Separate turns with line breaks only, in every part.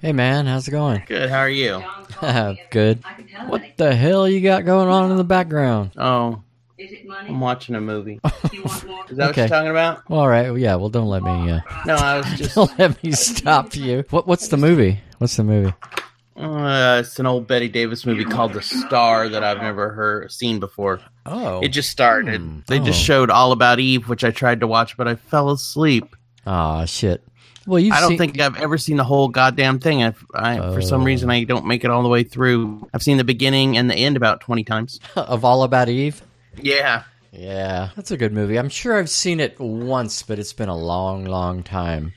Hey man, how's it going?
Good. How are you?
Good. What the hell you got going on in the background?
Oh,
Is it
I'm
money?
watching a movie.
You want more?
Is that what
Okay.
you're talking about?
Well, all right, yeah. Well, don't let me. Uh,
No, I was just.
don't let me stop you. What? What's the movie? What's the movie?
Uh, it's an old Betty Davis movie called The Star that I've never heard seen before.
Oh,
It just started.
Hmm.
They just
Oh.
showed All About Eve, which I tried to watch, but I fell asleep.
Ah, shit. Well, you.
I don't
seen,
think I've ever seen the whole goddamn thing. I've, I, For some
Oh.
reason, I don't make it all the way through. I've seen the beginning and the end about twenty times.
of All About Eve.
Yeah.
Yeah, that's a good movie. I'm sure I've seen it once, but it's been a long, long time.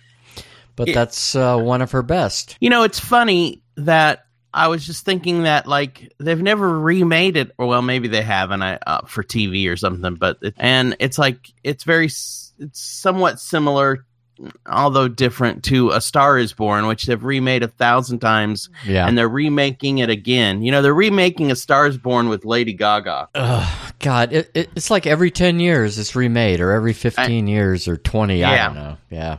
But
Yeah.
that's uh, one of her best.
You know, it's funny that I was just thinking that like they've never remade it, or well, maybe they haven't I, uh, for TV or something. But it, and it's like it's very s- it's somewhat similar, although different to A Star Is Born, which they've remade a thousand times,
Yeah.
and they're remaking it again. You know, they're remaking A Star Is Born with Lady Gaga.
Ugh, God, it, it, it's like every ten years it's remade, or every fifteen years, or twenty. I
Yeah.
don't know. Yeah.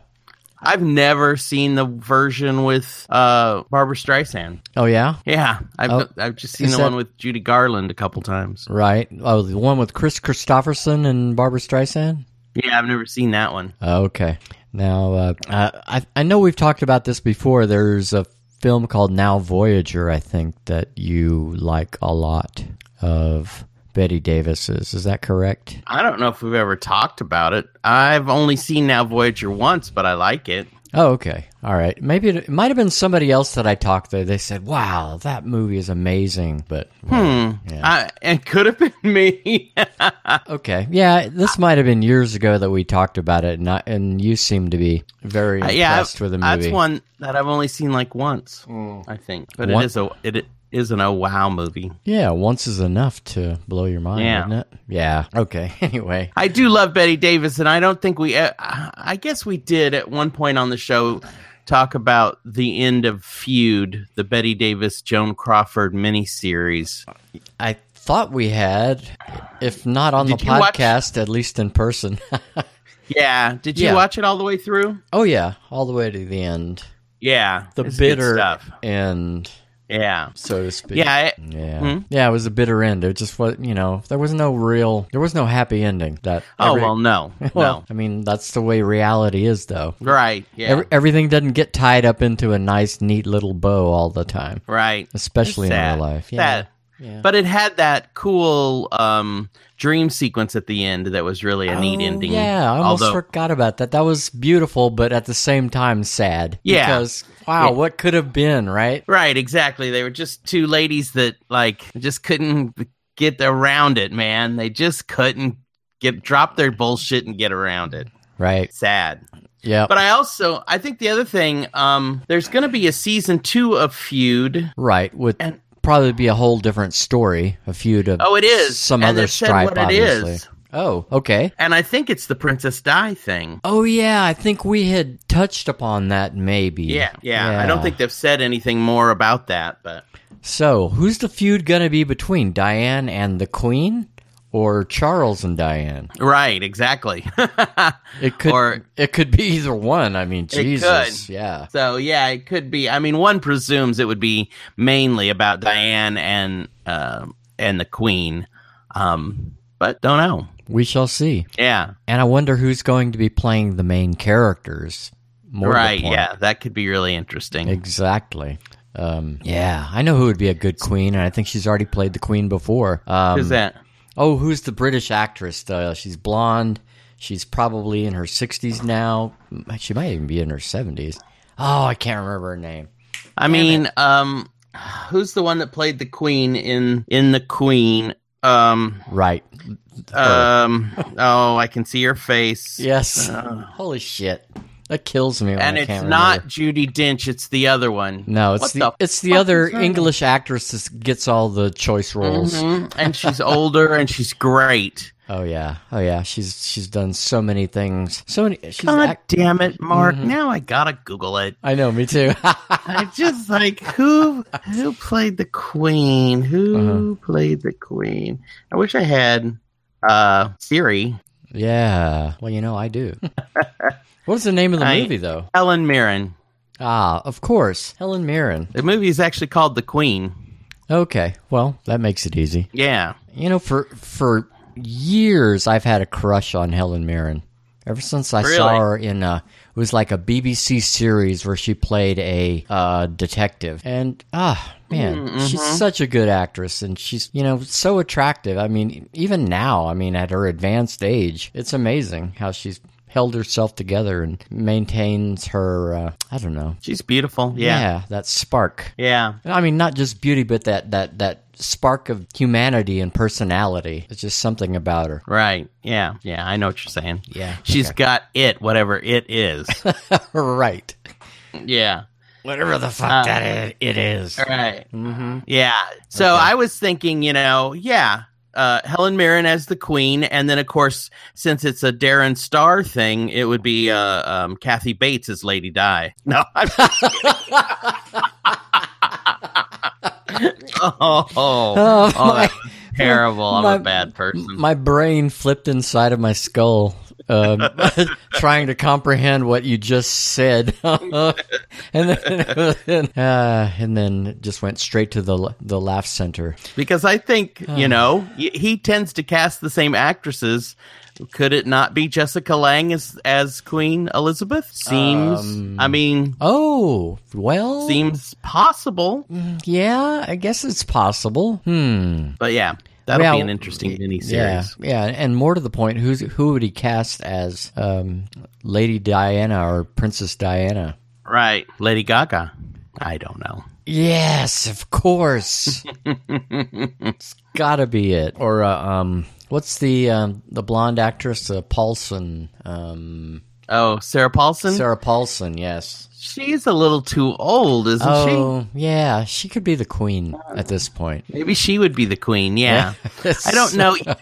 I've never seen the version with uh, Barbara Streisand.
Oh yeah.
Yeah, I've
Oh,
I've just seen
is
the
that-
one with Judy Garland a couple times.
Right. Oh, the one with Chris Christopherson and Barbara Streisand. Oh,
Yeah, I've never seen that one.
Okay. Now, uh, I I know we've talked about this before. There's a film called Now Voyager, I think, that you like a lot of Betty Davis's. Is that correct?
I don't know if we've ever talked about it. I've only seen Now Voyager once, but I like it.
Oh, okay. All right. Maybe it, it might have been somebody else that I talked to. They said, "Wow, that movie is amazing." But
I, it could have been me.
okay, yeah, this might have been years ago that we talked about it, and I, and you seem to be very impressed
Uh, yeah,
with the movie.
that's one that I've only seen like once, I think. But
One-
it is a it is an oh wow movie.
Yeah, once is enough to blow your mind,
Yeah.
isn't it? Yeah. Okay. Anyway.
I do love Betty Davis, and I don't think we. Uh, I guess we did at one point on the show talk about the end of Feud, the Betty Davis Joan Crawford miniseries.
I thought we had, if not on
Did
the
you watch-
podcast, at least in person.
Yeah, did you
Yeah.
watch it all the way through?
oh yeah, all the way to the end,
Yeah,
the
it's good
bitter
stuff.
end,
Yeah,
so to speak.
yeah. It,
Yeah.
Hmm?
Yeah, it was a bitter end. It just was, you know, there was no real, there was no happy ending. That
Oh
every-
well, no,
well, I mean, that's the way reality is, though.
no, right, yeah,
Every, everything doesn't get tied up into a nice, neat little bow all the time,
right.
especially in
Sad.
real life. Yeah.
Sad. But it had that cool um, dream sequence at the end that was really a neat
Oh,
ending.
Yeah, I almost
although
forgot about that. That was beautiful, but at the same time sad.
Yeah.
Because wow,
Yeah.
what could have been, right?
right, exactly. They were just two ladies that like just couldn't get around it. Man, they just couldn't get drop their bullshit and get around it.
Right.
Sad.
Yeah.
But I also I think the other thing um, there's going to be a season two of Feud.
right. Would
And-
probably be a whole different story, a feud of
Oh, it is.
some
And
other
they said
stripe,
what it is.
obviously. Oh, okay.
And I think it's the Princess Di thing.
Oh yeah, I think we had touched upon that maybe.
Yeah, yeah, I don't think they've said anything more about that, but
So who's the feud gonna be between Diane and the Queen? Or Charles and Diane.
right, exactly.
It could
Or-
it could be either one. I mean,
could.
Jesus. Yeah.
so yeah, it could be. I mean, one presumes it would be mainly about Diane and uh, and the Queen, um, but don't know.
We shall see.
Yeah,
And I wonder who's going to be playing the main characters. More to the
right.
point.
Yeah, that could be really interesting.
Exactly. Um, yeah, I know who would be a good queen, and I think she's already played the queen before. Um,
Who's that?
Oh, who's the British actress? Uh, she's blonde. She's probably in her 60s now. She might even be in her 70s. Oh, I can't remember her name.
I mean, um, who's the one that played the Queen in in the Queen? Um,
Right.
um, oh, I can see her face.
Yes. Holy shit. That kills me. When
Uh. and
I
it's
can't
not
remember.
Judy Dench; it's the other one.
No, it's
What
the,
the
it's the
fuck
other
is her
English actress that gets all the choice roles.
Mhm. and she's older and she's great.
Oh yeah, oh yeah. She's she's done so many things. So many. She's
God
act- Mm-hmm.
damn it, Mark! Now I gotta Google it.
I know, me too.
I just like who who played the Queen? Who
Uh-huh.
played the Queen? I wish I had uh Siri.
yeah. Well, you know, I do. what was the name of the
I-
movie though?
Helen Mirren.
Ah, of course, Helen Mirren.
The movie is actually called The Queen.
Okay, well, that makes it easy.
Yeah.
You know, for for years, I've had a crush on Helen Mirren. Ever since I saw
Really?
her in a, it was like a BBC series where she played a uh, detective, and ah, man,
Mm,
she's
mm-hmm.
such a good actress, and she's you know so attractive. I mean, even now, I mean, at her advanced age, it's amazing how she's held herself together and maintains her, uh, I don't know,
She's beautiful. Yeah.
that spark.
Yeah.
I mean, not just beauty, but that that that spark of humanity and personality. It's just something about her.
Right. Yeah. Yeah. I know what you're saying.
Yeah.
She's got it, whatever it is.
right.
yeah. Uh,
Whatever the fuck that i- it is.
Right.
Mm-hmm.
Yeah. So I was thinking, you know, yeah, uh, Helen Mirren as the queen, and then of course, since it's a Darren Star thing, it would be uh, um, Kathy Bates as Lady Di. No. I'm just kidding. oh, oh,
Oh,
oh,
my-
that was terrible! I'm
my-
a bad person.
My brain flipped inside of my skull, um, trying to comprehend what you just said, and then uh, and then it just went straight to the l- the laugh center.
because I think you know y- he tends to cast the same actresses. Could it not be Jessica Lang as as Queen Elizabeth? Seems.
Um,
I mean,
Oh well,
seems possible.
yeah, I guess it's possible. Hmm.
But yeah, that'll
Well,
be an interesting miniseries.
Yeah, yeah, and more to the point, who's who would he cast as um, Lady Diana or Princess Diana?
Right, Lady Gaga. I don't know.
Yes, of course. it's gotta be it. Or uh, um, what's the um, the blonde actress uh, Paulson? Um,
Oh, Sarah Paulson.
Sarah Paulson. Yes.
She's a little too old, isn't
Oh, yeah, she could be the queen at this point.
she? Maybe she would be the queen. Yeah. I don't know.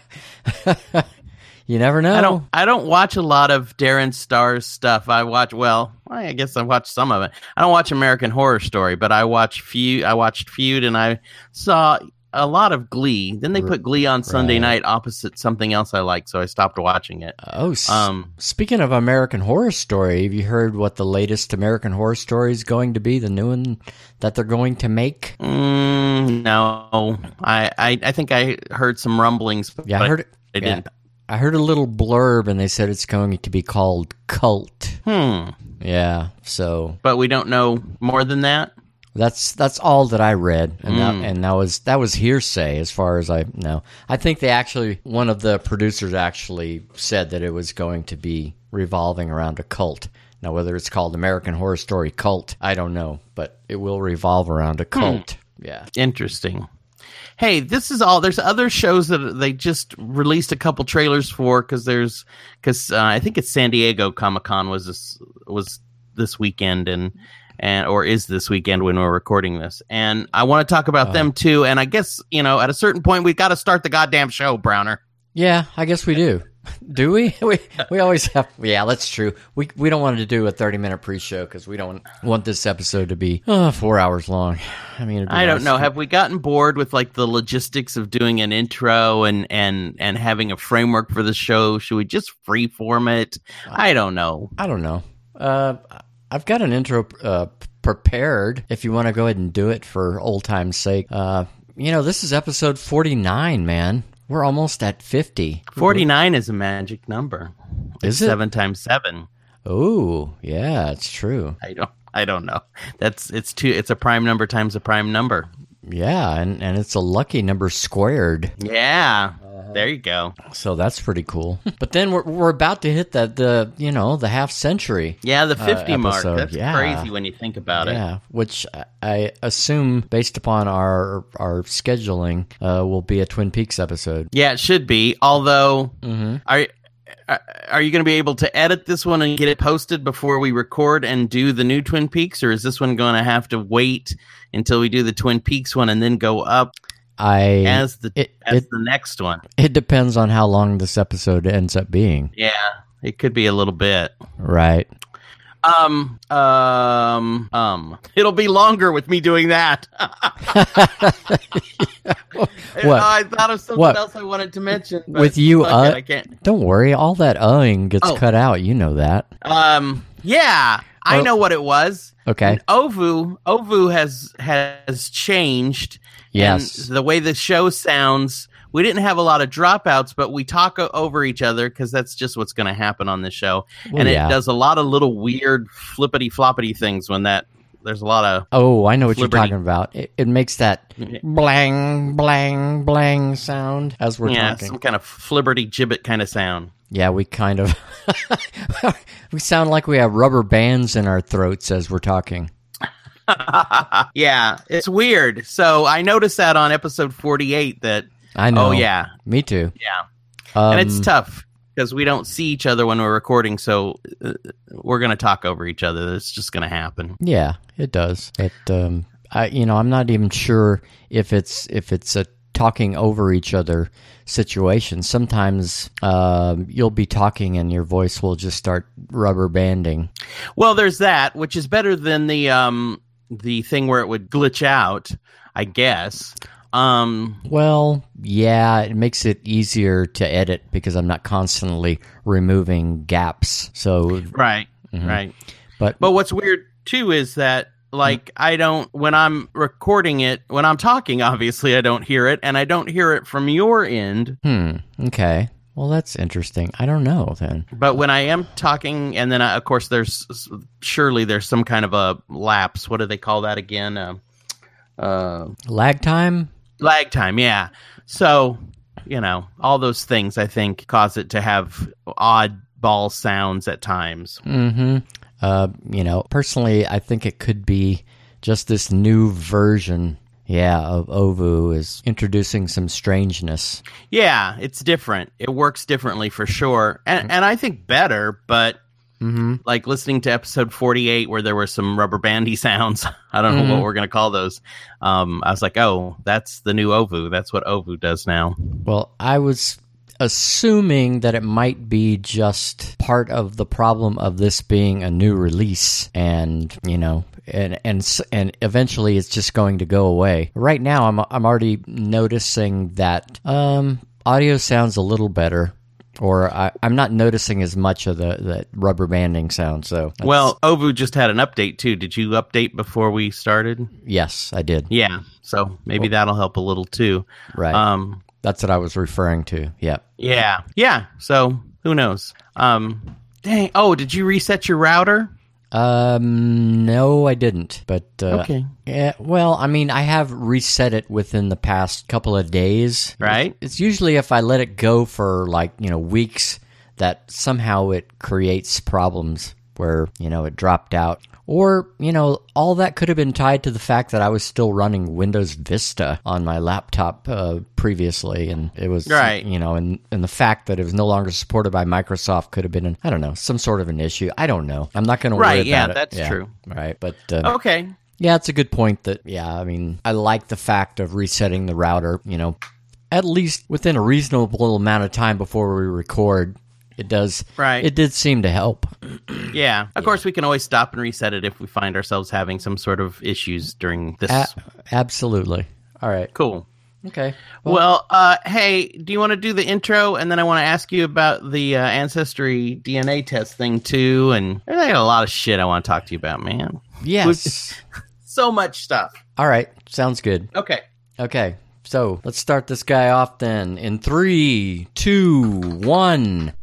You never know.
I don't. I don't watch a lot of Darren Star's stuff. I watch. Well, I guess I watch some of it. I don't watch American Horror Story, but I watch few. I watched Feud, and I saw a lot of Glee. Then they put Glee on Sunday night opposite something else I like, so I stopped watching it.
Oh, s-
Um,
speaking of American Horror Story, have you heard what the latest American Horror Story is going to be? The new one that they're going to make?
Mm, no, I, I I think I heard some rumblings.
Yeah,
but
I heard.
I
yeah,
didn't.
I heard a little blurb, and they said it's going to be called Cult.
Hmm.
Yeah, so
But we don't know more than that.
that's that's all that I read, and that,
Mm.
and that was that was hearsay as far as I know. I think they actually one of the producers actually said that it was going to be revolving around a cult. Now, whether it's called American Horror Story Cult, I don't know, but it will revolve around a
Hmm.
cult. Yeah.
Interesting. Hey, this is all. There's other shows that they just released a couple trailers for because there's because uh, I think it's San Diego Comic Con was this was this weekend and and or is this weekend when we're recording this and I want to talk about them too and I guess you know at a certain point we've got to start the goddamn show Browner.
Yeah, I guess we do. Do we? We we always have. Yeah, that's true. We we don't want to do a thirty minute pre show because we don't want this episode to be uh, four hours long. I mean, it'd be
I don't
nice.
know. Have we gotten bored with like the logistics of doing an intro and and and having a framework for the show? Should we just freeform it? I don't know.
I don't know. Uh, I've got an intro uh, prepared. If you want to go ahead and do it for old time's sake, uh, you know this is episode forty nine, man. We're almost at fifty.
Forty nine is a magic number.
Is
It's
it?
seven times seven?
Oh, yeah, it's true.
I don't. I don't know. That's it's two. It's a prime number times a prime number.
Yeah, and and it's a lucky number squared.
Yeah.
Uh-huh.
There you go.
So that's pretty cool. But then we're, we're about to hit that the you know the half century.
Yeah, the fifty mark.
Uh, episode,
That's
yeah.
crazy when you think about it.
Yeah, which I- I assume, based upon our our scheduling, uh, will be a Twin Peaks episode.
Yeah, it should be. Although,
Mm-hmm.
are are- are you going to be able to edit this one and get it posted before we record and do the new Twin Peaks, or is this one going to have to wait until we do the Twin Peaks one and then go up
I
as the
it,
as
it
the next one?
it depends on how long this episode ends up being,
Yeah, it could be a little bit.
right?
Um, um, um. It'll be longer with me doing that.
What?
I thought of something
What?
else I wanted to mention but
With you,
fuck it,
uh,
I can't.
Don't worry, all that uhing gets
Oh.
cut out. You know that.
Um, Yeah, I
Oh.
know what it was.
Okay.
And Ovu Ovu has has changed.
Yes.
And the way the show sounds, we didn't have a lot of dropouts, but we talk o- over each other because that's just what's going to happen on this show.
Well,
and
yeah.
it does a lot of little weird flippity floppity things when that there's a lot of
Oh, I know what
Liberty.
you're talking about. It, it makes that
Yeah.
blang, blang, blang sound as we're
yeah
talking.
some kind of flibberty gibbet kind of sound.
Yeah, we kind of. we sound like we have rubber bands in our throats as we're talking.
yeah, it's weird. So I noticed that on episode 48 that
I know.
oh yeah,
Me too.
yeah.
Um,
And it's tough because we don't see each other when we're recording, so uh, we're going to talk over each other. It's just going to happen.
Yeah, it does. It um I you know, I'm not even sure if it's if it's a talking over each other situation. Sometimes um you'll be talking and your voice will just start rubber banding.
Well, there's that, which is better than the um the thing where it would glitch out, I guess. Um
Well, yeah, it makes it easier to edit because I'm not constantly removing gaps. So
right,
mhm.
right.
But
But what's weird too is that like I don't when I'm recording it, when I'm talking, obviously I don't hear it and I don't hear it from your end.
hmm, okay. Well, that's interesting. I don't know then.
But when I am talking, and then I, of course there's surely there's some kind of a lapse. What do they call that again? Uh, uh,
Lag time?
lag time. Yeah. So you know all those things I think cause it to have oddball sounds at times.
hmm Uh, you know, personally, I think it could be just this new version, yeah, of Ovu is introducing some strangeness.
Yeah, it's different. It works differently for sure, and and I think better. But
Mm-hmm.
like listening to episode 48 where there were some rubber bandy sounds i don't know
Mhm.
what we're going to call those um, i was like oh that's the new ovu that's what ovu does now
Well, I was assuming that it might be just part of the problem of this being a new release, and you know. And and s- and eventually, it's just going to go away. Right now, I'm I'm already noticing that um, audio sounds a little better, or I, I'm not noticing as much of the, the rubber banding sound. So, that's-
well ovu just had an update too did you update before we started
yes, I did.
yeah so maybe that'll help a little too
Right,
um,
that's what I was referring to. Yep.
yeah yeah so who knows um, dang oh did you reset your router
Um, no, I didn't. But uh,
okay
Yeah, well, I mean, I have reset it within the past couple of days.
Right.
It's usually if I let it go for like, you know, weeks that somehow it creates problems where, you know, it dropped out. Or, you know, all that could have been tied to the fact that I was still running Windows Vista on my laptop uh, previously. And it was,
Right.
you know, and, and the fact that it was no longer supported by Microsoft could have been, an, I don't know, some sort of an issue. I don't know. I'm not going to worry about
Right, yeah,
it.
that's true.
Right. But, uh,
okay
yeah, it's a good point that, yeah, I mean, I like the fact of resetting the router, you know, at least within a reasonable amount of time before we record. It does.
Right.
It did seem to help.
yeah of course we can always stop and reset it if we find ourselves having some sort of issues during this
A- absolutely. All right.
cool
Okay.
Well, uh, hey, do you want to do the intro? And then I want to ask you about the uh, ancestry DNA test thing too. And I got a lot of shit I want to talk to you about, man.
Yes.
So much stuff.
All right. Sounds good.
Okay.
Okay. So let's start this guy off then in three, two, one.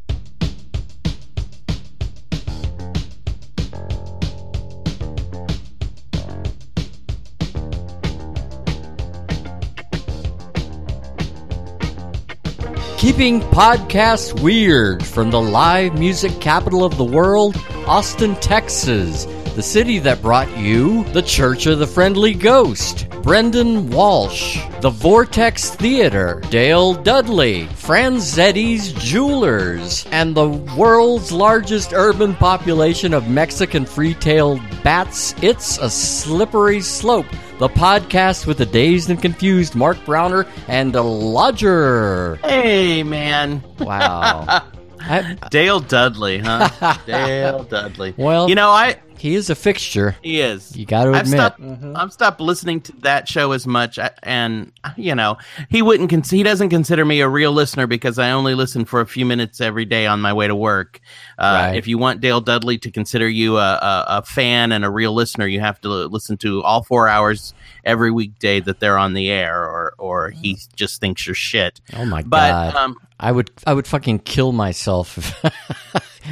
Keeping podcasts weird from the live music capital of the world, Austin, Texas, the city that brought you the Church of the Friendly Ghost, Brendan Walsh, the Vortex Theater, Dale Dudley, Franzetti's Jewelers, and the world's largest urban population of Mexican free-tailed bats. It's a slippery slope. The podcast with the dazed and confused Mark Browner and the Lodger.
Hey, man.
Wow. I,
Dale Dudley, huh? Dale Dudley.
Well-
you know, I
He is a fixture.
He is.
You got to
I've
admit.
stopped. I've stopped listening to that show as much, I- and you know he wouldn't. Con- he doesn't consider me a real listener because I only listen for a few minutes every day on my way to work. Uh,
Right.
If you want Dale Dudley to consider you a, a, a fan and a real listener, you have to listen to all four hours every weekday that they're on the air, or or he just thinks you're shit.
oh my
But
god!
um,
I would I would fucking kill myself if-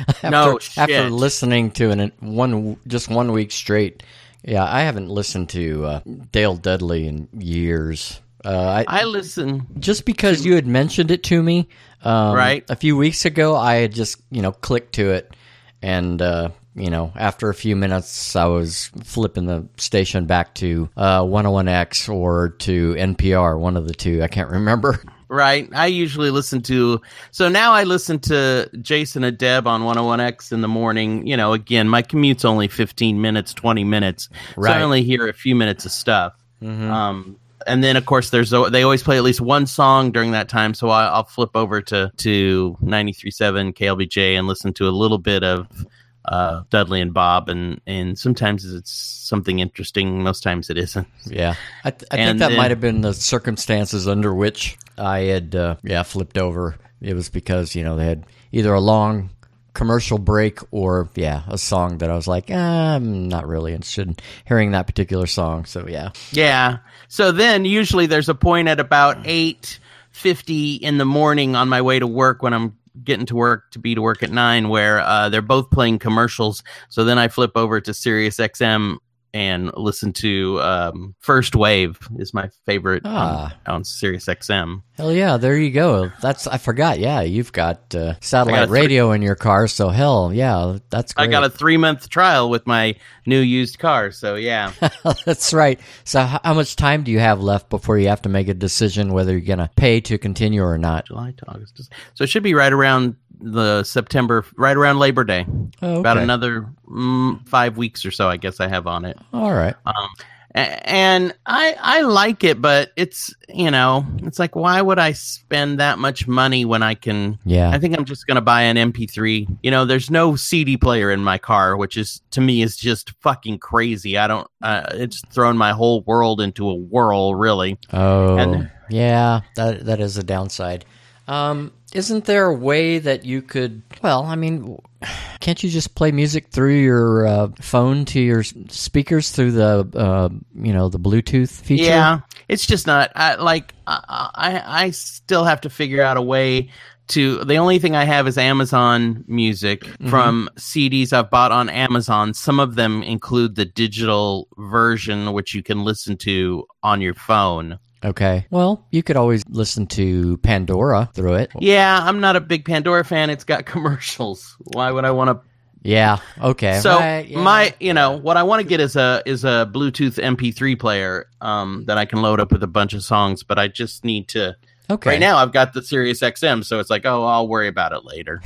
after,
No
after
shit.
listening to an one just one week straight. Yeah, I haven't listened to uh, Dale Dudley in years. Uh, I,
I listen.
just because you had mentioned it to me um,
Right.
a few weeks ago, I had just you know clicked to it, and uh, you know after a few minutes, I was flipping the station back to uh, 101X or to NPR, one of the two. I can't remember.
Right. I usually listen to so now I listen to Jason and Deb on 101X in the morning. You know, again, my commute's only 15 minutes, 20 minutes. So
Right.
I only hear a few minutes of stuff. Um and then of course there's a- they always play at least one song during that time so I, I'll flip over to to 937 KLBJ and listen to a little bit of uh, Dudley and Bob and and sometimes it's something interesting most times it isn't
Yeah, I, th- I think
And
that
then-
might have been the circumstances under which I had uh, yeah flipped over. It was because you know they had either a long commercial break or yeah a song that I was like ah, I'm not really interested in hearing that particular song. So yeah,
Yeah. So then usually there's a point at about eight fifty in the morning on my way to work when I'm getting to work to be to work at nine where uh, they're both playing commercials. So then I flip over to Sirius XM and listen to um, First Wave is my favorite
Ah.
on, on Sirius XM.
hell yeah, there you go. That's I forgot. Yeah, you've got uh,
I got
satellite
a three-
radio in your car, so hell yeah, that's
I
great.
got a three month trial with my new used car. So yeah.
That's right. So how, how much time do you have left before you have to make a decision whether you're gonna pay to continue or not?
July to August. So it should be right around the September, right around Labor Day.
Oh,
About
okay.
another mm, five weeks or so, I guess I have on it.
All right.
Um, a- and I I like it, but it's you know it's like why would I spend that much money when I can?
Yeah.
I think I'm just gonna buy an MP3. You know, there's no CD player in my car, which is to me is just fucking crazy. I don't. Uh, it's thrown my whole world into a whirl, really.
Oh,
And-
yeah, that that is a downside. Um, isn't there a way that you could? Well, I mean, can't you just play music through your uh, phone to your s- speakers through the uh, you know the Bluetooth feature?
Yeah, it's just not. I, like I, I, I still have to figure out a way to. The only thing I have is Amazon Music
Mm-hmm.
from CDs I've bought on Amazon. Some of them include the digital version, which you can listen to on your phone.
Okay. Well, you could always listen to Pandora through it.
Yeah, I'm not a big Pandora fan. It's got commercials. Why would I want to
Yeah. Okay.
So
Right, yeah.
my, you know, what I want to get is a is a Bluetooth MP3 player um, that I can load up with a bunch of songs, but I just need to.
Okay.
Right now, I've got the Sirius XM, so it's like, oh, I'll worry about it later.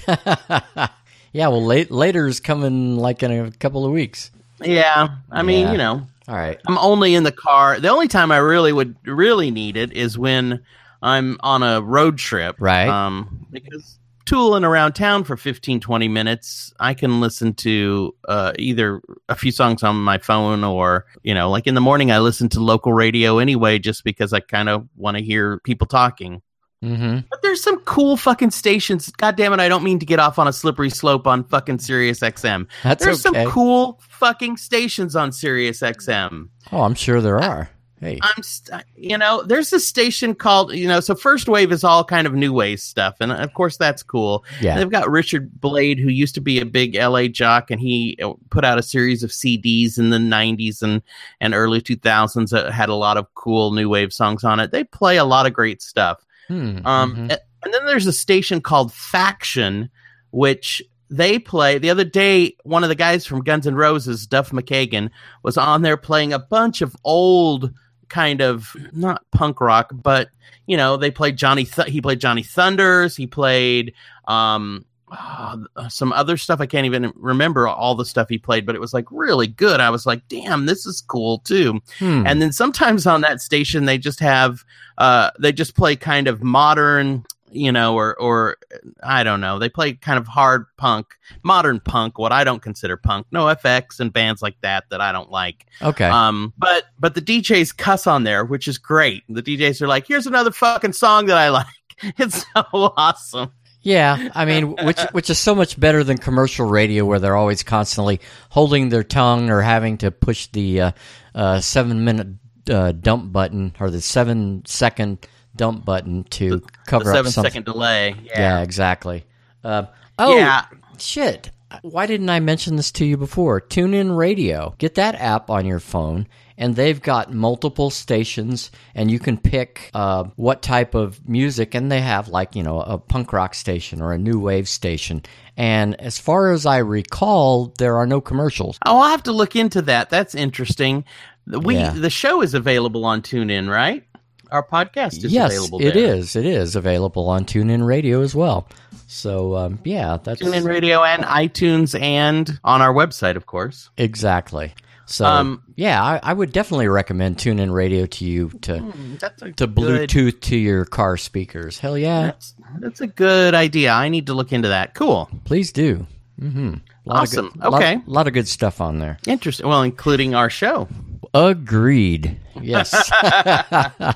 yeah. Well, late, later's coming like in a couple of weeks.
yeah, I mean,
Yeah.
you know,
All right.
I'm only in the car. The only time I really would really need it is when I'm on a road trip,
Right.
Um, because tooling around town for 15, 20 minutes, I can listen to uh, either a few songs on my phone or you know, like in the morning, I listen to local radio anyway, just because I kind of want to hear people talking.
Mm-hmm.
But there's some cool fucking stations. God damn it, I don't mean to get off on a slippery slope on fucking Sirius XM.
That's
there's
okay.
some cool fucking stations on Sirius XM.
oh, I'm sure there are. Hey.
I'm, st- you know, there's this station called, you know, so First Wave is all kind of new wave stuff, and of course that's cool.
Yeah.
They've got Richard Blade, who used to be a big LA jock, and he uh, put out a series of CDs in the 90s and, and early 2000s that had a lot of cool new wave songs on it. They play a lot of great stuff.
Hmm,
Um,
mhm.
a- And then there's a station called Faction, which they play. The other day, one of the guys from Guns N' Roses, Duff McKagan, was on there playing a bunch of old kind of not punk rock, but you know they played Johnny. Th- he played Johnny Thunders. He played um, ah, some other stuff. I can't even remember all the stuff he played, but it was like really good. I was like, damn, this is cool too.
Hmm.
And then sometimes on that station, they just have, uh, they just play kind of modern, you know, or or I don't know. They play kind of hard punk, modern punk, what I don't consider punk. No FX and bands like that that I don't like.
Okay.
Um, but but the DJs cuss on there, which is great. The DJs are like, here's another fucking song that I like. It's so awesome.
Yeah, I mean, which which is so much better than commercial radio, where they're always constantly holding their tongue or having to push the uh, uh, seven minute uh, dump button or the seven second dump button to cover
the
up
seven second
something.
delay.
Yeah,
Yeah.
exactly. Uh, oh,
Yeah.
shit. Why didn't I mention this to you before? Tune in radio. Get that app on your phone, and they've got multiple stations, and you can pick uh, what type of music. And they have, like, you know, a punk rock station or a new wave station. And as far as I recall, there are no commercials.
Oh, I'll have to look into that. That's interesting. We
Yeah.
the show is available on TuneIn, right? Our podcast is
yes,
available.
it
there.
is. It is available on TuneIn Radio as well. So, um, yeah, that's
TuneIn Radio and iTunes and on our website, of course.
Exactly. So
Um,
yeah, I, I would definitely recommend TuneIn Radio to you to
Mm, That's a
to
Hmm. good-
Bluetooth to your car speakers. Hell yeah,
That's, that's a good idea. I need to look into that. Cool.
please do. Mm-hmm.
Awesome. Okay.
lot, of good stuff on there.
Interesting. Well, including our show.
Agreed. Yes.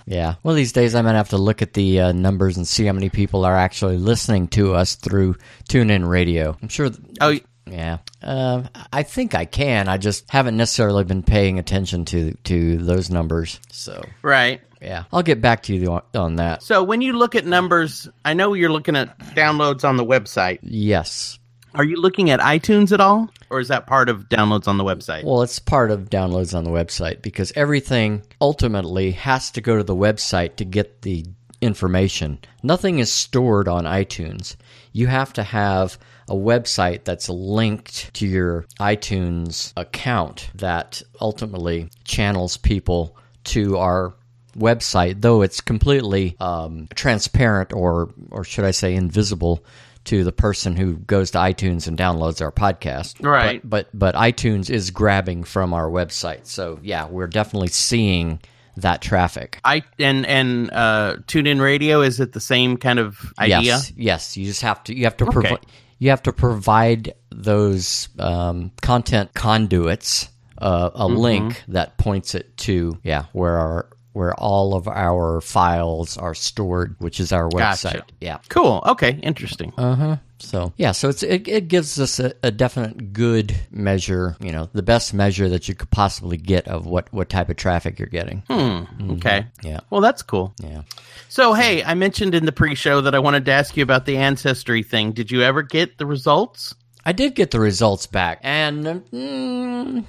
yeah. One of these days, I'm gonna have to look at the uh, numbers and see how many people are actually listening to us through TuneIn Radio. I'm sure. th-
Oh,
yeah, uh, I think I can. I just haven't necessarily been paying attention to to those numbers. So
right.
Yeah, I'll get back to you on, on that.
So when you look at numbers, I know you're looking at downloads on the website.
Yes.
Are you looking at iTunes at all? Or is that part of downloads on the website?
Well, it's part of downloads on the website because everything ultimately has to go to the website to get the information. Nothing is stored on iTunes. You have to have a website that's linked to your iTunes account that ultimately channels people to our website, though it's completely um, transparent or, or should I say, invisible to the person who goes to iTunes and downloads our podcast.
Right.
But, but but iTunes is grabbing from our website, so yeah, we're definitely seeing that traffic.
I and and uh, TuneIn Radio is it the same kind of idea?
Yes, yes. You just have to you have to provi- you have to provide those um, content conduits uh, a
Mm-hmm.
link that points it to yeah where our where all of our files are stored, which is our website.
Gotcha.
Yeah.
Cool. Okay. Interesting.
Uh-huh. So yeah, so it's it, it gives us a, a definite good measure, you know, the best measure that you could possibly get of what what type of traffic you're getting.
Okay.
Yeah.
Well, that's cool.
Yeah.
So, hey, I mentioned in the pre-show that I wanted to ask you about the ancestry thing. Did you ever get the results?
I did get the results back, and mm,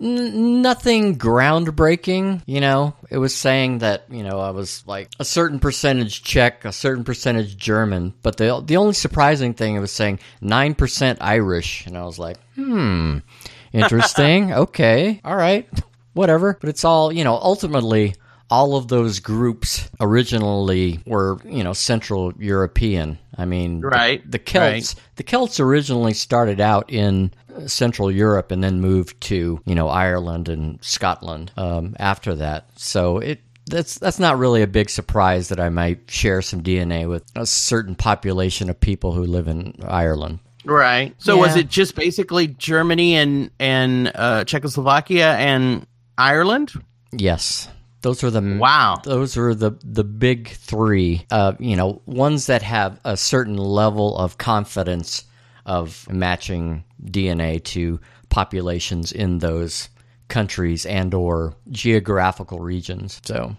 n- nothing groundbreaking. You know, it was saying that you know I was like a certain percentage Czech, a certain percentage German, but the the only surprising thing it was saying nine percent Irish, and I was like, hmm, interesting. okay, all right, whatever. But it's all you know. Ultimately. All of those groups originally were, you know, Central European. I mean, the-
Right,
The, Celts, the Celts originally started out in Central Europe and then moved to you know Ireland and Scotland um, after that. So it that's that's not really a big surprise that I might share some DNA with a certain population of people who live in Ireland.
Right. So was
Yeah.
it just basically Germany and and uh, Czechoslovakia and Ireland?
Yes, those are the
Wow.
those are the the big three. Uh, you know, ones that have a certain level of confidence of matching DNA to populations in those countries and or geographical regions. So,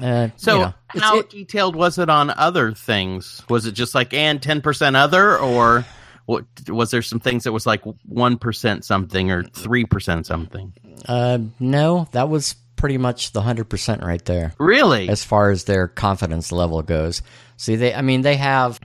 uh,
So
you know, it's-
how
it-
detailed was it on other things? Was it just like and ten percent other or? What, was there some things that was like 1% something or 3% something?
uh, no, that was pretty much the hundred percent right there.
Really?
as far as their confidence level goes. See, they, I mean, they have,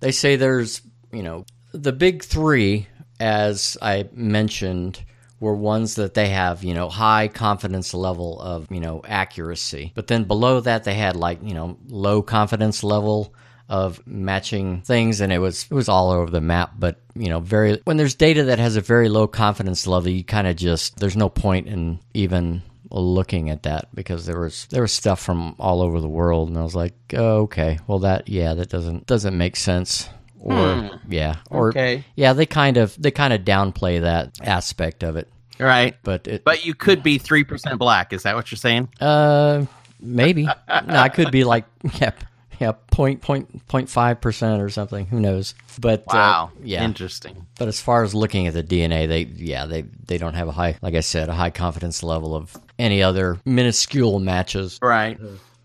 they say there's, you know, the big three, as I mentioned, were ones that they have, you know, high confidence level of, you know, accuracy. But then below that, they had like, you know, low confidence level of matching things and it was it was all over the map but you know very when there's data that has a very low confidence level you kind of just there's no point in even looking at that because there was there was stuff from all over the world, and I was like, oh, okay, well that yeah, that doesn't doesn't make sense. Or yeah, or
Hmm. Okay.
yeah, they kind of they kind of downplay that aspect of it,
Right.
but it,
But you could be 3% black. Is that what you're saying?
uh, maybe no, I could be like yep. Yeah, point point point five percent or something. Who knows? But uh,
Wow.
yeah,
Interesting.
But as far as looking at the DNA, they yeah they they don't have a high like I said a high confidence level of any other minuscule matches.
Right.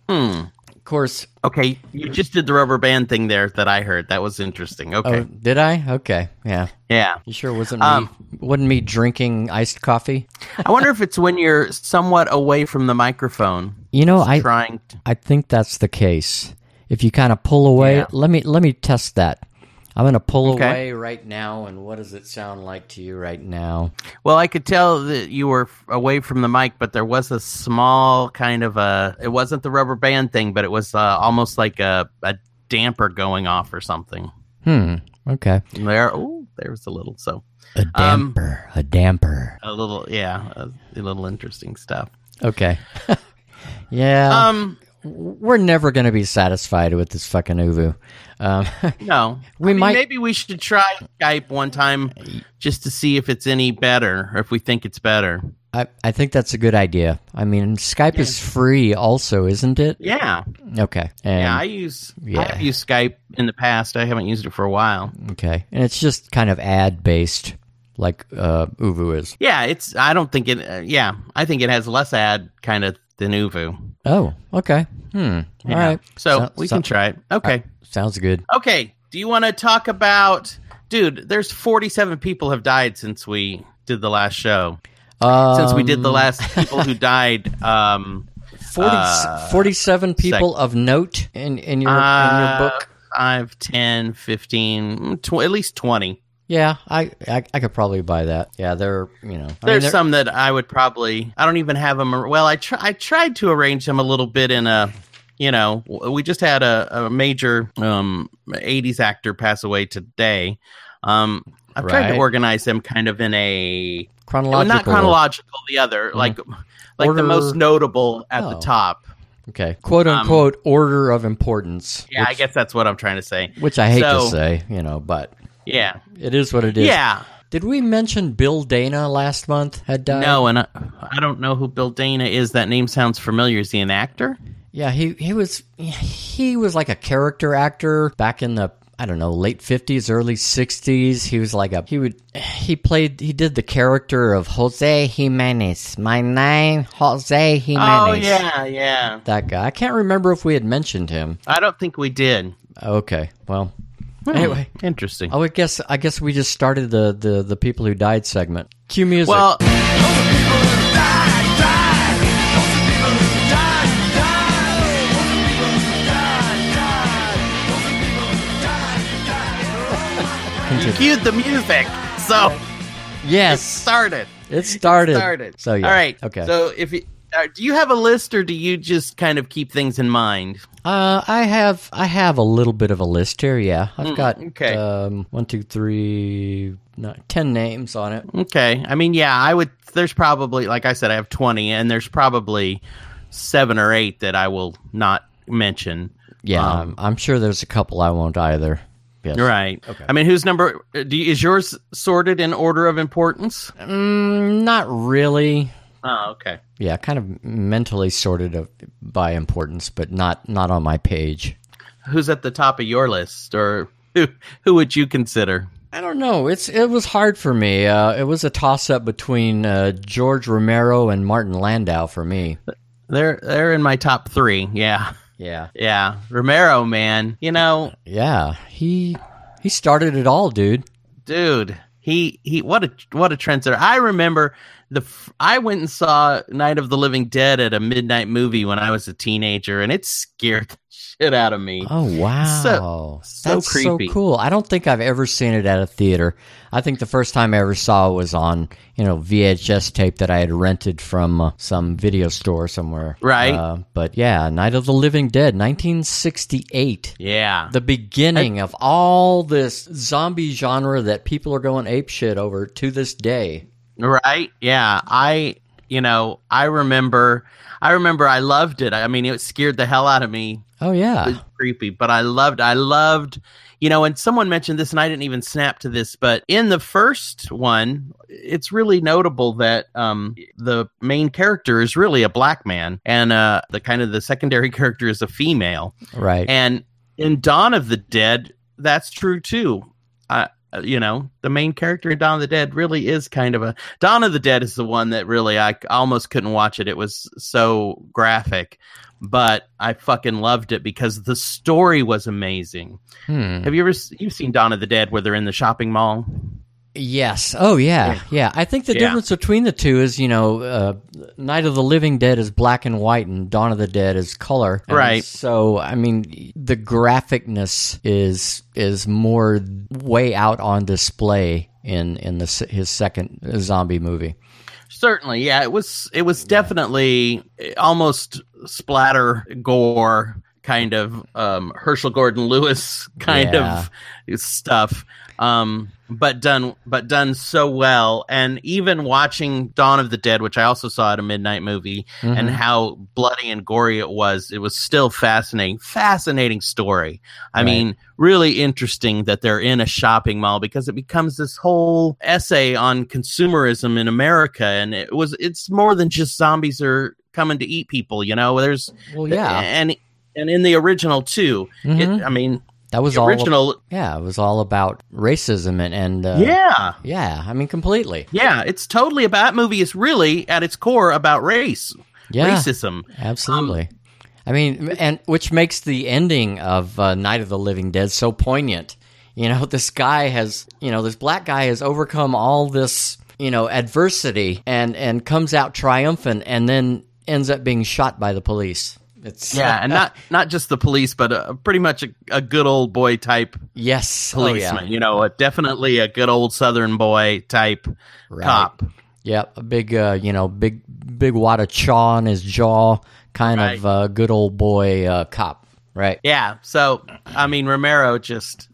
Of course,
Okay. You just did the rubber band thing there that I heard. That was interesting. Okay.
oh, did I? Okay, yeah,
yeah.
you sure wasn't
Um,
me wasn't me drinking iced coffee?
I wonder if it's when you're somewhat away from the microphone
You know, I
trying to.
I think that's the case. If you kind of pull away,
Yeah.
let me let me test that. I'm gonna pull
Okay.
away right now, and what does it sound like to you right now?
Well, I could tell that you were f- away from the mic, but there was a small kind of a. It wasn't the rubber band thing, but it was uh, almost like a, a damper going off or something.
Hmm. Okay.
And There, oh, there was a little. So
A
Um,
damper. a damper.
a little, yeah, a, a little interesting stuff.
Okay. yeah.
Um,
we're never going to be satisfied with this fucking Uvu. Um,
no,
We
I mean,
might-
maybe we should try Skype one time just to see if it's any better or if we think it's better.
I, I think that's a good idea. I mean, Skype is free, also, isn't it?
Yeah,
Okay. And,
Mm. yeah. I use,
yeah.
I've used Skype in the past. I haven't used it for a while.
okay. And it's just kind of ad based, like uh, Uvu is.
Yeah, it's. I don't think it. Uh, yeah, I think it has less ad kind of than Uvu.
Oh, okay. Hmm. All
Yeah.
right.
So,
So-
we
so-
can try it. Okay.
Sounds good.
Okay. Do you want to talk about, dude? There's 47 people have died since we did the last show. Since we did the
Um,
last people who died. Um,
40,
uh,
47 people of note in, in, your, in your
uh,
book.
I've 10, 15, tw- at least 20.
Yeah, I, I I could probably buy that. Yeah, they're, you know. I mean,
There's
they're-
some that I would probably. I don't even have them. ar- Well, I tr- I tried to arrange them a little bit in a. You know, w- we just had a, a major um, '80s actor pass away today. Um, I've tried to
Right.
organize them kind of in a well,
chronological.
not chronological. The other, like, like
Mm-hmm. Order-
the most notable at the
Oh.
top.
Okay. Um, Quote unquote order of importance.
Yeah, I
which,
guess that's what I'm trying to say.
Which I hate to
so-
say, you know, but
Yeah,
it is what it is.
yeah.
Did we mention Bill Dana last month had died?
No, and I, I don't know who Bill Dana is. That name sounds familiar. Is he an actor?
Yeah, he, he was he was like a character actor back in the I don't know, late fifties, early sixties. He was like a he would he played he did the character of Jose Jimenez. My name Jose Jimenez.
Oh yeah, yeah.
That guy. I can't remember if we had mentioned him.
I don't think we did.
Okay. Well Hmm. anyway.
Interesting.
Oh, I guess I guess we just started the the, the people who died segment. Cue music.
well, you cued the music, so
yes,
start it.
it started.
Started.
So yeah.
All right.
Okay.
So if you, uh, do you have a list, or do you just kind of keep things in mind?
uh, I have I have a little bit of a list here. Yeah, I've got
Hmm, okay.
um, one, two, three, nine, ten names on it.
Okay. I mean, yeah, I would. There's probably, like I said, I have 20, and there's probably seven or eight that I will not mention.
Yeah, I'm, Um, I'm sure there's a couple I won't either. Yes.
Right. Okay. I mean, who's number? uh, Do you, is yours sorted in order of importance?
Mm, not really.
Oh, okay.
Yeah, kind of mentally sorted of, by importance, but not not on my page.
Who's at the top of your list, or who who would you consider?
I don't know. It's it was hard for me. Uh, it was a toss up between uh, George Romero and Martin Landau for me.
They're they're in my top three. Yeah.
Yeah,
Yeah. Romero, man. You know,
yeah. He he started it all, dude.
dude he he what a what a trendsetter i remember the f- i went and saw night of the living dead at a midnight movie when i was a teenager and it scared the shit out of me
Oh wow,
So- so
that's
creepy.
so cool. I don't think I've ever seen it at a theater. I think the first time I ever saw it was on you know VHS tape that I had rented from uh, some video store somewhere.
Right.
Uh, but yeah, Night of the Living Dead, 1968.
yeah
the beginning of all this zombie genre that people are going apeshit over to this day.
right yeah i you know, I remember, I remember, I loved it. I mean, it scared the hell out of me.
Oh
It
yeah.
was creepy, but I loved, I loved, you know. And someone mentioned this, and I didn't even snap to this, but in the first one, it's really notable that um, the main character is really a black man, and uh, the kind of the secondary character is a female.
Right.
And in Dawn of the Dead, that's true too. I, uh, you know, the main character in Dawn of the Dead really is kind of a Dawn of the Dead is the one that really I almost couldn't watch it. It was so graphic, but I fucking loved it because the story was amazing.
Hmm.
Have you ever s- you've seen Dawn of the Dead where they're in the shopping mall?
Yes. Oh yeah. Yeah. I think the
Yeah.
difference between the two is, you know, uh, Night of the Living Dead is black and white, and Dawn of the Dead is color. And
Right.
So I mean, the graphicness is is more way out on display in in the, s- his second zombie movie.
Certainly, yeah. It was it was definitely almost splatter gore kind of um, Herschel Gordon Lewis kind of stuff, um, but done but done so well. And even watching Dawn of the Dead, which I also saw at a midnight movie,
Mhm.
and how bloody and gory it was, it was still fascinating. Fascinating story. I
Right.
mean, really interesting that they're in a shopping mall because it becomes this whole essay on consumerism in America. And it was, it's more than just zombies are coming to eat people, you know? There's,
Mm-hmm. Well, Oh, yeah.
And, and in the original, too.
Mhm.
It, I mean,
that was
the
all.
original,
yeah, it was all about racism and and uh,
yeah.
yeah. I mean, completely.
Yeah, it's totally about that movie is really at its core about race,
Yeah.
racism.
Absolutely. Um, I mean, and which makes the ending of uh, Night of the Living Dead so poignant. You know, this guy has, you know, this black guy has overcome all this, you know, adversity and and comes out triumphant and then ends up being shot by the police. It's
yeah, and not not just the police, but uh pretty much a, a good old boy type
yes, Oh, yeah.
policeman. You know, a, definitely a good old Southern boy type
Right.
cop.
Yep, a big, uh, you know, big big wad of chaw on his jaw, kind of
Right.
uh, good old boy uh, cop, right?
Yeah. So I mean, Romero just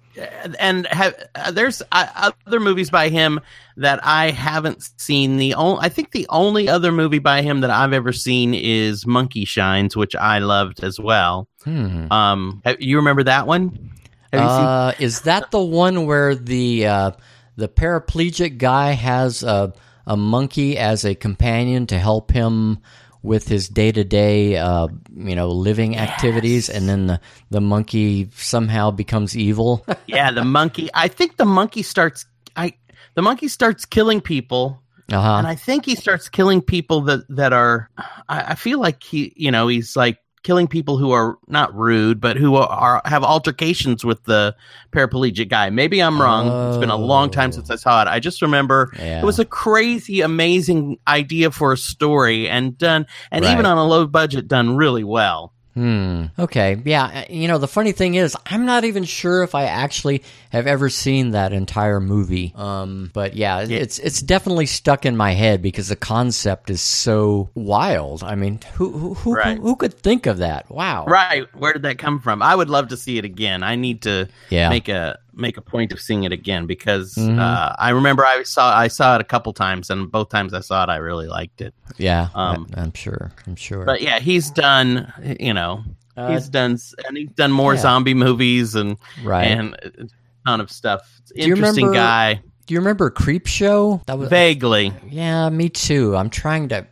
and have, uh, there's uh, other movies by him that I haven't seen. The only I think the only other movie by him that I've ever seen is Monkey Shines, which I loved as well.
Hmm.
Um, ha- you remember that one? Have you seen?
Uh, is that the one where the uh, the paraplegic guy has a a monkey as a companion to help him with his day to day, you know, living activities, and then the the monkey somehow becomes evil?
Yeah, the monkey. I think the monkey starts. I the monkey starts killing people and
uh-huh.
I think he starts killing people that that are. I, I feel like he, you know, he's like killing people who are not rude, but who are, have altercations with the paraplegic guy. Maybe I'm wrong. It's been a long time
Oh.
since I saw it. I just remember
Yeah.
it was a crazy, amazing idea for a story, and done, and even
Right.
on a low budget, done really well.
Hmm. Okay. Yeah. uh, You know, the funny thing is, I'm not even sure if I actually have ever seen that entire movie. Um. But yeah, it- it's it's definitely stuck in my head because the concept is so wild. I mean, who who who,
Right.
who, who could think of that? Wow.
Right? Where did that come from? I would love to see it again. I need to.
Yeah.
make a make a point of seeing it again because
Mhm.
uh, I remember I saw I saw it a couple times and both times I saw it I really liked it.
yeah.
um,
I, am sure. I'm sure.
But yeah, he's done you know
Uh,
he's done s- and he's done more
yeah.
zombie movies and
right.
and a ton of stuff.
you
Interesting
remember-
guy.
Do you remember Creep Show? That was
Vaguely,
Yeah, me too. I'm trying to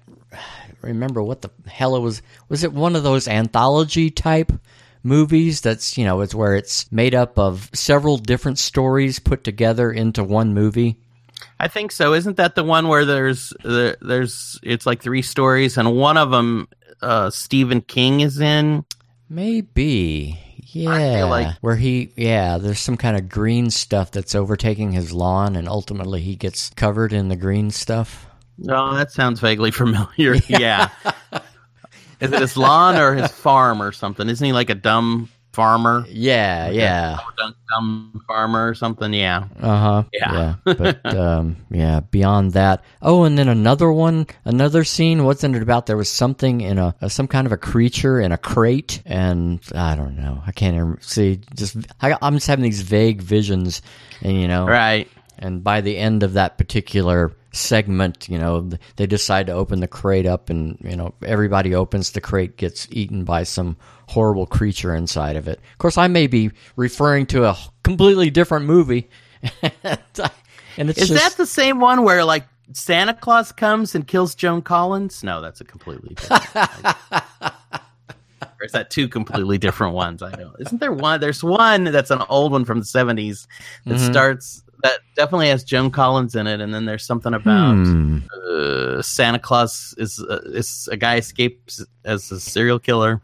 remember what the hell it was. Was it one of those anthology type movies that's, you know, it's where it's made up of several different stories put together into one movie?
I think so. Isn't that the one where there's there, there's it's like three stories and one of them uh, Stephen King is in.
Maybe. Yeah.
like-
where he yeah, there's some kind of green stuff that's overtaking his lawn and ultimately he gets covered in the green stuff.
Oh, that sounds vaguely familiar. yeah. Is it his lawn or his farm or something? Isn't he like a dumb farmer?
Yeah, yeah.
Dumb, dumb farmer or something? Yeah.
Uh huh.
Yeah.
But um, yeah, beyond that. Oh, and then another one, another scene. Wasn't it about there was something in a, a some kind of a creature in a crate? And I don't know. I can't even see. Just I, I'm just having these vague visions, and you know.
Right.
And by the end of that particular segment. You know, they decide to open the crate up, and you know everybody opens the crate, gets eaten by some horrible creature inside of it. Of course, I may be referring to a completely different movie. and it's
Is
just,
that the same one where like Santa Claus comes and kills Joan Collins? No, that's a completely different Or is that two completely different ones? I don't. Isn't there one? There's one that's an old one from the 70s that starts that definitely has Joan Collins in it, and then there's something about
Hmm.
uh, Santa Claus is uh, is a guy escapes as a serial killer,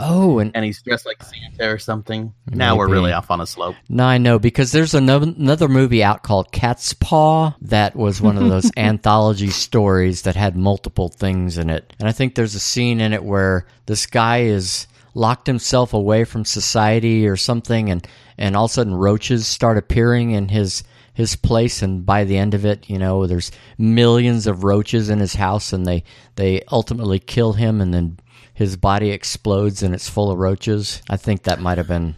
oh, and
and he's dressed like Santa or something. Now we're
Maybe.
really off on a slope.
No, I know because there's another, another movie out called Cat's Paw that was one of those anthology stories that had multiple things in it. And I think there's a scene in it where this guy is locked himself away from society or something and and all of a sudden roaches start appearing in his his place and by the end of it you know there's millions of roaches in his house and they they ultimately kill him and then his body explodes and it's full of roaches i think that might have been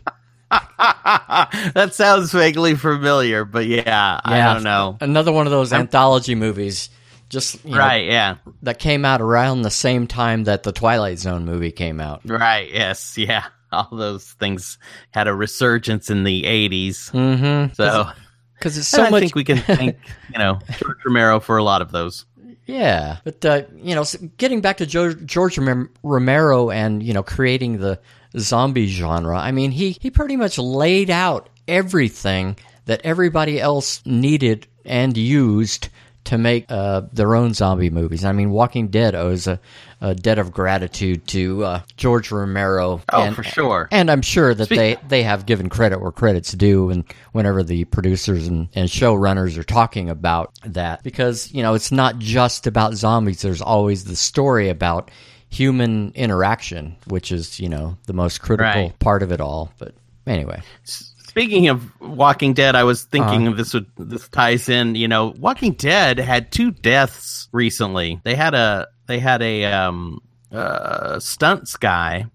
that sounds vaguely familiar, but yeah, I don't know.
Another one of those anthology movies, just you know,
Right, yeah.
that came out around the same time that the Twilight Zone movie came out.
Right, yes, yeah. All those things had a resurgence in the 80s.
Mm-hmm.
So,
Because it's
and
so
I
much,
think we can thank, you know, George Romero for a lot of those.
yeah. But uh, you know, s- getting back to jo- George Rom- Romero and you know creating the zombie genre. I mean, he he pretty much laid out everything that everybody else needed and used to make uh, their own zombie movies. I mean, Walking Dead owes a, a debt of gratitude to uh, George Romero.
Oh,
and,
for sure.
And I'm sure that they, they have given credit where credit's due, and whenever the producers and, and showrunners are talking about that, because, you know, it's not just about zombies, there's always the story about human interaction, which is, you know, the most critical
Right.
part of it all. But anyway,
S- Speaking of Walking Dead, I was thinking
Uh-huh.
this would this ties in. You know, Walking Dead had two deaths recently. They had a they had a um uh stunts guy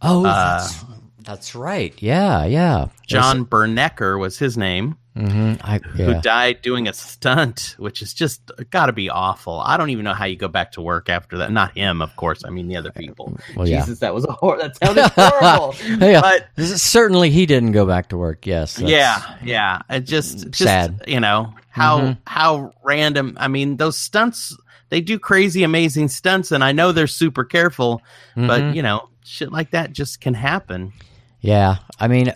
oh, that's, that's right. Yeah, yeah.
John Bernecker was his name,
hmm I,
who
yeah.
died doing a stunt, which is just got to be awful. I don't even know how you go back to work after that. Not him, of course. I mean the other people.
Uh, Well, yeah.
Jesus, that was a hor- that sounded horrible.
yeah.
But
uh, This is- certainly he didn't go back to work. Yes. that's-
yeah, yeah. It just, just
Sad. Mm-hmm.
You know how how random. I mean, those stunts they do crazy, amazing stunts, and I know they're super careful,
Mm-hmm.
but you know, shit like that just can happen.
Yeah, I mean,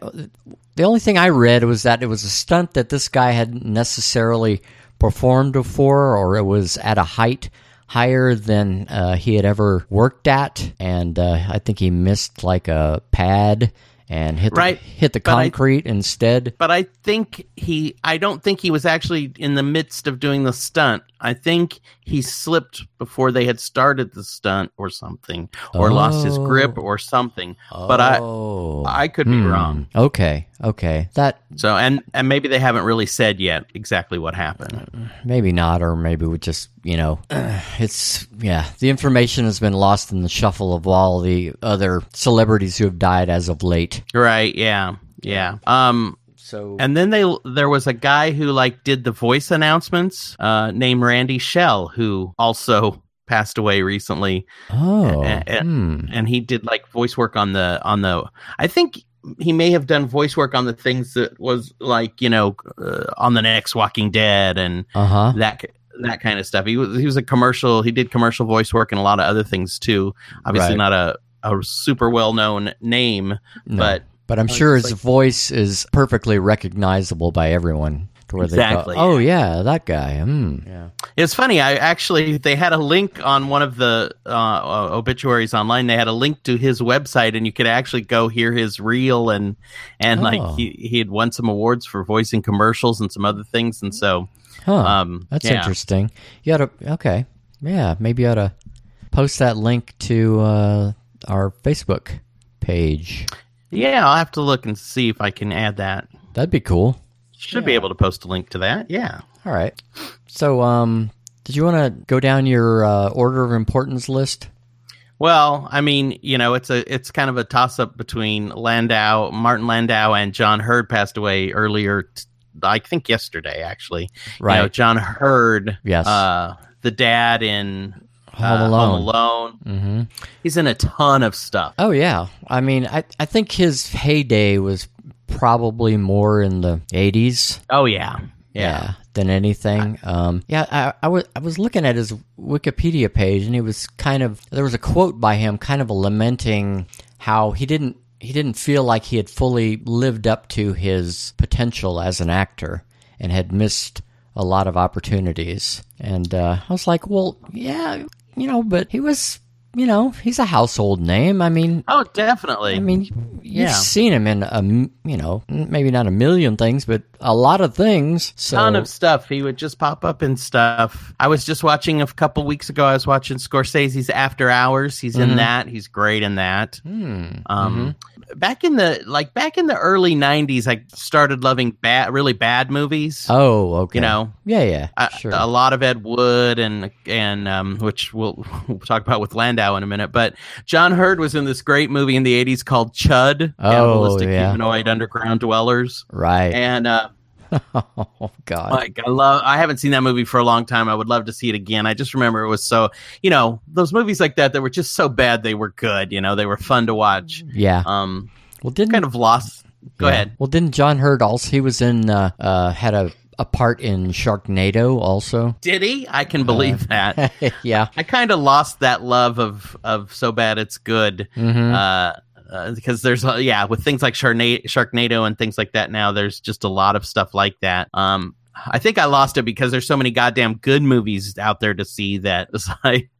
the only thing I read was that it was a stunt that this guy hadn't necessarily performed before, or it was at a height higher than uh, he had ever worked at, and uh, I think he missed like a pad and hit the,
Right,
hit the
but I-
concrete instead.
But I think he, I don't think he was actually in the midst of doing the stunt. I think he slipped before they had started the stunt or something, or lost his grip or something. But I,
oh, Um,
I could be wrong.
Okay, okay, that
So and and maybe they haven't really said yet exactly what happened.
maybe not, or maybe we just, you know, it's yeah. The information has been lost in the shuffle of all the other celebrities who have died as of late.
Right? Yeah. Yeah. Um
So
and then they there was a guy who like did the voice announcements uh named Randy Shell who also passed away recently
oh,
eh, eh,
hmm.
and he did like voice work on the on the I think he may have done voice work on the things that was like, you know, uh, on the next Walking Dead and
uh huh.
that that kind of stuff. He was he was a commercial. He did commercial voice work and a lot of other things too. Obviously,
Right.
not a a super well known name,
No.
but
But I'm
Oh,
sure his
it's like-
voice is perfectly recognizable by everyone. To where
Exactly,
They go, oh yeah, that guy. Hmm. Yeah.
it's funny. I actually they had a link on one of the uh, uh, obituaries online. They had a link to his website, and you could actually go hear his reel and and
Oh.
like he he had won some awards for voicing commercials and some other things, and so
Huh.
um
That's
yeah.
interesting. You ought to okay. Yeah, maybe you ought to post that link to uh, our Facebook page.
Yeah, I'll have to look and see if I can add that.
That'd be cool.
Should be able to post a link to that. Yeah.
All right. So, um, did you want to go down your uh, order of importance list?
Well, I mean, you know, it's a it's kind of a toss up between Landau, Martin Landau, and John Hurd passed away earlier t- I think yesterday actually.
Right.
You know, John Hurd.
Yes.
Uh, the dad in
Home
uh,
Alone.
Home Alone.
mm-hmm.
He's in a ton of stuff.
Oh yeah, I mean, I I think his heyday was probably more in the '80s,
Oh yeah. Yeah.
than anything. um, yeah, I, I was I was looking at his Wikipedia page, and he was kind of there was a quote by him, kind of lamenting how he didn't he didn't feel like he had fully lived up to his potential as an actor, and had missed a lot of opportunities. And uh, I was like, well, yeah, you know, but he was. You know, he's a household name. I mean,
Oh, definitely.
I mean, you've
Yeah.
seen him in a m- you know maybe not a million things, but a lot of things. So
ton of stuff. He would just pop up and stuff. I was just watching a couple weeks ago. I was watching Scorsese's After Hours. He's
Mm-hmm.
in that. He's great in that.
Hmm.
Um,
Mm-hmm.
Back in the like back in the early '90s, I started loving bad, really bad movies.
oh, okay,
You know,
yeah, yeah,
I,
sure,
a lot of Ed Wood and and um, which we'll, we'll talk about with Landau in a minute. But John Hurd was in this great movie in the '80s called Chud,
Oh,
Animalistic
yeah.
Humanoid Underground Dwellers,
right.
and. Uh,
oh God,
like I love I haven't seen that movie for a long time. I would love to see it again. I just remember it was so you know, those movies like that that were just so bad they were good, you know, they were fun to watch.
yeah.
Um
well, didn't
kind of lost go
yeah.
ahead.
Well, didn't John Hurt also? He was in uh, uh had a a part in Sharknado also.
Did he? I can believe that.
yeah.
Uh, I kind of lost that love of of so bad it's good.
hmm
Uh uh, because there's uh, yeah with things like Sharknado, Sharknado and things like that now there's just a lot of stuff like that. Um, I think I lost it because there's so many goddamn good movies out there to see that it's like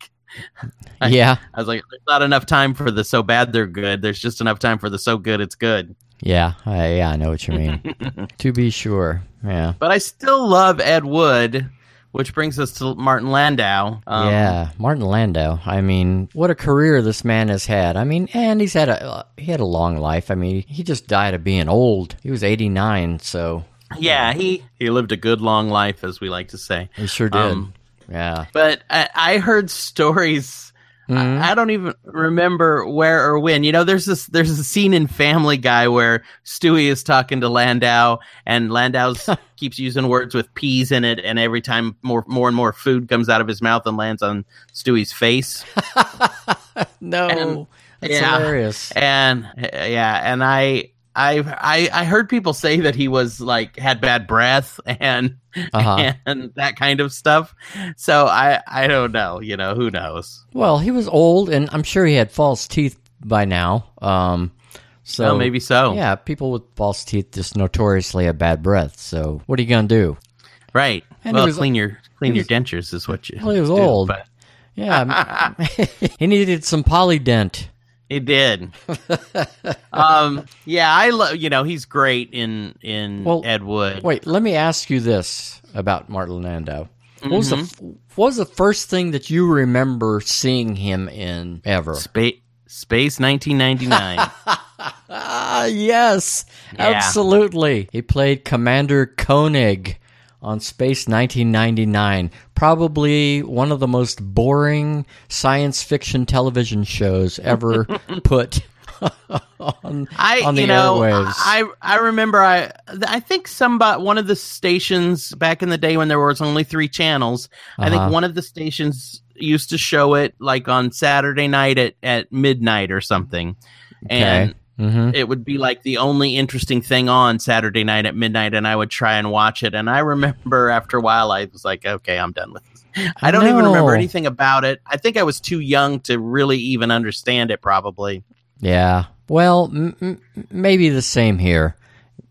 I-
yeah.
I was like, there's not enough time for the so bad they're good. There's just enough time for the so good it's good.
Yeah. I, yeah. I know what you mean. to be sure. Yeah.
But I still love Ed Wood, which brings us to Martin Landau. Um,
yeah, Martin Landau. I mean, what a career this man has had. I mean, and he's had a uh, he had a long life. I mean, he just died of being old. He was 89, so
Yeah, he, he lived a good long life, as we like to say.
he sure did.
Um,
yeah.
But I, I heard stories.
Mhm.
I, I don't even remember where or when. You know, there's this there's a scene in Family Guy where Stewie is talking to Landau, and Landau keeps using words with peas in it, and every time more more and more food comes out of his mouth and lands on Stewie's face.
No.
and-
that's
yeah.
hilarious.
and uh, yeah and i I, I I heard people say that he was like had bad breath and
Uh-huh.
and that kind of stuff. So I I don't know, you know, who knows.
Well, he was old and I'm sure he had false teeth by now. Um so
So maybe so.
Yeah, people with false teeth just notoriously have bad breath. So what are you going to do?
Right.
And he
well,
was-
clean your clean
he
your dentures is what you
Well, he was
do,
old.
but
Yeah. he needed some polydent.
He did. um yeah, I love you know, he's great in in
Well,
Ed Wood.
Wait, let me ask you this about Martin Landau. What was the f- what was the first thing that you remember seeing him in ever?
Space Space 1999.
Ah, yes,
Yeah.
absolutely. He played Commander Koenig on Space 1999, probably one of the most boring science fiction television shows ever put on,
I
on the
you know
airwaves.
I I remember I I think somebody one of the stations back in the day when there was only three channels I
Uh-huh.
think one of the stations used to show it like on Saturday night at at midnight or something and
hmm
it would be like the only interesting thing on Saturday night at midnight and I would try and watch it and I remember after a while I was like okay I'm done with this I don't even
know.
remember anything about it I think I was too young to really even understand it probably
Yeah. Well, m- m- maybe the same here.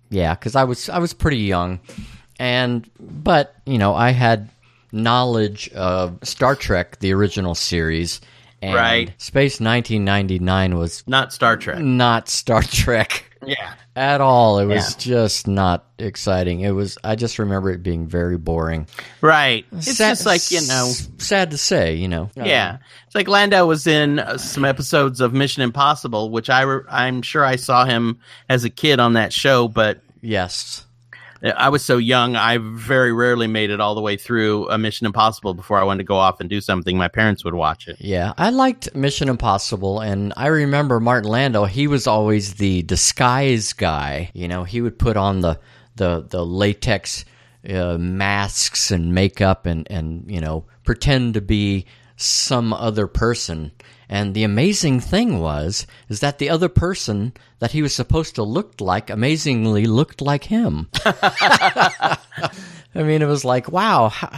Yeah, because I was I was pretty young, and but you know I had knowledge of Star Trek, the original series, and
Right.
Space 1999 was
not Star Trek
not Star Trek
yeah
at all. It was just not exciting. It was I just remember it being very boring.
Right. It's
Sad-
just like, you know,
s- sad to say, you know.
yeah. It's like Lando was in uh, some episodes of Mission Impossible, which I re- I'm sure I saw him as a kid on that show, but uh,
Yes.
I was so young, I very rarely made it all the way through a Mission Impossible before I wanted to go off and do something. My parents would watch it.
Yeah, I liked Mission Impossible, and I remember Martin Landau. He was always the disguise guy. You know, he would put on the the the latex uh, masks and makeup and and you know pretend to be some other person. And the amazing thing was is that the other person that he was supposed to look like amazingly looked like him. I mean, it was like, wow, how,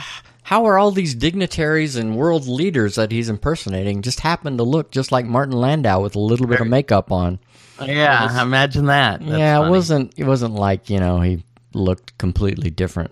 how are all these dignitaries and world leaders that he's impersonating just happen to look just like Martin Landau with a little bit of makeup on?
Yeah, imagine that. That's
yeah,
funny.
it wasn't it wasn't like, you know, he looked completely different.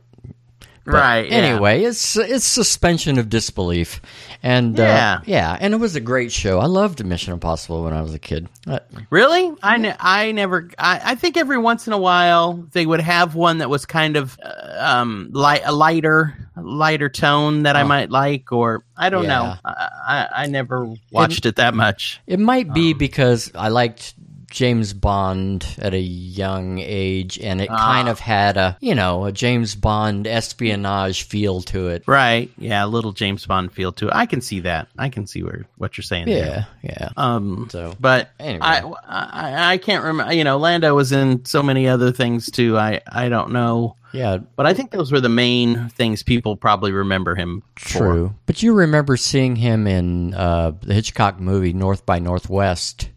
But
Right, yeah.
Anyway, it's it's suspension of disbelief. And
Yeah.
uh, yeah, and it was a great show. I loved Mission Impossible when I was a kid. Uh,
Really? I, ne- I never. I, I think every once in a while they would have one that was kind of uh, um light a lighter lighter tone that I might like, or I don't know. I, I I never watched it that much.
It might be because I liked James Bond at a young age, and it kind of had a you know a James Bond espionage feel to it.
Right? Yeah, a little James Bond feel to it. I can see that. I can see where what you're saying. there.
Yeah, yeah.
Um.
So
But
Anyway.
I, I I can't remember. You know, Lando was in so many other things too. I I don't know.
yeah,
But I think those were the main things people probably remember him. For.
true. But you remember seeing him in uh, the Hitchcock movie North by Northwest?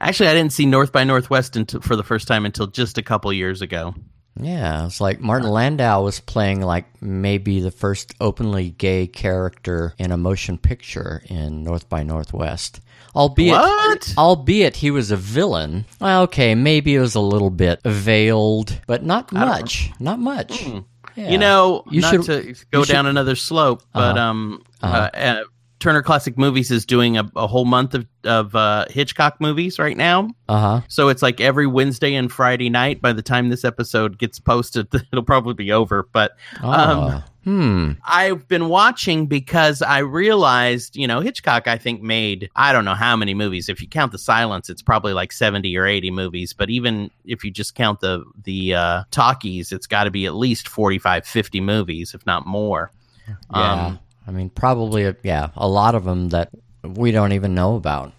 Actually, I didn't see North by Northwest until, for the first time until just a couple years ago.
Yeah, it's like Martin Landau was playing like maybe the first openly gay character in a motion picture in North by Northwest. Albeit,
What?
albeit he was a villain. Well, okay, maybe it was a little bit veiled, but not much. Not much. Yeah.
Hmm. You know,
You
not
should- Uh-huh.
to go down another slope, but um, uh uh, Turner Classic Movies is doing a, a whole month of, of uh, Hitchcock movies right now.
Uh huh.
So it's like every Wednesday and Friday night. By the time this episode gets posted, it'll probably be over. But
Oh.
um,
Hmm.
I've been watching because I realized, you know, Hitchcock, I think, made I don't know how many movies. If you count the silence, it's probably like 70 or 80 movies. But even if you just count the the uh, talkies, it's got to be at least 45, 50 movies, if not more.
Yeah.
Um,
I mean, probably, a, yeah, a lot of them that we don't even know about.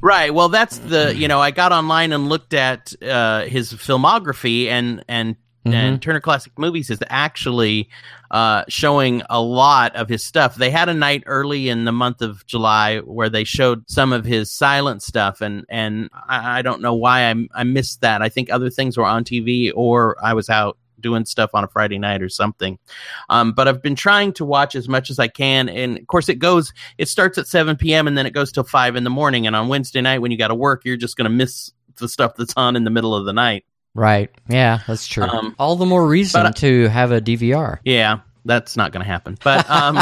Right. Well, that's the you know I got online and looked at uh, his filmography and and and Turner Classic Movies is actually uh, showing a lot of his stuff. They had a night early in the month of July where they showed some of his silent stuff, and and I, I don't know why I I missed that. I think other things were on TV or I was out doing stuff on a Friday night or something. Um, but I've been trying to watch as much as I can. And of course, it goes, it starts at 7 p.m. and then it goes till 5 in the morning. And on Wednesday night, when you got to work, you're just going to miss the stuff that's on in the middle of the night.
Right. Yeah, that's true.
Um,
All the more reason
but I-
to have a DVR.
Yeah, that's not going to happen. But um,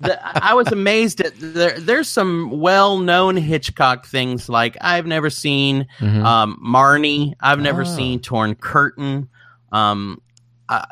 the, I was amazed at there, there's some well known Hitchcock things like I've never seen
Mhm.
um, Marnie, I've never
Ah.
seen Torn Curtain. Um, uh,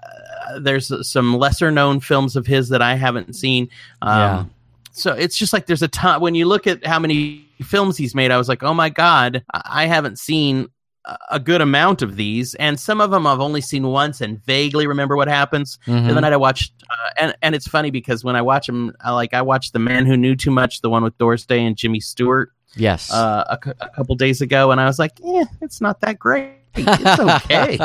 there's some lesser known films of his that I haven't seen. Um,
Yeah.
So it's just like there's a ton. When you look at how many films he's made, I was like, oh my God, I I haven't seen a- a good amount of these. And some of them I've only seen once and vaguely remember what happens.
Mm-hmm.
The other night I watched, uh, and, and it's funny because when I watch them, I, like I watched The Man Who Knew Too Much, the one with Doris Day and Jimmy Stewart
Yes.
uh, a, cou- a couple days ago, and I was like, "Yeah, it's not that great. It's okay."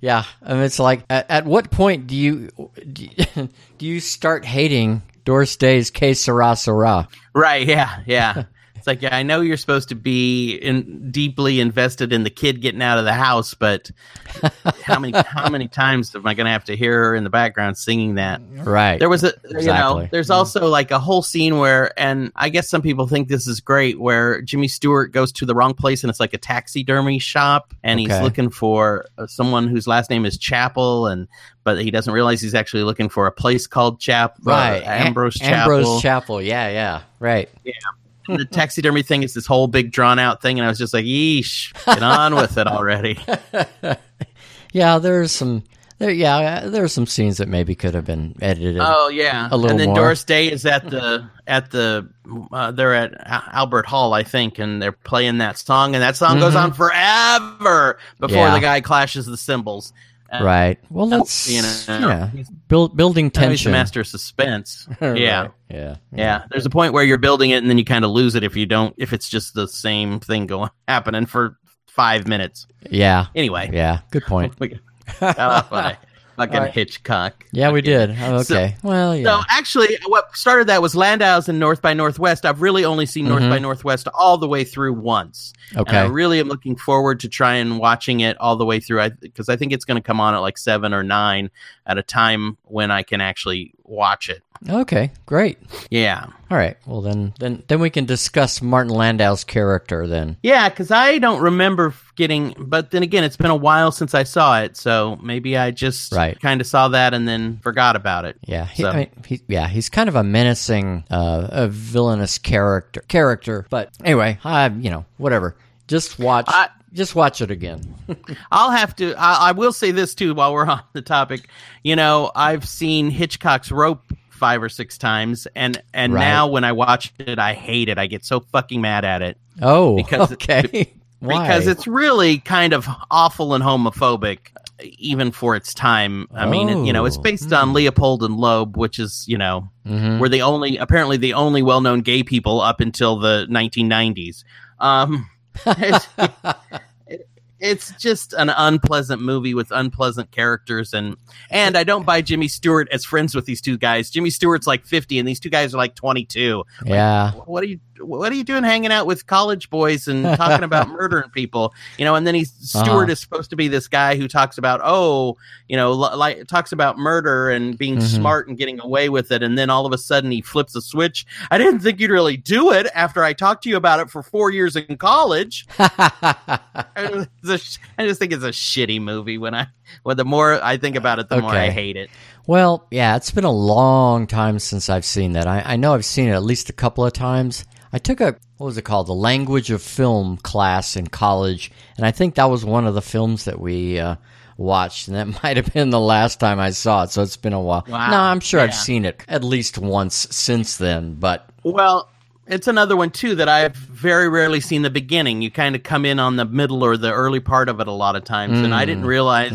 yeah. I mean, it's like, at, at what point do you do you, do you start hating Doris Day's K Sarah Sarah?
right? Yeah, yeah. It's like, yeah, I know you're supposed to be in, deeply invested in the kid getting out of the house, but how many how many times am I going to have to hear her in the background singing that?
Right.
There was a, you know,
Exactly. Mm-hmm.
there's also like a whole scene where, and I guess some people think this is great, where Jimmy Stewart goes to the wrong place and it's like a taxidermy shop, and he's
Okay.
looking for uh, someone whose last name is Chapel, and but he doesn't realize he's actually looking for a place called Chap,
right.
uh, Ambrose
Am- Ambrose
Chapel.
Chapel. Yeah. Yeah. Right.
And the taxidermy thing is this whole big drawn out thing, and I was just like, yeesh, get on with it already.
Yeah. There's some. There. Yeah. There's some scenes that maybe could have been edited.
Oh yeah,
A little
And then
more.
Doris Day is at the at the uh, they're at Al- Albert Hall, I think, and they're playing that song, and that song goes on forever before
Mm-hmm. Yeah.
the guy clashes the cymbals. And
right. Well, that's
you
you
know,
know,
he's-
build, building
now He's the
tension.
uh, master of suspense.
Right.
Yeah.
Yeah.
Yeah, there's a point where you're building it, and then you kind of lose it if you don't. If it's just the same thing going happening for five minutes.
Yeah.
Anyway,
Yeah. Good point.
Oh, funny. fucking
All right.
Hitchcock.
Yeah, we did. Oh,
So-
okay. well, yeah.
So actually, what started that was Landau's and North by Northwest. I've really only seen North
Mhm.
by Northwest all the way through once, and I
okay.
really am looking forward to try and watching it all the way through. Because I, think it's going to come on at like seven or nine at a time when I can actually watch it.
Okay. Great.
Yeah,
All right. Well, then, then, then we can discuss Martin Landau's character then.
yeah. Because I don't remember getting, but then again, it's been a while since I saw it, so maybe I just
Right.
kind of saw that and then forgot about it.
Yeah, he,
So-
I mean, he, yeah, he's kind of a menacing, uh, a villainous character. Character, but anyway, I, you know, whatever. Just watch,
I-
just watch it again.
I'll have to. I, I will say this too, while we're on the topic. You know, I've seen Hitchcock's Rope five or six times, and and
Right.
now when I watch it, I hate it. I get so fucking mad at it
Oh,
Because it-
okay. Why?
because it's really kind of awful and homophobic, even for its time. I mean, it- you know, it's
Oh,
based on Leopold and Loeb, which is you know
Mhm.
were the only apparently the only well known gay people up until the 1990s. Um, it's, it's just an unpleasant movie with unpleasant characters, and and I don't buy Jimmy Stewart as friends with these two guys. Jimmy Stewart's like 50, and these two guys are like 22.
yeah,
What are you? What are you doing hanging out with college boys and talking about murdering people? You know, and then he's Stewart
Uh-huh.
is supposed to be this guy who talks about oh, you know, li- like talks about murder and being
Mhm.
smart and getting away with it, and then all of a sudden he flips a switch. I didn't think you'd really do it after I talked to you about it for four years in college. I just I just think it's a shitty movie. When I, well, the more I think about it, the more I
Okay.
hate it.
well, yeah, it's been a long time since I've seen that. I, I know I've seen it at least a couple of times. I took a what was it called, the language of film class in college, and I think that was one of the films that we uh, watched, and that might have been the last time I saw it. So it's been a while.
Wow.
No, I'm sure I've
Yeah.
seen it at least once since then, but
Well, it's another one too that I've very rarely seen the beginning. You kind of come in on the middle or the early part of it a lot of times, and I didn't realize.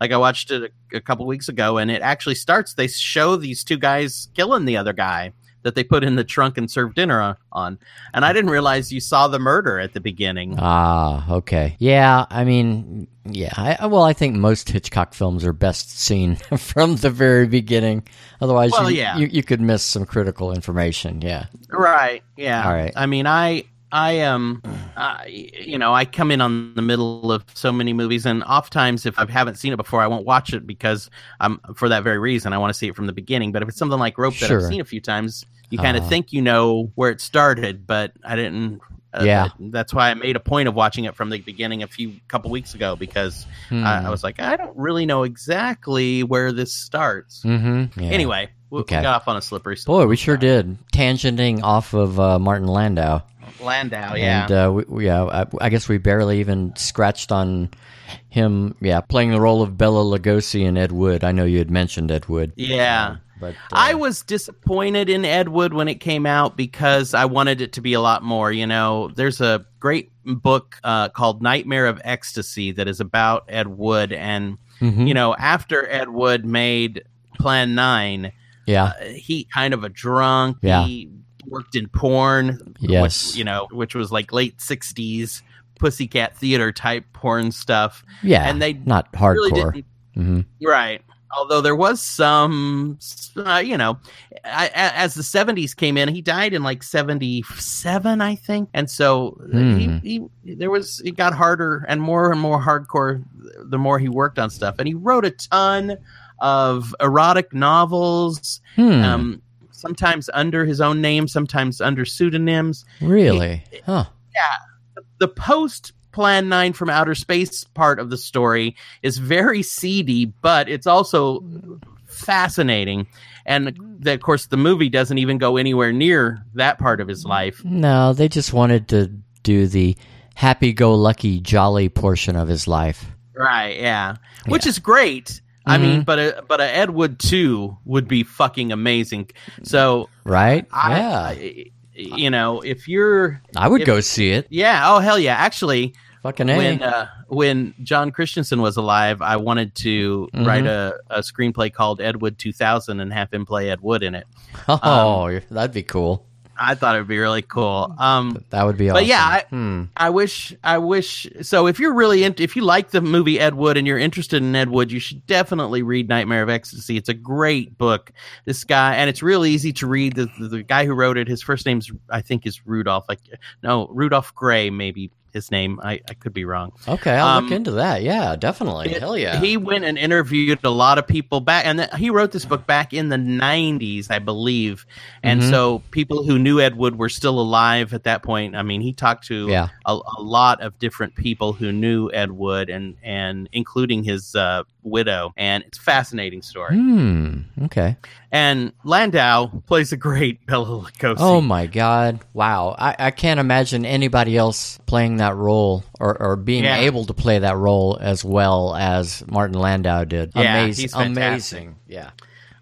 Like I watched it a, a couple weeks ago, and it actually starts. They show these two guys killing the other guy that they put in the trunk and served dinner on- on, and I didn't realize you saw the murder at the beginning.
Ah, okay. Yeah, I mean, yeah. I, I- well, I think most Hitchcock films are best seen from the very beginning. Otherwise,
Well,
you,
yeah.
you you could miss some critical information. Yeah.
Right. Yeah.
All right.
I mean, I, I um, I, you know, I come in on the middle of so many movies, and oftentimes if I haven't seen it before, I won't watch it because I'm for that very reason. I want to see it from the beginning. But if it's something like Rope that
Sure.
I've seen a few times, you kind of
Uh-huh.
think you know where it started, but I didn't.
Yeah.
that- that's why I made a point of watching it from the beginning a few couple weeks ago because
Hmm.
I, I was like, I don't really know exactly where this starts.
Mm-hmm.
Anyway, we,
Okay.
we got off on a slippery slope.
boy, we sure did tangenting off of uh, Martin Landau,
Landau, Oh, yeah.
and uh, we, we, uh, I, I guess we barely even scratched on him. Yeah, playing the role of Bella Lugosi and Ed Wood. I know you had mentioned Ed Wood.
Yeah.
but uh,
I was disappointed in Ed Wood when it came out because I wanted it to be a lot more. You know, there's a great book uh, called Nightmare of Ecstasy that is about Ed Wood. And,
Mhm.
you know, after Ed Wood made Plan 9,
yeah,
uh, he kind of a drunk.
Yeah.
He worked in porn. which,
Yes.
you know, which was like late 60s pussycat theater type porn stuff.
yeah,
and they
not
Really
hardcore.
didn't
hmm
Right. Although there was some, uh, you know, I, a- as the 70s came in, he died in like 77, I think. And so uh,
Hmm.
he, he, there was, it got harder and more and more hardcore the more he worked on stuff. And he wrote a ton of erotic novels,
Hmm.
um, sometimes under his own name, sometimes under pseudonyms
Really? Huh.
the post plan 9 from outer space part of the story is very seedy but it's also fascinating and the, of course the movie doesn't even go anywhere near that part of his life
No, they just wanted to do the happy-go-lucky, jolly portion of his life.
right yeah which is great i mean but a, but a ed wood 2 would be fucking amazing so
Right?
I,
yeah,
you know if you're
I would
if-
go see it.
yeah oh hell yeah actually
Fucking a.
when uh, when John Christensen was alive, I wanted to
Mhm.
write a, a screenplay called Ed Wood 2000 and have him play Ed Wood in it.
oh, that'd be cool.
I thought it would be really cool. Um,
That would be awesome.
But yeah, I-
Hmm.
I wish, I wish. So, if you're really, in, if you like the movie Ed Wood and you're interested in Ed Wood, you should definitely read Nightmare of Ecstasy. It's a great book. This guy, and it's real easy to read. The, the, the guy who wrote it, his first name's, I think, is Rudolph. Like, no, Rudolph Gray, maybe his name. I, I could be wrong.
Hmm. Okay, I'll
um,
look into that. Yeah, definitely.
It-
Hell yeah.
He went and interviewed a lot of people back, and th- he wrote this book back in the 90s, I believe. And
Mhm.
so people who knew Ed Wood were still alive at that point. I mean, he talked to
yeah.
a, a lot of different people who knew Ed Wood, and, and including his uh, widow. And it's a fascinating story.
Hmm. Okay.
And Landau plays a great Bela Lugosi.
Oh my God! Wow, I, I can't imagine anybody else playing that role or, or being
Yeah.
able to play that role as well as Martin Landau did.
Yeah,
Amaz-
he's fantastic.
amazing. Yeah.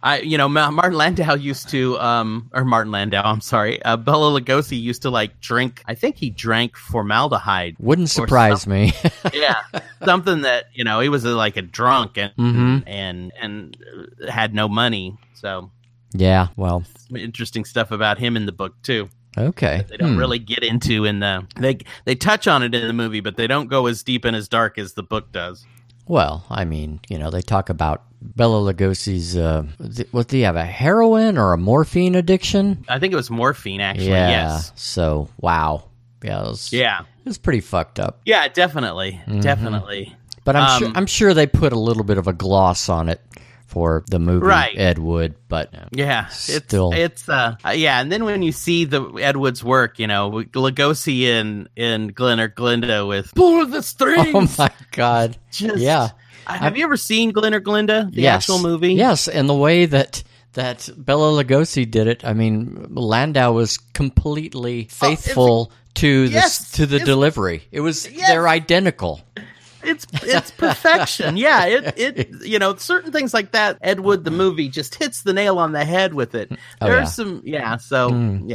I, you know, Ma- Martin Landau used to, um, or Martin Landau, I'm sorry, uh, Bela Lugosi used to like drink. I think he drank formaldehyde.
Wouldn't surprise me.
yeah, something that you know he was uh, like a drunk and
Mhm.
and and uh, had no money. So
yeah. Well.
some interesting stuff about him in the book too.
Okay.
They don't
Hmm.
really get into in the they they touch on it in the movie, but they don't go as deep and as dark as the book does.
Well, I mean, you know, they talk about Bella Lugosi's. Uh, th- what do you have? A heroin or a morphine addiction?
I think it was morphine actually.
yeah.
Yes.
So wow. Yeah. It was,
Yeah.
It was pretty fucked up.
Yeah. Definitely. Definitely.
But I'm sure
Um,
I'm sure they put a little bit of a gloss on it for the movie
Right.
Ed Wood, but
Yeah, it's
Still.
it's uh yeah, and then when you see the Ed Wood's work, you know Lugosi and and Glenn or Glinda with pull the strings.
oh my god,
Just-
yeah,
I- have you ever seen Glenn or Glinda, the
yes.
actual movie?
yes, and the way that that Bella Lugosi did it, I mean Landau was completely faithful to the
Oh, Yes,
to the
it's-
delivery. It was
Yes.
they're identical.
it's it's perfection. yeah, it it you know certain things like that. Ed Wood the movie just hits the nail on the head with it.
Mm-hmm. Oh,
There's
yeah. Mm.
some yeah, so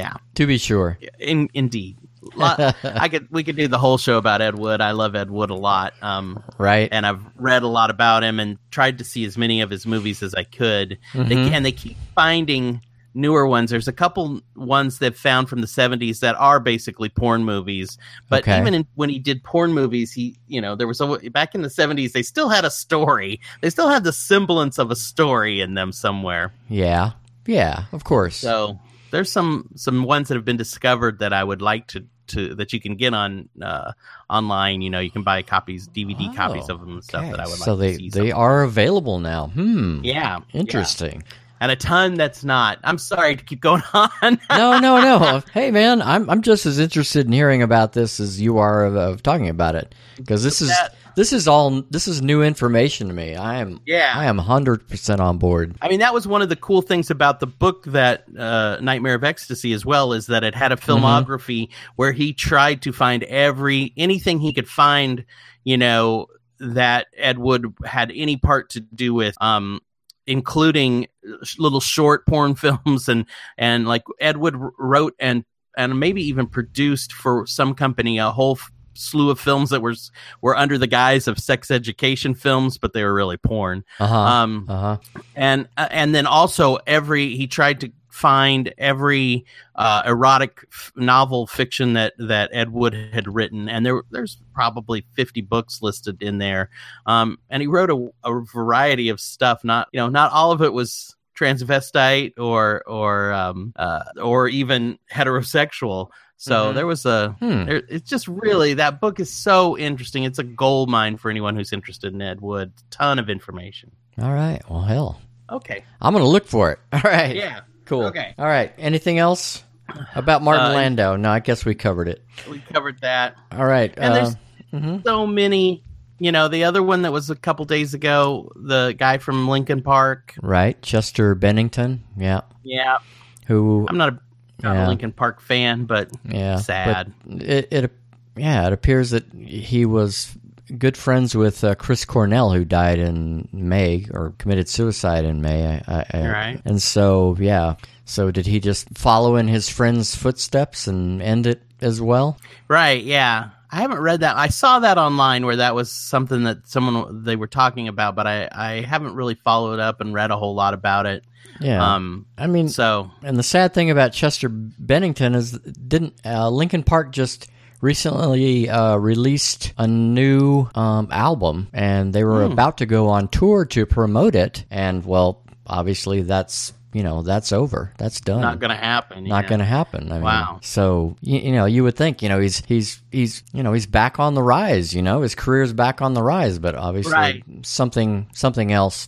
yeah,
To be sure,
in, indeed. Lot- I could we could do the whole show about Ed Wood. I love Ed Wood a lot. Um,
right?
and I've read a lot about him and tried to see as many of his movies as I could. They,
Mm-hmm.
and they keep finding newer ones. There's a couple ones they've found from the 70s that are basically porn movies. But
Okay.
even in, when he did porn movies, he, you know, there was a back in the 70s, they still had a story. They still had the semblance of a story in them somewhere.
yeah, yeah, of course.
So there's some some ones that have been discovered that I would like to to that you can get on uh, online. You know, you can buy copies, DVD
Oh,
copies of them and stuff
Okay,
that I would
so
like
they
to see.
they are available now. Hmm.
Yeah.
Interesting.
yeah. And a ton that's not. I'm sorry to keep going on.
no, no, no. Hey, man, I'm I'm just as interested in hearing about this as you are of, of talking about it because this is
That-
this is all this is new information to me. I am
Yeah.
I am hundred percent on board.
I mean, that was one of the cool things about the book that uh, Nightmare of Ecstasy as well is that it had a filmography where he tried to find every anything he could find, you know, that Ed Wood had any part to do with, um, including sh- little short porn films and and like Ed Wood wr- wrote and and maybe even produced for some company a whole. f- slew of films that were s- were under the guise of sex education films but they were really porn
Uh huh.
um
uh huh.
and uh, and then also every he tried to find every uh, erotic f- novel fiction that that Ed Wood had written, and there there's probably fifty books listed in there, um, and he wrote a, a variety of stuff. Not you know not all of it was transvestite or or um, uh, or even heterosexual. So
Mhm.
there was a.
Hmm.
There, it's just really that book is so interesting. It's a gold mine for anyone who's interested in Ed Wood. Ton of information.
All right. Well, hell,
Okay.
I'm gonna look for it. All right.
Yeah.
Cool.
okay.
All right. Anything else about Martin
Uh,
Landau? No, I guess we covered it.
We covered that.
All right.
And
uh,
there's so many. You know, the other one that was a couple days ago, the guy from Lincoln Park.
right, Chester Bennington. Yeah.
Yeah.
Who?
I'm not a, not
Yeah.
a Lincoln Park fan, but
yeah. but
sad.
it, it yeah it appears that he was good friends with uh, Chris Cornell who died in May or committed suicide in May I, I, I,
Right.
and so yeah so did he just follow in his friend's footsteps and end it as well
Right. Yeah. I haven't read that. I saw that online where that was something that someone they were talking about, but I I haven't really followed up and read a whole lot about it.
Yeah.
Um,
I mean,
so
and the sad thing about Chester Bennington is didn't uh, Lincoln Park just recently uh, released a new um, album and they
Hmm.
were about to go on tour to promote it and well obviously that's you know that's over that's done
not going to happen.
Hmm. not
yeah.
going to happen. I mean,
Wow.
So you, you know, you would think you know he's he's he's you know he's back on the rise. You know, his career's back on the rise, but obviously
Right.
something something else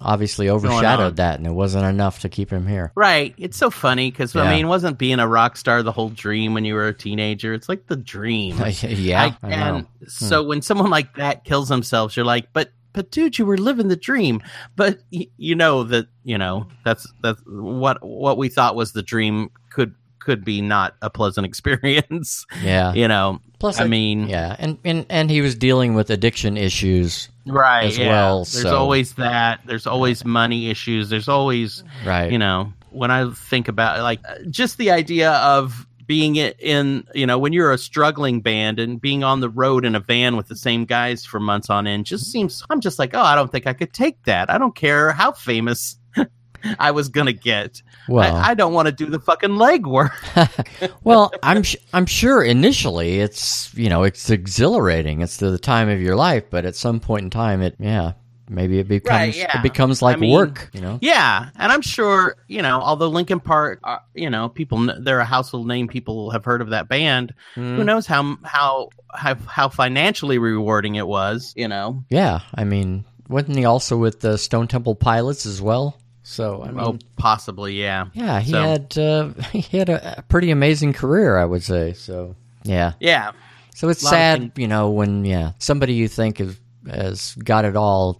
obviously
on.
overshadowed that, and it wasn't enough to keep him here.
Right. It's so funny because I
Yeah.
mean, wasn't being a rock star the whole dream when you were a teenager? It's like the dream.
yeah,
I-
I know. Hmm.
and so when someone like that kills themselves, you're like, but but dude, you were living the dream. But y- you know that you know that's that's what what we thought was the dream could could be not a pleasant experience.
yeah.
you know.
Plus,
I mean,
yeah, and, and and he was dealing with addiction issues,
right
as well,
There's
so-
always that. There's always money issues. There's always
right?
you know when i think about like uh, just the idea of being i- in you know when you're a struggling band and being on the road in a van with the same guys for months on end
Mm-hmm.
just seems i'm just like oh i don't think i could take that i don't care how famous i was gonna get
well,
I, I don't want to do the fucking legwork
well, I'm sh- I'm sure initially it's you know it's exhilarating. It's the time of your life, but at some point in time, it yeah maybe it becomes
Right, yeah.
it becomes like
I mean,
work. You know,
yeah and i'm sure you know although linkin park uh, you know people kn- they're a household name people have heard of that band
Mm. Mm-hmm.
who knows how how how how financially rewarding it was you know
yeah. I mean, wasn't he also with the Stone Temple Pilots as well? So I mean,
Oh, possibly, yeah.
yeah, he
so-
had uh, he had a a pretty amazing career, I would say. So yeah,
Yeah.
so it's
lot of
sad,
things-
you know, when yeah somebody you think is has got it all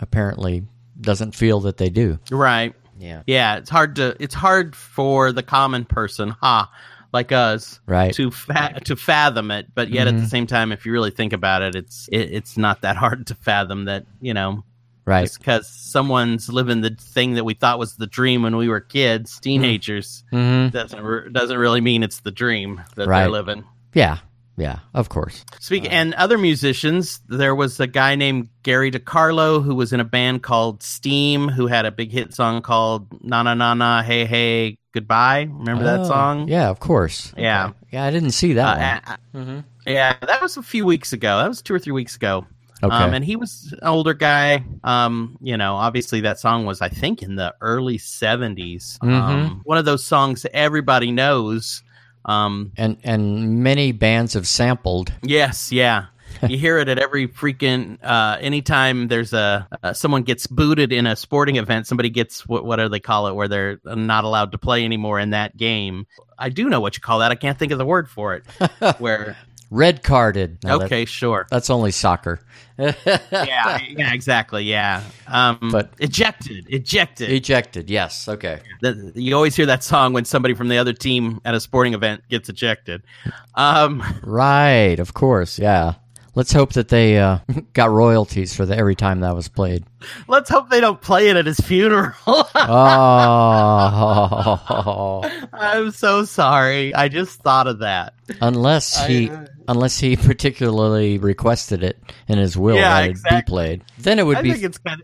apparently doesn't feel that they do.
Right.
Yeah.
Yeah. It's hard to it's hard for the common person, ha, like us,
Right. Mm-hmm.
to fa- to fathom it. But yet at the same time, if you really think about it, it's it, it's not that hard to fathom that you know
Right.
just because someone's living the thing that we thought was the dream when we were
Mm-hmm.
kids, teenagers,
Mhm.
doesn't re- doesn't really mean it's the dream that
Right.
they're living.
Yeah, yeah, of course.
Speak and other musicians. There was a guy named Gary DiCarlo who was in a band called Steam, who had a big hit song called "Na Na Na Na Hey Hey Goodbye." Remember that
Oh,
song?
Yeah, of course.
Yeah.
Okay. Yeah, I didn't see that
Uh, uh,
one.
yeah, that was a few weeks ago. That was two or three weeks ago.
Okay.
Um, and he was an older guy. Um, you know, obviously that song was, I think, in the early 70s. Um, one of those songs that everybody knows. Um,
And and many bands have sampled.
Yes, yeah. you hear it at every freaking uh anytime there's a uh, someone gets booted in a sporting event, somebody gets what what do they call it where they're not allowed to play anymore in that game. I do know what you call that. I can't think of the word for it. Where
Red carded. No, that-
okay, sure.
that's only soccer.
Yeah, yeah, exactly. Yeah. Um
But-
ejected, ejected.
Ejected. Yes. Okay.
The- you always hear that song when somebody from the other team at a sporting event gets ejected. Um
Right. Of course. Yeah. Let's hope that they uh, got royalties for the, every time that was played.
let's hope they don't play it at his funeral.
Oh,
I'm so sorry. I just thought of that.
unless he unless he particularly requested it in his will
Yeah,
that it be
exactly.
played, then it would
I
be
think it's kind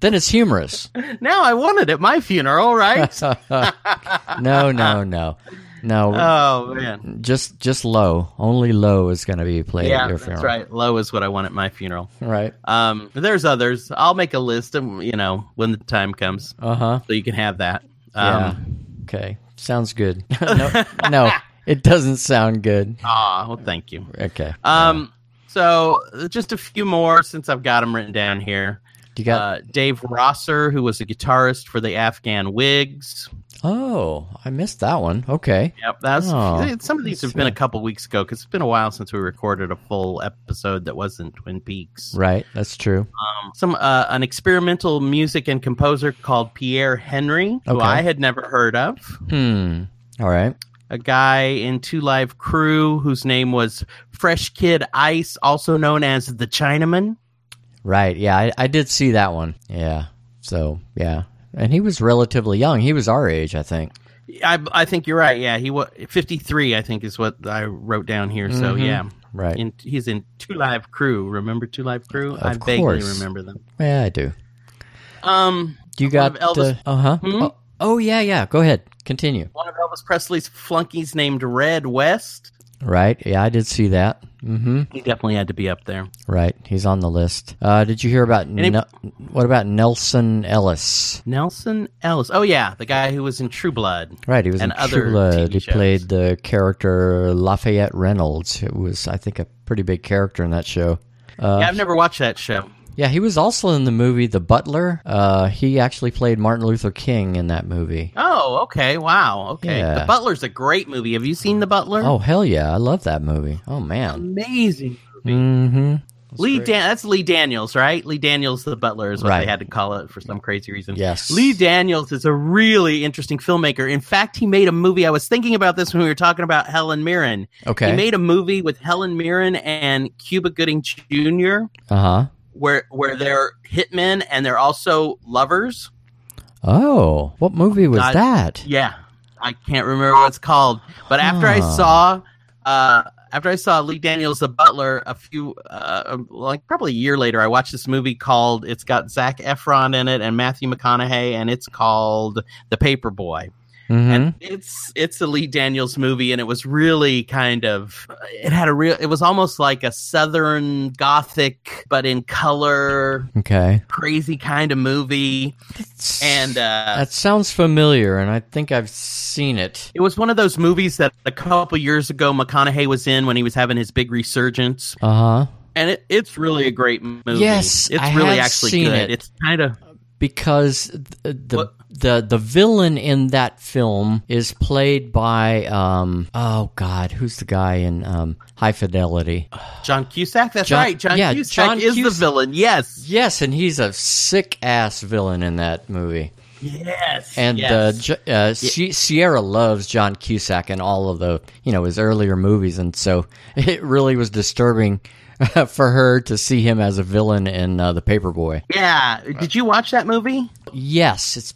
then it's humorous.
of now. I want it at my funeral, right?
no, no, no, no.
oh man,
just just low. Only low is going to be played
yeah,
at your
that's
funeral.
right. Low is what I want at my funeral.
Right.
Um, but there's others. I'll make a list, and you know, when the time comes,
Uh huh.
so you can have that.
Yeah.
Um,
Okay. Sounds good. no, no, it doesn't sound good.
Ah, well, thank you.
Okay.
Um, so uh, just a few more since I've got them written down here.
You got?
Uh, Dave Rosser, who was a guitarist for the Afghan Wigs.
oh, I missed that one. Okay.
Yep, that's
Oh.
some of these have been a couple weeks ago because it's been a while since we recorded a full episode that wasn't Twin Peaks.
Right. That's true.
Um, some uh, an experimental music and composer called Pierre Henry, who
Okay.
I had never heard of.
Hmm. All right.
A guy in Two Live Crew whose name was Fresh Kid Ice, also known as the Chinaman.
Right. Yeah. I, I did see that one. Yeah. So yeah. And he was relatively young. He was our age, I think.
I, I think you're right. Yeah, he was 53. I think is what I wrote down here. So yeah,
Mm-hmm. Right.
In, he's in Two Live Crew. Remember Two Live Crew?
Of
I vaguely
course.
remember them.
yeah, I do.
Um,
You
One
got
of Elvis-
uh huh.
Hmm?
Oh, oh yeah, yeah. Go ahead. Continue.
one of Elvis Presley's flunkies named Red West.
Right. Yeah, I did see that. Mm-hmm.
He definitely had to be up there.
Right. He's on the list. Uh, did you hear about
he-
Nel- what about Nelson Ellis?
Nelson Ellis. Oh yeah, the guy who was in True Blood.
Right. He was
And
in
other
True Blood.
TV
He
shows.
played the character Lafayette Reynolds. It was, I think, a pretty big character in that show.
yeah, I've never watched that show.
Yeah, he was also in the movie The Butler. Uh, he actually played Martin Luther King in that movie.
Oh, okay. Wow. Okay.
Yeah.
The Butler's a great movie. Have you seen The Butler?
Oh hell yeah, I love that movie. Oh man.
amazing.
Mm-hmm.
Lee Dan- that's Lee Daniels, right? Lee Daniels the Butler is what
Right.
they had to call it for some crazy reason.
Yes.
Lee Daniels is a really interesting filmmaker. In fact, he made a movie. I was thinking about this when we were talking about Helen Mirren.
Okay.
He made a movie with Helen Mirren and Cuba Gooding Jr.
uh huh.
where where they're hitmen and they're also lovers.
Oh, what movie was
God.
that?
Yeah, I can't remember what it's called. But after I
Huh.
saw, uh, after I saw Lee Daniels the Butler a few, uh, like probably a year later, I watched this movie called. It's got Zach Efron in it and Matthew McConaughey, and it's called The Paperboy.
Mm-hmm.
And it's it's a Lee Daniels movie, and it was really kind of it had a real. It was almost like a Southern Gothic, but in color.
Okay.
Crazy kind of movie, and uh,
that sounds familiar, and I think I've seen it.
It was one of those movies that a couple years ago McConaughey was in when he was having his big resurgence,
Uh huh.
and it, it's really a great movie.
Yes,
it's
I
really
have
actually
seen
good.
it.
It's kind of
Because the the,
What?
the the villain in that film is played by um oh god who's the guy in um High Fidelity
John Cusack. That's
John-
right. John
yeah,
Cusack
John
is the
Cusack.
villain. Yes,
yes and he's a sick ass villain in that movie
yes,
And uh,
yes.
J- uh, Sie- Sierra loves John Cusack and all of the you know his earlier movies, and so it really was disturbing for her to see him as a villain in uh, the Paperboy.
yeah. Did you watch that movie?
Yes, it's.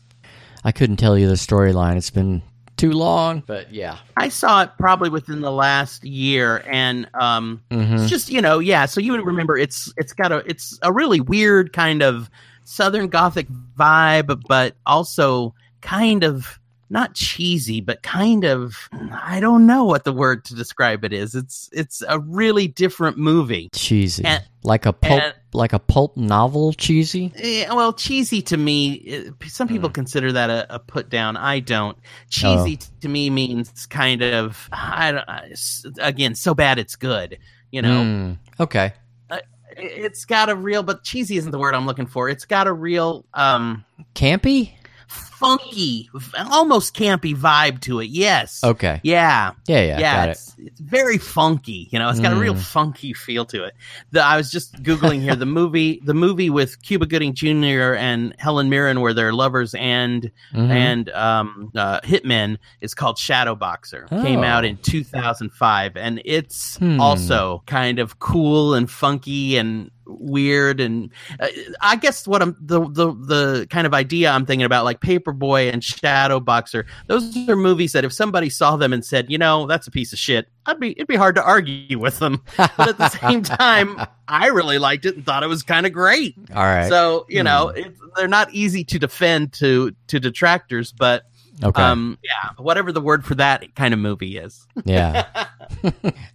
I couldn't tell you the storyline; it's been too long. But yeah,
I saw it probably within the last year, and um, it's just you know, yeah. So you would remember it's it's got a it's a really weird kind of Southern Gothic vibe, but also kind of not cheesy, but kind of I don't know what the word to describe it is. It's it's a really different movie.
cheesy,
And-
like a pulp,
and-
like a pulp novel, cheesy.
Eh, well, cheesy to me, eh, some people consider that a, a put down. I don't. Cheesy to me means kind of, I don't, I- s- again, so bad it's good. You know,
Mm, okay.
I- it's got a real, but cheesy isn't the word I'm looking for. It's got a real um,
Campy.
funky, v- almost campy vibe to it. Yes.
Okay.
Yeah.
Yeah, yeah,
yeah,
got it.
it's, it's very funky. You know, it's got a real
Mm.
funky feel to it. The, I was just googling here the movie, the movie with Cuba Gooding Jr. and Helen Mirren, where they're lovers and
Mhm.
and um, uh, hitmen, is called Shadow Boxer. Came
Oh.
out in 2005, and it's
Hmm.
also kind of cool and funky and weird and uh, i guess what i'm the, the the kind of idea i'm thinking about like paperboy and shadow boxer those are movies that if somebody saw them and said you know that's a piece of shit i'd be it'd be hard to argue with them but at the same time i really liked it and thought it was kind of great
all right.
so you
Hmm.
know it, they're not easy to defend to to detractors but
okay.
um yeah whatever the word for that kind of movie is
yeah.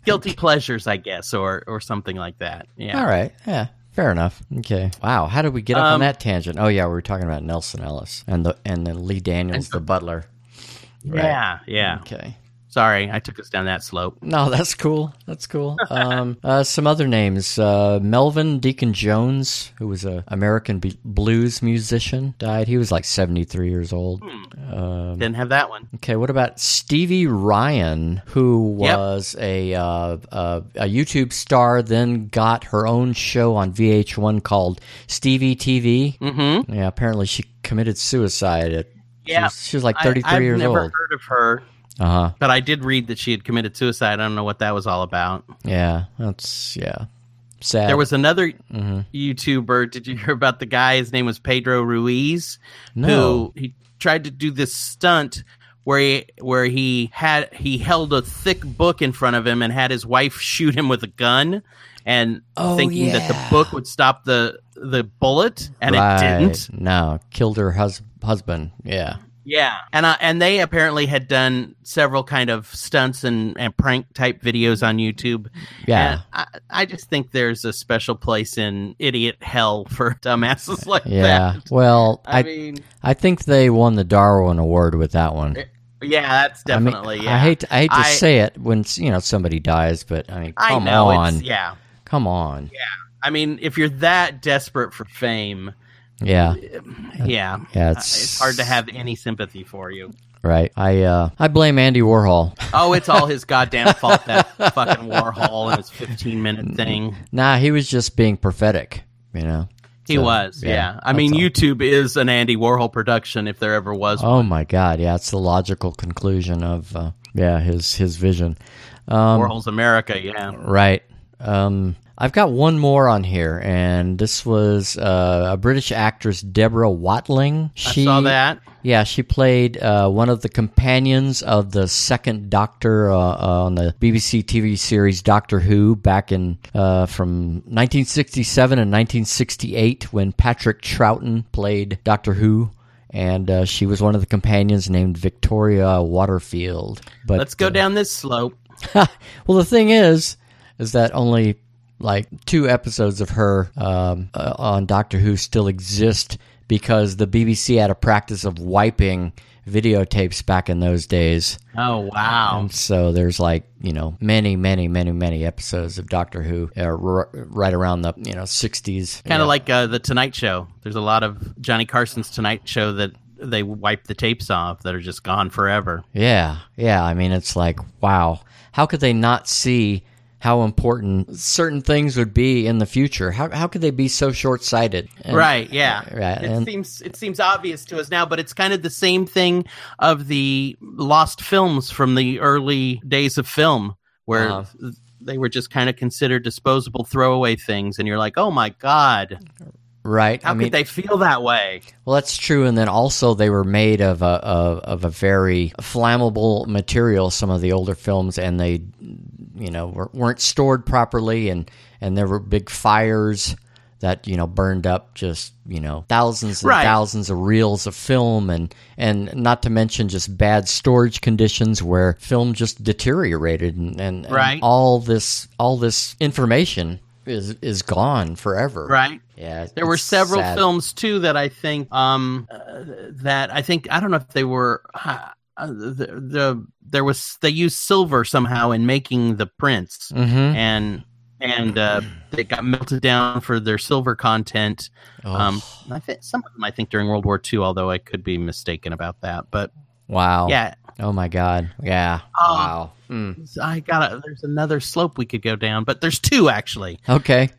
guilty pleasures i guess or or something like that yeah
All right. Yeah. Fair enough. Okay. Wow. How did we get up on
Um,
that tangent? Oh yeah, we were talking about Nelson Ellis and the and then Lee Daniels, the butler. Right. Hmm.
yeah yeah
Okay.
sorry i took us down that slope
No, that's cool. That's cool. Um, uh, some other names: uh, Melvin Deacon Jones, who was a American b- blues musician, died. He was like seventy three years old.
Hmm.
Um,
didn't have that one
okay. What about Stevie Ryan, who
Yep.
was a, uh, uh, a YouTube star, then got her own show on VH1 called Stevie TV.
mm-hmm
Yeah, apparently she committed suicide at she
yeah
was, she was like
I-
33
I've
years
never
old.
heard of her
Uh-huh.
but i did read that she had committed suicide i don't know what that was all about
Yeah, that's yeah. Sad.
there was another
Mhm.
youtuber did you hear about the guy his name was pedro ruiz
no.
who he tried to do this stunt where he where he had he held a thick book in front of him and had his wife shoot him with a gun and
Oh,
thinking that
yeah.
the book would stop the the bullet and
right.
it didn't
No, killed her hus- husband. Yeah.
yeah and I, and they apparently had done several kind of stunts and, and prank type videos on youtube
Yeah.
And I, I just think there's a special place in idiot hell for dumbasses like
yeah.
that
Well, I,
i,
I,
mean
think they won the Darwin Award with that one.
yeah that's
I mean,
definitely yeah
I hate I hate to
I-
say it when you know somebody dies, but I mean,
I
come
know
on,
it's yeah
come on,
I mean, if you're that desperate for fame,
yeah, yeah.
yeah,
it's,
Uh, it's hard to have any sympathy for you.
right. I uh, I blame Andy Warhol.
Oh, it's all his goddamn fault that fucking Warhol and his 15
Mm,
minute thing.
Nah, he was just being prophetic, you know.
He
So,
was, yeah. I
that's
mean,
all.
YouTube is an Andy Warhol production if there ever was.
Oh my God, yeah, it's the logical conclusion of uh, yeah his his vision. Um,
Warhol's America, yeah.
Right. Um, I've got one more on here, and this was uh, a British actress, Deborah Watling. She,
I saw that.
Yeah, she played uh, one of the companions of the second Doctor uh, uh, on the BBC TV series Doctor Who back in uh, from 1967 and 1968 when Patrick Troughton played Doctor Who. And uh, she was one of the companions named Victoria Waterfield. But
Let's go down this slope.
well, the thing is, is that only like two episodes of her um, uh, on Doctor Who still exist because the BBC had a practice of wiping videotapes back in those days.
Oh, wow.
So there's like you know many, many, many, many episodes of Doctor Who uh, r- right around the you know 60s.
Kind of like uh, The Tonight Show. There's a lot of Johnny Carson's Tonight Show that they wipe the tapes off that are just gone forever.
Yeah, yeah. I mean, it's like, wow, how could they not see how important certain things would be in the future? How how could they be so short sighted?
right yeah
right,
it
and-
seems it seems obvious to us now but it's kind of the same thing of the lost films from the early days of film where
Uh-huh.
th- they were just kind of considered disposable throwaway things and you're like oh my god
Right.
how
I mean,
could they feel that way
well, that's true. And then also, they were made of a of, of a very flammable material. Some of the older films, and they, you know, were, weren't stored properly, and and there were big fires that you know burned up just you know thousands and
Right.
thousands of reels of film and and not to mention just bad storage conditions where film just deteriorated and and, and
Right.
all this all this information is is gone forever
right
yeah it's-
There were
it's
several
sad.
films too that I think um, uh, that I think I don't know if they were uh, the, the there was they used silver somehow in making the prints
Mhm.
and and uh, they got melted down for their silver content.
Oh,
Um, I think some of them I think during World War II, although I could be mistaken about that. But
wow.
yeah,
Oh my God. Yeah.
Um,
wow. Mm.
I got to there's another slope we could go down, but there's two actually.
Okay.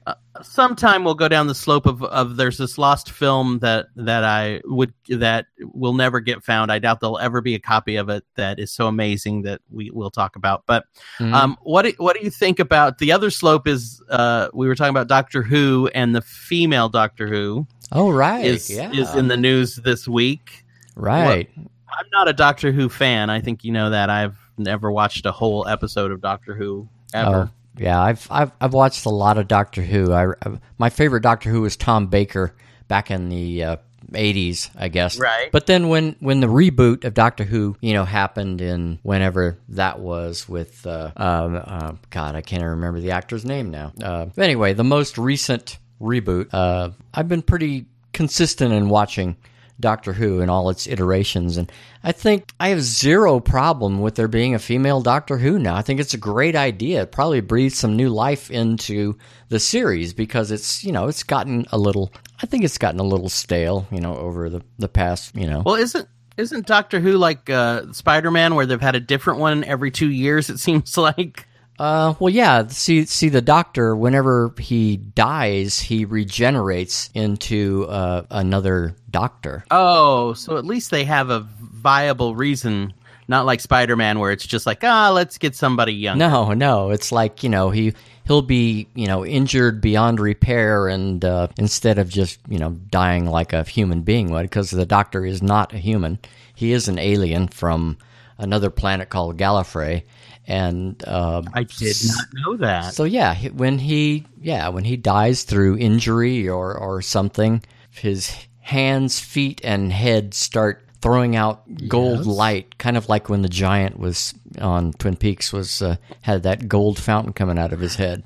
sometime we'll go down the slope of, of there's this lost film that that I would that will never get found. I doubt there'll ever be a copy of it that is so amazing that we will talk about. But
Mhm.
um, what do- what do you think about the other slope? Is uh, we were talking about Doctor Who and the female Doctor Who
oh right.
is
yeah.
is in the news this week.
right.
I'm not a Doctor Who fan. I think you know that. I've never watched a whole episode of Doctor Who ever.
Oh, yeah. I've, I've I've watched a lot of Doctor Who. I, I- my favorite Doctor Who was Tom Baker back in the uh, 80s, I guess.
Right.
But then when when the reboot of Doctor Who, you know, happened in whenever that was with uh, um, uh, God, I can't even remember the actor's name now. Uh, anyway, the most recent reboot, uh, I've been pretty consistent in watching. Doctor Who and all its iterations. And I think I have zero problem with there being a female Doctor Who now. I think it's a great idea. It probably breathes some new life into the series because it's, you know, it's gotten a little, I think it's gotten a little stale, you know, over the, the past, you know.
Well, isn't isn't Doctor Who like uh, Spider Man, where they've had a different one every two years? It seems like.
Uh, well, yeah. See, see, the Doctor, whenever he dies, he regenerates into uh, another Doctor.
Oh, so at least they have a viable reason, not like Spider Man, where it's just like, ah, let's get somebody young.
No, no. It's like you know he he'll be you know injured beyond repair, and uh, instead of just you know dying like a human being would, because the doctor is not a human. He is an alien from another planet called Gallifrey, and uh,
I did not know that.
so yeah, he- when he yeah when he dies through injury or or something, his hands, feet, and head start throwing out gold
Yes.
light, kind of like when the giant was on Twin Peaks was uh, had that gold fountain coming out of his head,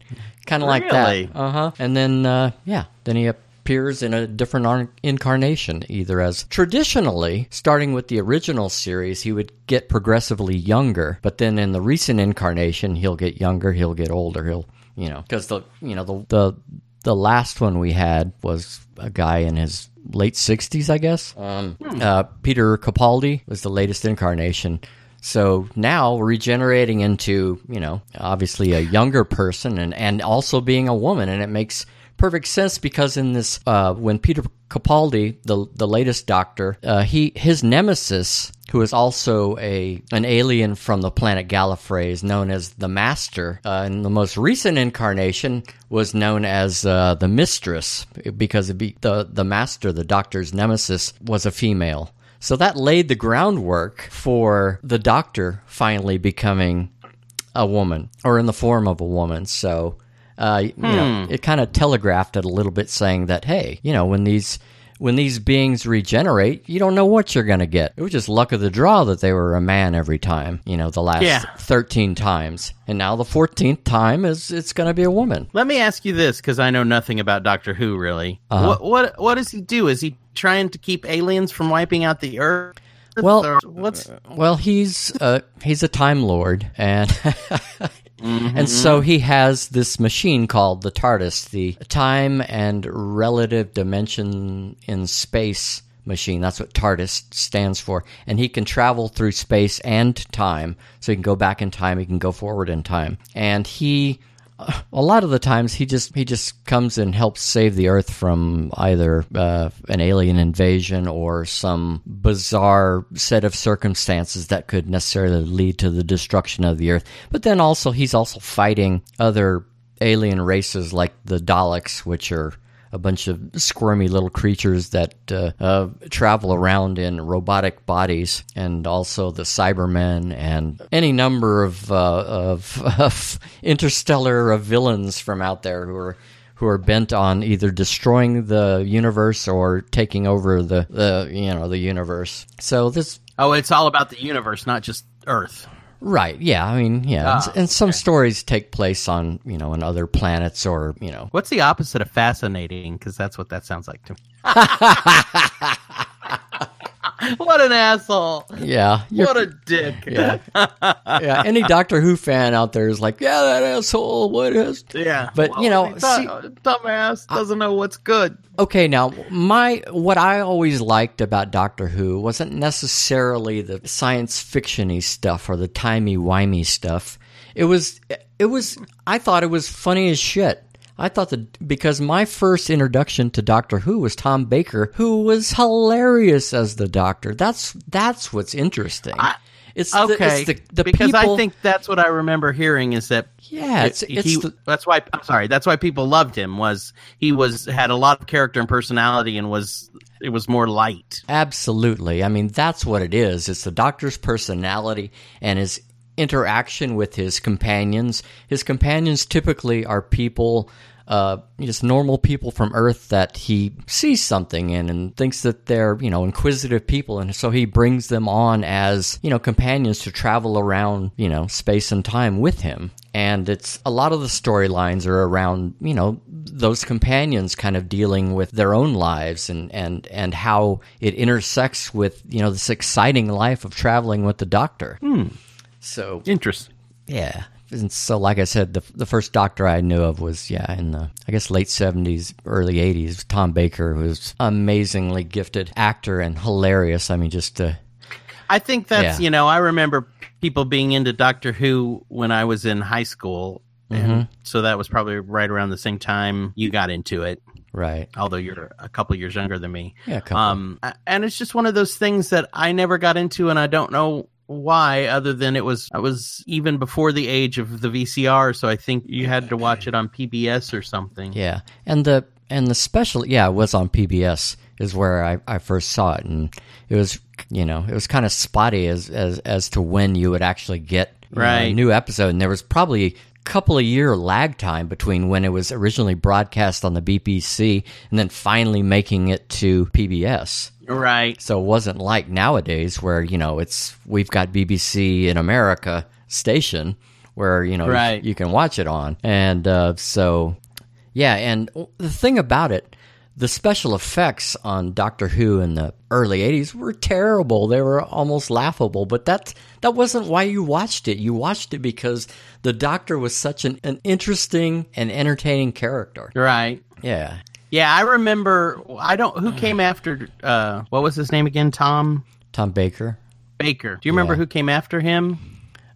kind of like
Really?
that. Uh huh. And then uh, yeah, then he. Appears in a different ar- incarnation, either as traditionally, starting with the original series, he would get progressively younger, but then in the recent incarnation, he'll get younger, he'll get older, he'll you know because the you know the the the last one we had was a guy in his late sixties, I guess. Um, uh, Peter Capaldi was the latest incarnation. So now regenerating into you know obviously a younger person and and also being a woman, and it makes perfect sense because in this uh, when Peter Capaldi, the the latest Doctor, uh, he his nemesis, who is also a an alien from the planet Gallifrey, is known as the Master. Uh, in the most recent incarnation, was known as uh, the Mistress because it be, the the Master, the Doctor's nemesis, was a female. So that laid the groundwork for the Doctor finally becoming a woman or in the form of a woman. So, uh, you know, it kind of telegraphed it a little bit, saying that hey, you know, when these when these beings regenerate, you don't know what you're going to get. It was just luck of the draw that they were a man every time. You know, the last
Yeah.
thirteen times, and now the fourteenth time is it's going to be a woman.
Let me ask you this, because I know nothing about Doctor Who really.
Uh-huh.
What what what does he do? Is he trying to keep aliens from wiping out the Earth?
Well-
Or what's
Well, he's uh, he's a time lord, and and so he has this machine called the TARDIS, the time and relative dimension in space machine. That's what TARDIS stands for, and he can travel through space and time. So he can go back in time, he can go forward in time, and he. A lot of the times, he just he just comes and helps save the Earth from either uh, an alien invasion or some bizarre set of circumstances that could necessarily lead to the destruction of the Earth. But then also, he's also fighting other alien races like the Daleks, which are a bunch of squirmy little creatures that uh, uh, travel around in robotic bodies, and also the Cybermen, and any number of, uh, of, of interstellar uh, villains from out there who are who are bent on either destroying the universe or taking over the, the you know the universe. So this
oh, it's all about the universe, not just Earth.
right, yeah, I mean, yeah, and, and some stories take place on you know on other planets or you know
What's the opposite of fascinating? Because that's what that sounds like to me. what an asshole!
yeah. you're-
What a dick!
yeah. yeah. Any Doctor Who fan out there is like, yeah, that asshole. What is?
Yeah,
But, you know,
he's not- dumbass doesn't know what's good.
Okay, now my what I always liked about Doctor Who wasn't necessarily the science fictiony stuff or the timey wimey stuff. It was, it was. I thought it was funny as shit. I thought that because my first introduction to Doctor Who was Tom Baker, who was hilarious as the Doctor. That's that's what's interesting. it's the-
Okay,
it's the, the
because I
people-
think that's what I remember hearing is that
yeah, it's
he-
it's
he-
the,
that's why I'm sorry. That's why people loved him was he was had a lot of character and personality and was it was more light.
Absolutely. I mean, that's what it is. It's the doctor's personality and his interaction with his companions. His companions typically are people, uh, just normal people from Earth that he sees something in and thinks that they're, you know, inquisitive people. And so he brings them on as, you know, companions to travel around, you know, space and time with him. And it's a lot of the storylines are around, you know, those companions kind of dealing with their own lives and and and how it intersects with you know this exciting life of traveling with the doctor so
Interesting.
yeah and so like i said the, the first doctor i knew of was yeah in the i guess late 70s early 80s tom baker who was amazingly gifted actor and hilarious i mean just uh,
I think that's
Yeah.
you know I remember people being into Doctor Who when I was in high school,
Mm-hmm.
and so that was probably right around the same time you got into it.
right
Although you're a couple years younger than me,
yeah a couple.
um, a- and it's just one of those things that I never got into, and I don't know why other than it was I was even before the age of the VCR so I think you had to watch it on PBS or something.
Yeah, and the and the special yeah it was on PBS is where I, I first saw it, and it was you know it was kind of spotty as as as to when you would actually get you know, a
Right.
new episode, and there was probably a couple of year lag time between when it was originally broadcast on the BBC and then finally making it to PBS.
Right.
So it wasn't like nowadays where, you know, it's we've got BBC in America station where, you know,
Right.
you can watch it on. And uh, so, yeah. And the thing about it, the special effects on Doctor Who in the early 80s were terrible. They were almost laughable, but that's, that wasn't why you watched it. You watched it because the Doctor was such an, an interesting and entertaining character.
Right.
Yeah.
Yeah, I remember. I don't. Who came after? Uh, what was his name again? Tom
Tom Baker.
Baker. Do you remember
Yeah.
who came after him?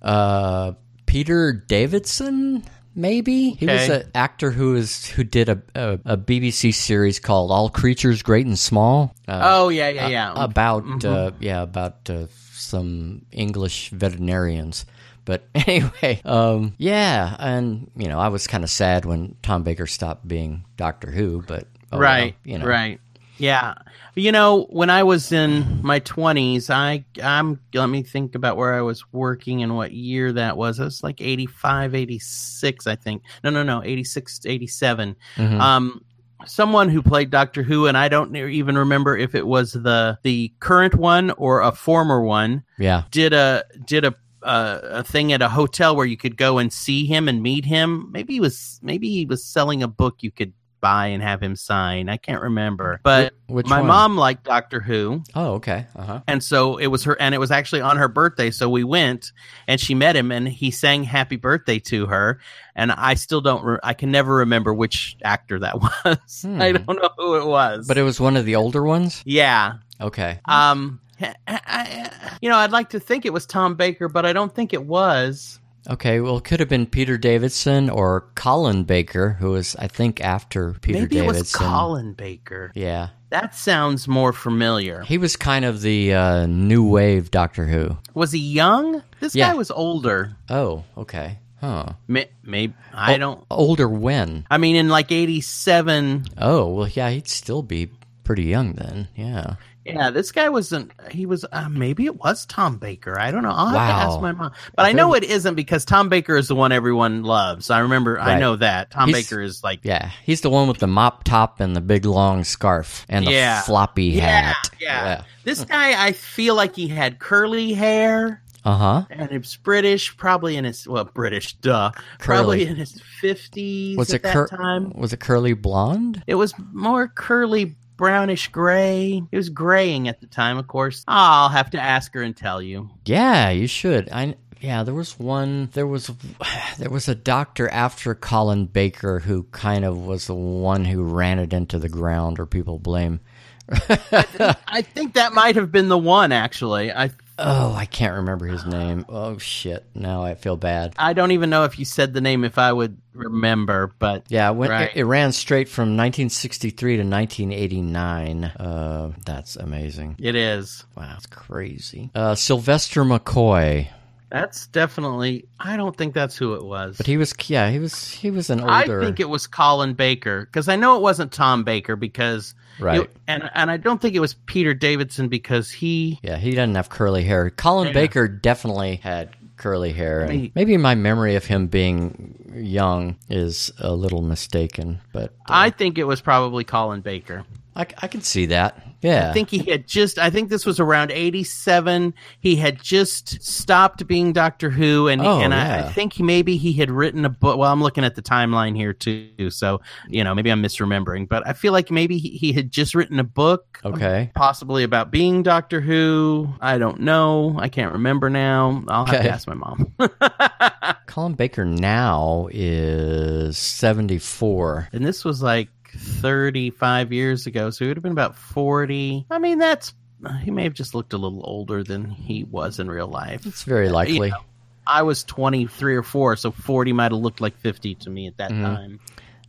uh, Peter Davidson, maybe he was
Okay.
an actor who is who did a, a a BBC series called All Creatures Great and Small uh,
Oh Mm-hmm. yeah, yeah, yeah.
about uh, yeah about uh, some English veterinarians. But anyway, um, yeah, and you know I was kind of sad when Tom Baker stopped being Doctor Who, but oh, well,
right.
you know,
Right. Yeah. You know, when I was in my twenties, I I'm let me think about where I was working and what year that was. It was like 85, 86, I think. No, no, no, 86, 87.
Mhm.
Um, someone who played Doctor Who, and I don't ne- even remember if it was the the current one or a former one,
yeah,
did a did a uh, a thing at a hotel where you could go and see him and meet him. Maybe he was maybe he was selling a book you could buy and have him sign. I can't remember, but.
Wh- which
my
one?
mom liked Doctor Who,
Oh, okay, uh huh.
and so it was her, and it was actually on her birthday. So we went, and she met him, and he sang "Happy Birthday" to her. And I still don't, re- I can never remember which actor that was.
Hmm.
I don't know who it was,
But it was one of the older ones.
yeah,
Okay,
um, I- I- you know, I'd like to think it was Tom Baker, but I don't think it was.
Okay, well, it could have been Peter Davidson or Colin Baker, who was, I think, after Peter
Maybe
Davidson.
it was Colin Baker.
Yeah,
That sounds more familiar.
he was kind of the uh, new wave Doctor Who.
Was he young? This
Yeah.
guy was older.
Oh, okay, huh?
Maybe
Oh.
I don't.
Older when?
I mean, in like '87.
Oh, well, yeah, he'd still be pretty young then. Yeah,
Yeah, this guy wasn't. He was. Uh, maybe it was Tom Baker. I don't know. I'll have to
Wow.
ask my mom. But I know it isn't because Tom Baker is the one everyone loves. I remember.
Right.
I know that Tom
He's-
Baker is like.
yeah, he's the one with the mop top and the big long scarf and the
Yeah.
floppy
Yeah,
hat.
yeah. This guy, I feel like he had curly hair,
Uh huh.
and it's British, probably in his well, British, duh,
Curly.
probably in his fifties
Was
at
it
that
cur-
time.
was it curly blonde?
It was more curly, brownish gray. It was graying at the time, of course. I'll have to ask her and tell you.
Yeah, you should. I yeah, there was one. There was there was a doctor after Colin Baker who kind of was the one who ran it into the ground, or people blame.
I think that might have been the one actually. I
Oh, I can't remember his name. Oh shit! Now I feel bad.
I don't even know if you said the name if I would remember, but
Yeah, it, went,
Right.
it, it ran straight from 1963 to 1989. Uh, that's amazing.
it is.
Wow, it's crazy. Uh, Sylvester McCoy,
That's definitely I don't think that's who it was.
but he was yeah, he was he was an
I
older
think it was Colin Baker cuz I know it wasn't Tom Baker because
right.
it- and and I don't think it was Peter Davidson because he
Yeah, he doesn't have curly hair. Colin
Yeah.
Baker definitely had curly hair. and
Maybe-
maybe my memory of him being young is a little mistaken, but uh,
I think it was probably Colin Baker.
I, I can see that. Yeah.
I think he had just I think this was around 87. He had just stopped being Doctor Who and
Oh,
and I,
yeah.
I think he maybe he had written a book. Well, I'm looking at the timeline here too. So, you know, maybe I'm misremembering, but I feel like maybe he, he had just written a book
okay.
possibly about being Doctor Who. I don't know. I can't remember now. I'll have
Okay.
to ask my mom.
Colin Baker now is 74.
and this was like 35 years ago, so he would have been about 40. I mean, that's he may have just looked a little older than he was in real life.
It's very likely.
know. I was 23 or 4, so 40 might have looked like 50 to me at that
Mm-hmm.
time.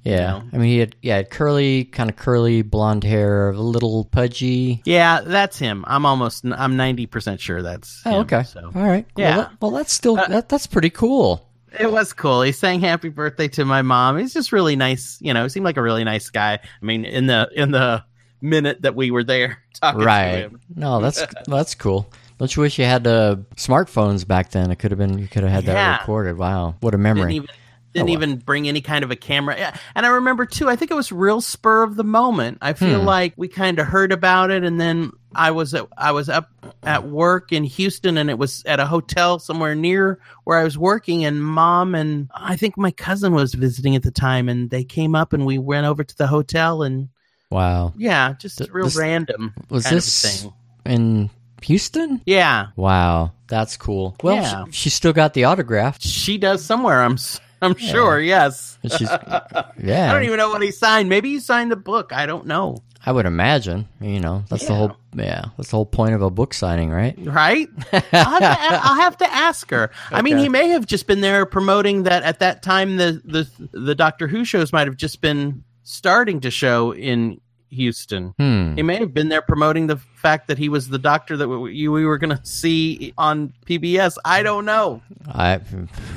yeah.
know.
I mean, he had yeah, had curly, kind of curly blonde hair, a little pudgy.
Yeah, that's him. I'm almost I'm 90% sure that's
Oh,
him,
okay.
So.
All right.
Yeah. Uh,
Well, that, well that's still that, that's pretty cool.
It was cool. He sang happy birthday to my mom. He's just really nice, you know, he seemed like a really nice guy. I mean, in the in the minute that we were there talking to
right.
him.
No, that's that's cool. Don't you wish you had uh, smartphones back then? It could have been you could have had
Yeah.
that recorded. Wow, what a
Didn't
memory!
even didn't
well.
even bring any kind of a camera. Yeah, And I remember too. I think it was real spur of the moment. I feel
Hmm.
like we kind of heard about it, and then I was at, I was up at work in Houston, and it was at a hotel somewhere near where I was working. And mom and I think my cousin was visiting at the time, and they came up, and we went over to the hotel, and
Wow,
yeah, just
Th-
real
this-
random
was
kind
this-
of a thing.
in Houston.
Yeah,
Wow, that's cool. Well,
Yeah.
she, she still got the autograph.
she does somewhere. I'm s- I'm sure. Yes.
She's yeah.
I don't even know what he signed. Maybe he signed the book. I don't know.
I would imagine. You know, that's the
Yeah.
whole yeah. That's the whole point of a book signing, right?
Right? I'll, have to a- I'll have to ask her. I mean,
Okay.
he may have just been there promoting that at that time. The the the Doctor Who shows might have just been starting to show in Houston.
Hmm.
He may have been there promoting the fact that he was the doctor that we, you- we were going to see on PBS. I don't know.
I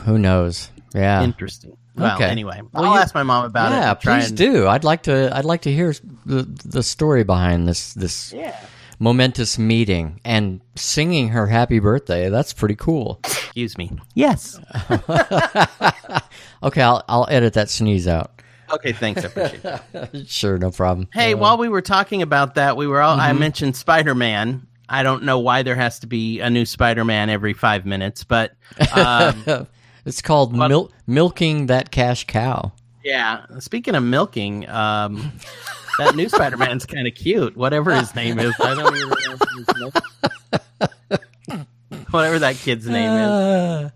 who knows? Yeah.
Interesting. Well,
Okay.
anyway,
Well,
I'll
you-
ask my mom about it.
yeah,
and try
please
and-
do. I'd like to. I'd like to hear the the story behind this this
Yeah.
momentous meeting and singing her happy birthday. That's pretty cool.
Excuse me. Yes.
Okay, I'll I'll edit that sneeze out.
Okay. Thanks. I appreciate it. Uh,
Sure, no problem.
Hey, while we were talking about that, we were all I mentioned Spider Man. I don't know why there has to be a new Spider Man every five minutes, but um,
It's called mil- milking that cash cow.
yeah. Speaking of milking, um, that new Spider Man's kind of cute. Whatever his name is, I don't even remember his name. Whatever that kid's name is.
Uh,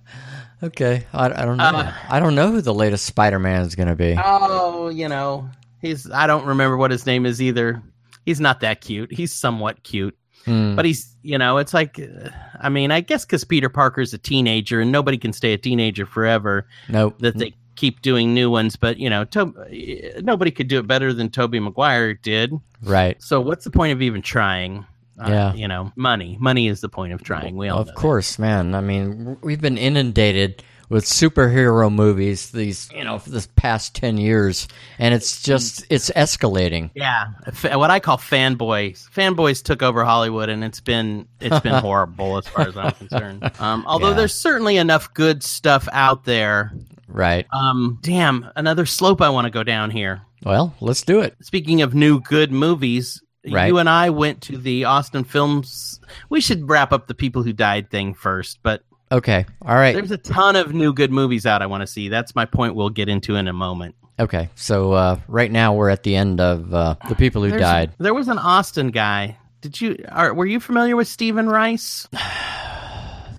okay, I, I don't know.
Uh.
I don't know who the latest Spider Man is going to be.
Oh, you know, he's. I don't remember what his name is either. He's not that cute. He's somewhat cute.
Hmm.
But he's, you know, it's like, uh, I mean, I guess because Peter Parker's a teenager and nobody can stay a teenager forever,
Nope.
that they keep doing new ones. But you know, to- uh, nobody could do it better than Toby Maguire did.
Right.
So what's the point of even trying? Uh,
Yeah.
you know, money. Money is the point of trying. We all know
Of
that.
course, man. I mean, we've been inundated with superhero movies these, you know, for this past 10 years and it's just it's escalating.
Yeah, Fa- what I call fanboys. Fanboys took over Hollywood, and it's been it's been horrible as far as I'm concerned. Um, although
Yeah.
there's certainly enough good stuff out there.
Right.
Um, damn, another slope I want to go down here.
Well, let's do it.
speaking of new good movies,
Right.
you and I went to the Austin Films. We should wrap up the people who died thing first, but
Okay. All right.
there's a ton of new good movies out I want to see. That's my point we'll get into in a moment.
Okay. So uh right now we're at the end of uh The People Who
There's-
Died.
There was an Austin guy. Did you are were you familiar with Stephen Rice?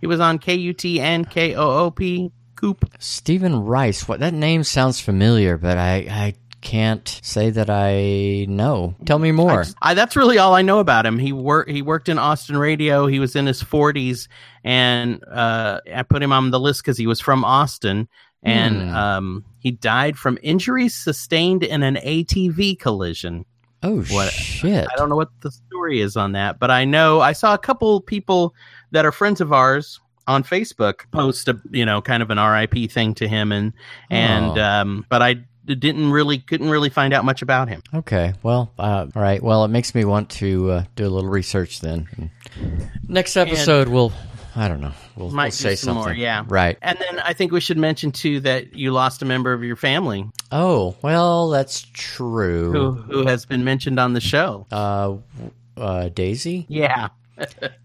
He was on KUT and KOOP Coop.
Stephen Rice. What that name sounds familiar, but I I can't say that I know. Tell me more.
I, that's really all I know about him. He worked he worked in Austin radio. He was in his 40s, and uh, I put him on the list because he was from Austin, and
Hmm.
um, he died from injuries sustained in an ATV collision.
oh
what-
shit.
I don't know what the story is on that, but I know I saw a couple people that are friends of ours on Facebook post a you know kind of an RIP thing to him, and and
Oh.
um, but I didn't really couldn't really find out much about him.
Okay. Well, uh, all right. Well, it makes me want to uh, do a little research then. Next episode, we'll, I don't know. We'll,
Might
we'll
do
say
some more,
something.
yeah.
Right.
And then I think we should mention too that you lost a member of your family
Oh, well, that's true.
who who has been mentioned on the show.
Uh, uh, Daisy?
Yeah.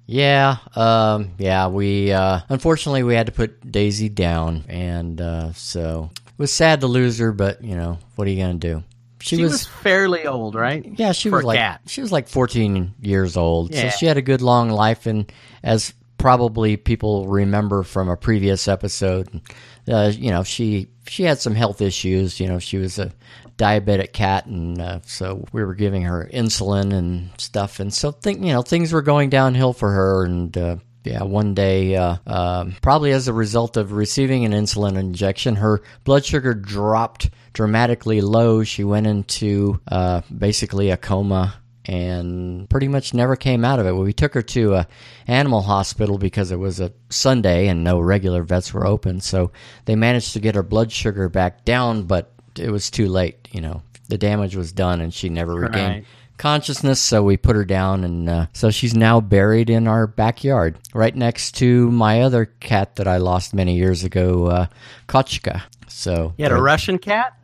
Yeah. Um, yeah. We, uh, unfortunately, we had to put Daisy down. And uh, so it was sad to lose her, but, you know, what are you going to do?
She was, fairly old, right?
Yeah, she
for
was
a
like
cat.
she was like 14 years old.
Yeah.
So she had a good long life, and as probably people remember from a previous episode, uh, you know she she had some health issues. You know she was a diabetic cat, and uh, so we were giving her insulin and stuff, and so think you know things were going downhill for her, and. Uh, yeah, one day, uh, um, probably as a result of receiving an insulin injection, her blood sugar dropped dramatically low. She went into uh, basically a coma and pretty much never came out of it. We took her to a animal hospital because it was a Sunday and no regular vets were open, so they managed to get her blood sugar back down, but it was too late. You know, the damage was done, and she never regained
Right.
consciousness, so we put her down, and uh, so she's now buried in our backyard, right next to my other cat that I lost many years ago, uh, Kochka. So
You had a Russian cat?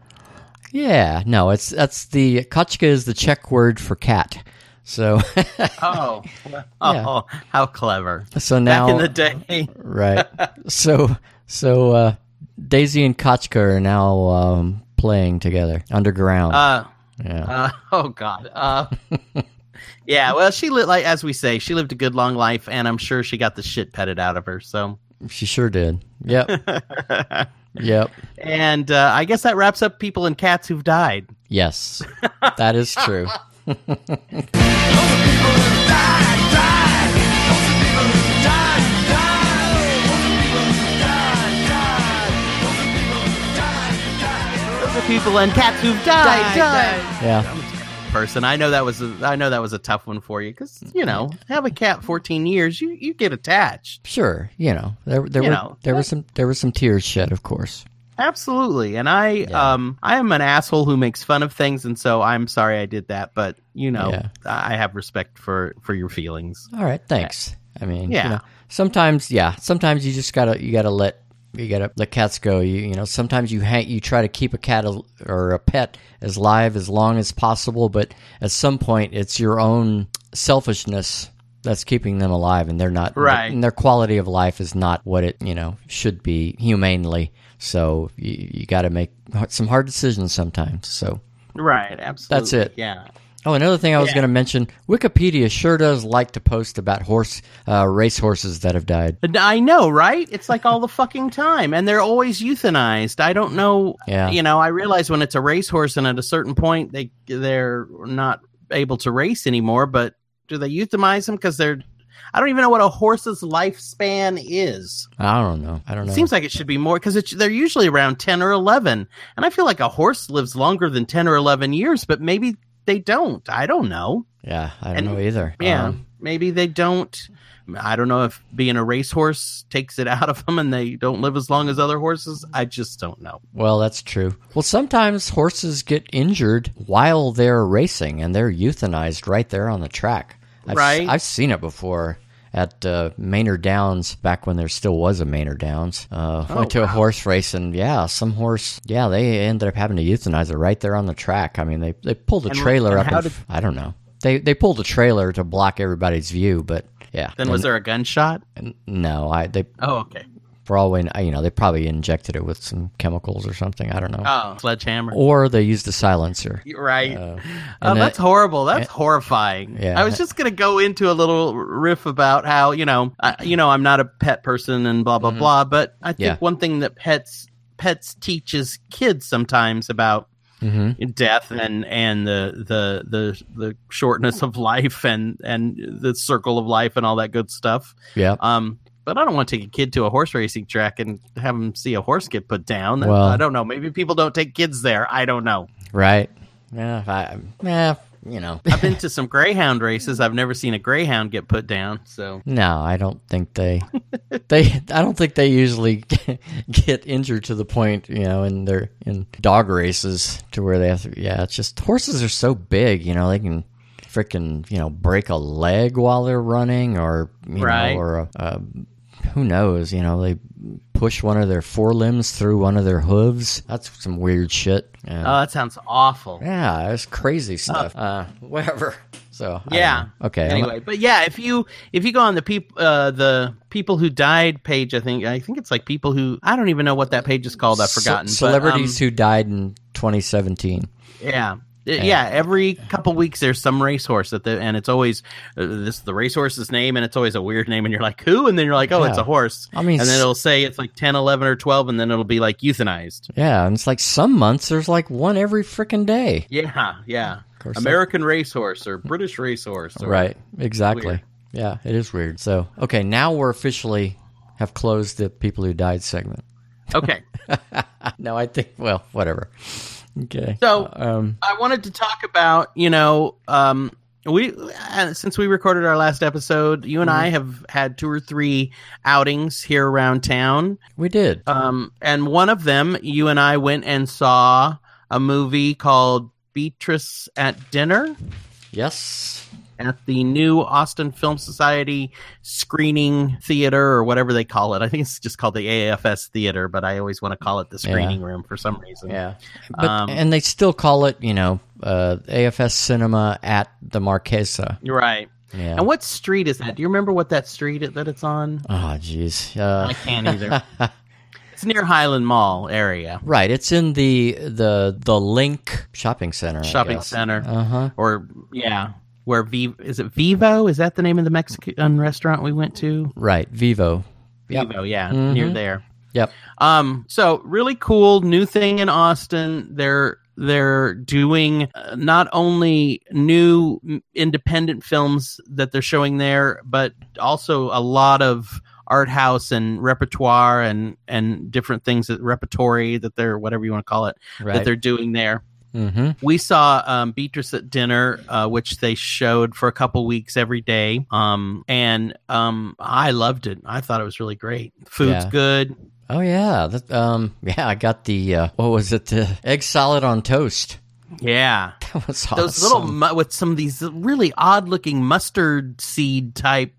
yeah, no, it's that's the Kochka is the Czech word for cat. So
Oh, oh, how clever!
so now
Back in the day,
Right. so so uh, Daisy and Kochka are now um, playing together underground.
uh,
yeah.
uh, oh god, uh, yeah. Well, she lived like as we say, she lived a good long life, and I'm sure she got the shit petted out of her. So,
she sure did. Yep. yep.
and uh, I guess that wraps up people and cats who've died.
Yes. That is true.
Those are people and cats who've died.
Yeah.
Person, I know that was a, I know that was a tough one for you because you know have a cat 14 years, you you get attached.
Sure. You know there there
You
were
know.
there was some there was some tears shed, of course.
Absolutely. And I um I am an asshole who makes fun of things and so I'm sorry I did that, but you know,
Yeah.
I I have respect for for your feelings.
All right. Thanks. I mean,
Yeah.
You know, sometimes, yeah. Sometimes you just gotta you gotta let you gotta let cats go. You you know. Sometimes you hang, you try to keep a cat al- or a pet as live as long as possible, but at some point, it's your own selfishness that's keeping them alive, and they're not
Right.
And their quality of life is not what it you know should be humanely. So you, you got to make some hard decisions sometimes. So
Right, absolutely.
it.
Yeah.
Oh, another thing I was going to mention: Wikipedia sure does like to post about horse uh, race horses that have died.
And I know, right? It's like all the fucking time, and they're always euthanized. I don't know.
Yeah.
You know, I realize when it's a racehorse, and at a certain point, they they're not able to race anymore. But do they euthanize them because they're? I don't even know what a horse's lifespan is.
I don't know. I don't know.
Seems like it should be more because they're usually around 10 or 11. And I feel like a horse lives longer than 10 or 11 years, but maybe they don't. I don't know.
yeah, I don't
and-
know either.
Yeah.
Um,
maybe they don't. I don't know if being a racehorse takes it out of them and they don't live as long as other horses. I just don't know.
well, that's true. Well, sometimes horses get injured while they're racing, and they're euthanized right there on the track. I've, s-
Right.
I've seen it before at uh, Maynard Downs back when there still was a Maynard Downs. Uh,
Oh,
went to a horse race, and yeah, some horse. Yeah, they ended up having to euthanize it right there on the track. I mean, they they pulled a
And-
trailer
and
up.
how
in
did-
f- I don't know. They they pulled a trailer to block everybody's view, but yeah.
Then was there a gunshot?
no, I they
Oh, okay.
for all we kn- you know, they probably injected it with some chemicals or something. I don't know.
Oh, sledgehammer.
or they used a silencer.
You're Right. oh,
Uh, and
that's horrible. That's horrifying.
yeah.
I was just going to go into a little riff about how, you know, I, you know, I'm not a pet person and blah, blah, blah. But I think
Mm-hmm. Yeah.
one thing that pets pets teaches kids sometimes about
Mm-hmm.
death and and the the the the shortness of life and and the circle of life and all that good stuff.
Yeah.
Um, but I don't want to take a kid to a horse racing track and have them see a horse get put down.
Well-
I don't know. Maybe people don't take kids there. I don't know.
Right. Yeah. if I, eh, you know.
I've been to some greyhound races. I've never seen a greyhound get put down. So
No, I don't think they. They, I don't think they usually get injured to the point, you know, in their in dog races to where they have to. Yeah, it's just horses are so big, you know, they can freaking you know break a leg while they're running, or you
Right.
know, or a, a who knows, you know, they push one of their forelimbs through one of their hooves. That's some weird shit. And-
oh, that sounds awful.
Yeah, it's crazy stuff. Uh, whatever. So I don't
Yeah.
know. Okay. I'm-
Anyway, but yeah, if you if you go on the people uh, the people who died page, I think I think it's like people who I don't even know what that page is called. I've
Ce-
forgotten. but, um,
celebrities who died in 2017.
Yeah. Uh, Yeah. every couple weeks there's some racehorse at the and it's always uh, this is the racehorse's name and it's always a weird name and you're like who and then you're like oh it's
Yeah.
a horse
I mean,
and then
s-
it'll say it's like 10 11 or 12 and then it'll be like euthanized
Yeah, and it's like some months there's like one every freaking day.
yeah yeah
course that-
American racehorse or British racehorse or,
Right. Exactly.
Weird.
Yeah, it is weird. So okay, now we're officially have closed the people who died segment.
okay
No, I think well, whatever. Okay.
So-
um,
I wanted to talk about, you know, um, we uh, since we recorded our last episode, you and I have had two or three outings here around town,
we did.
um, and one of them, you and I went and saw a movie called Beatrice at Dinner.
Yes.
at the new Austin Film Society screening theater or whatever they call it. I think it's just called the AFS theater, but I always want to call it the screening room for some reason.
Yeah. But,
Um,
and they still call it, you know, uh, AFS Cinema at the Marquesa.
You're right.
Yeah.
And what street is that? Do you remember what that street that it's on?
oh, jeez.
I
Uh,
can't either. it's near Highland Mall area
right. It's in the the the Link Shopping Center.
shopping center,
Uh huh.
or yeah, where V is it Vivo? Is that the name of the Mexican restaurant we went to?
Right. Vivo. Yep. Mm-hmm.
Vivo, yeah, near there.
Yep.
Um, so really cool new thing in Austin. They're they're doing uh, not only new m- independent films that they're showing there, but also a lot of art house and repertoire and and different things that repertory that they're whatever you want to call it that
Right.
they're doing there.
Mm-hmm.
We saw um, Beatrice at dinner, uh, which they showed for a couple weeks every day, um, and um, I loved it. I thought it was really great. Food's
Yeah.
good.
Oh yeah. That, um. Yeah. I got the uh, what was it? The egg salad on toast.
Yeah,
That was awesome.
those little mu- with some of these really odd looking mustard seed type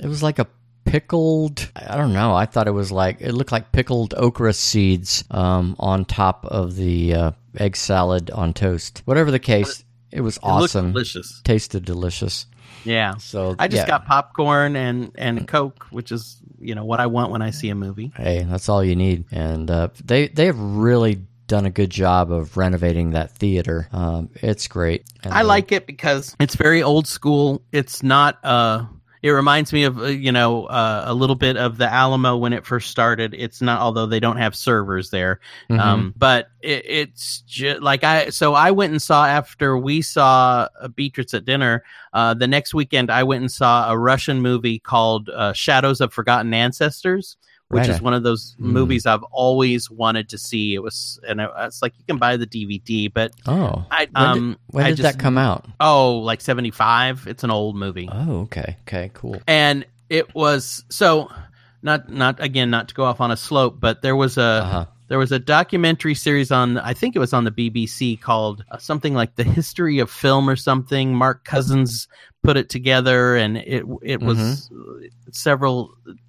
It was like a pickled. I don't know. I thought it was like it looked like pickled okra seeds um, on top of the uh, egg salad on toast. Whatever the case, it was
it looked
awesome.
delicious
Tasted delicious.
yeah
So
i just
yeah.
got popcorn and and coke which is you know what i want when i see a movie
Hey, that's all you need. And uh, they they have really done a good job of renovating that theater. Um, it's great. And uh,
i
the-
like it because Uh-huh. it's very old school it's not uh it reminds me of uh, you know uh, a little bit of the Alamo when it first started. It's not although they don't have servers there,
Mhm.
Um, but it, it's ju- like I so I went and saw after we saw uh, Beatrice at dinner. Uh, the next weekend, I went and saw a Russian movie called uh, Shadows of Forgotten Ancestors, which
Right.
is one of those
Hmm.
movies I've always wanted to see. It was and I, it's like you can buy the DVD, but
oh,
I
When did-
um
when
I
did
just-
that come out?
oh like seventy five. It's an old movie
Oh, okay, okay, cool.
and it was so not not again not to go off on a slope but there was a
Uh-huh.
there was a documentary series on i think it was on the bbc called uh, something like the history of film or something mark cousins put it together and it it was uh, several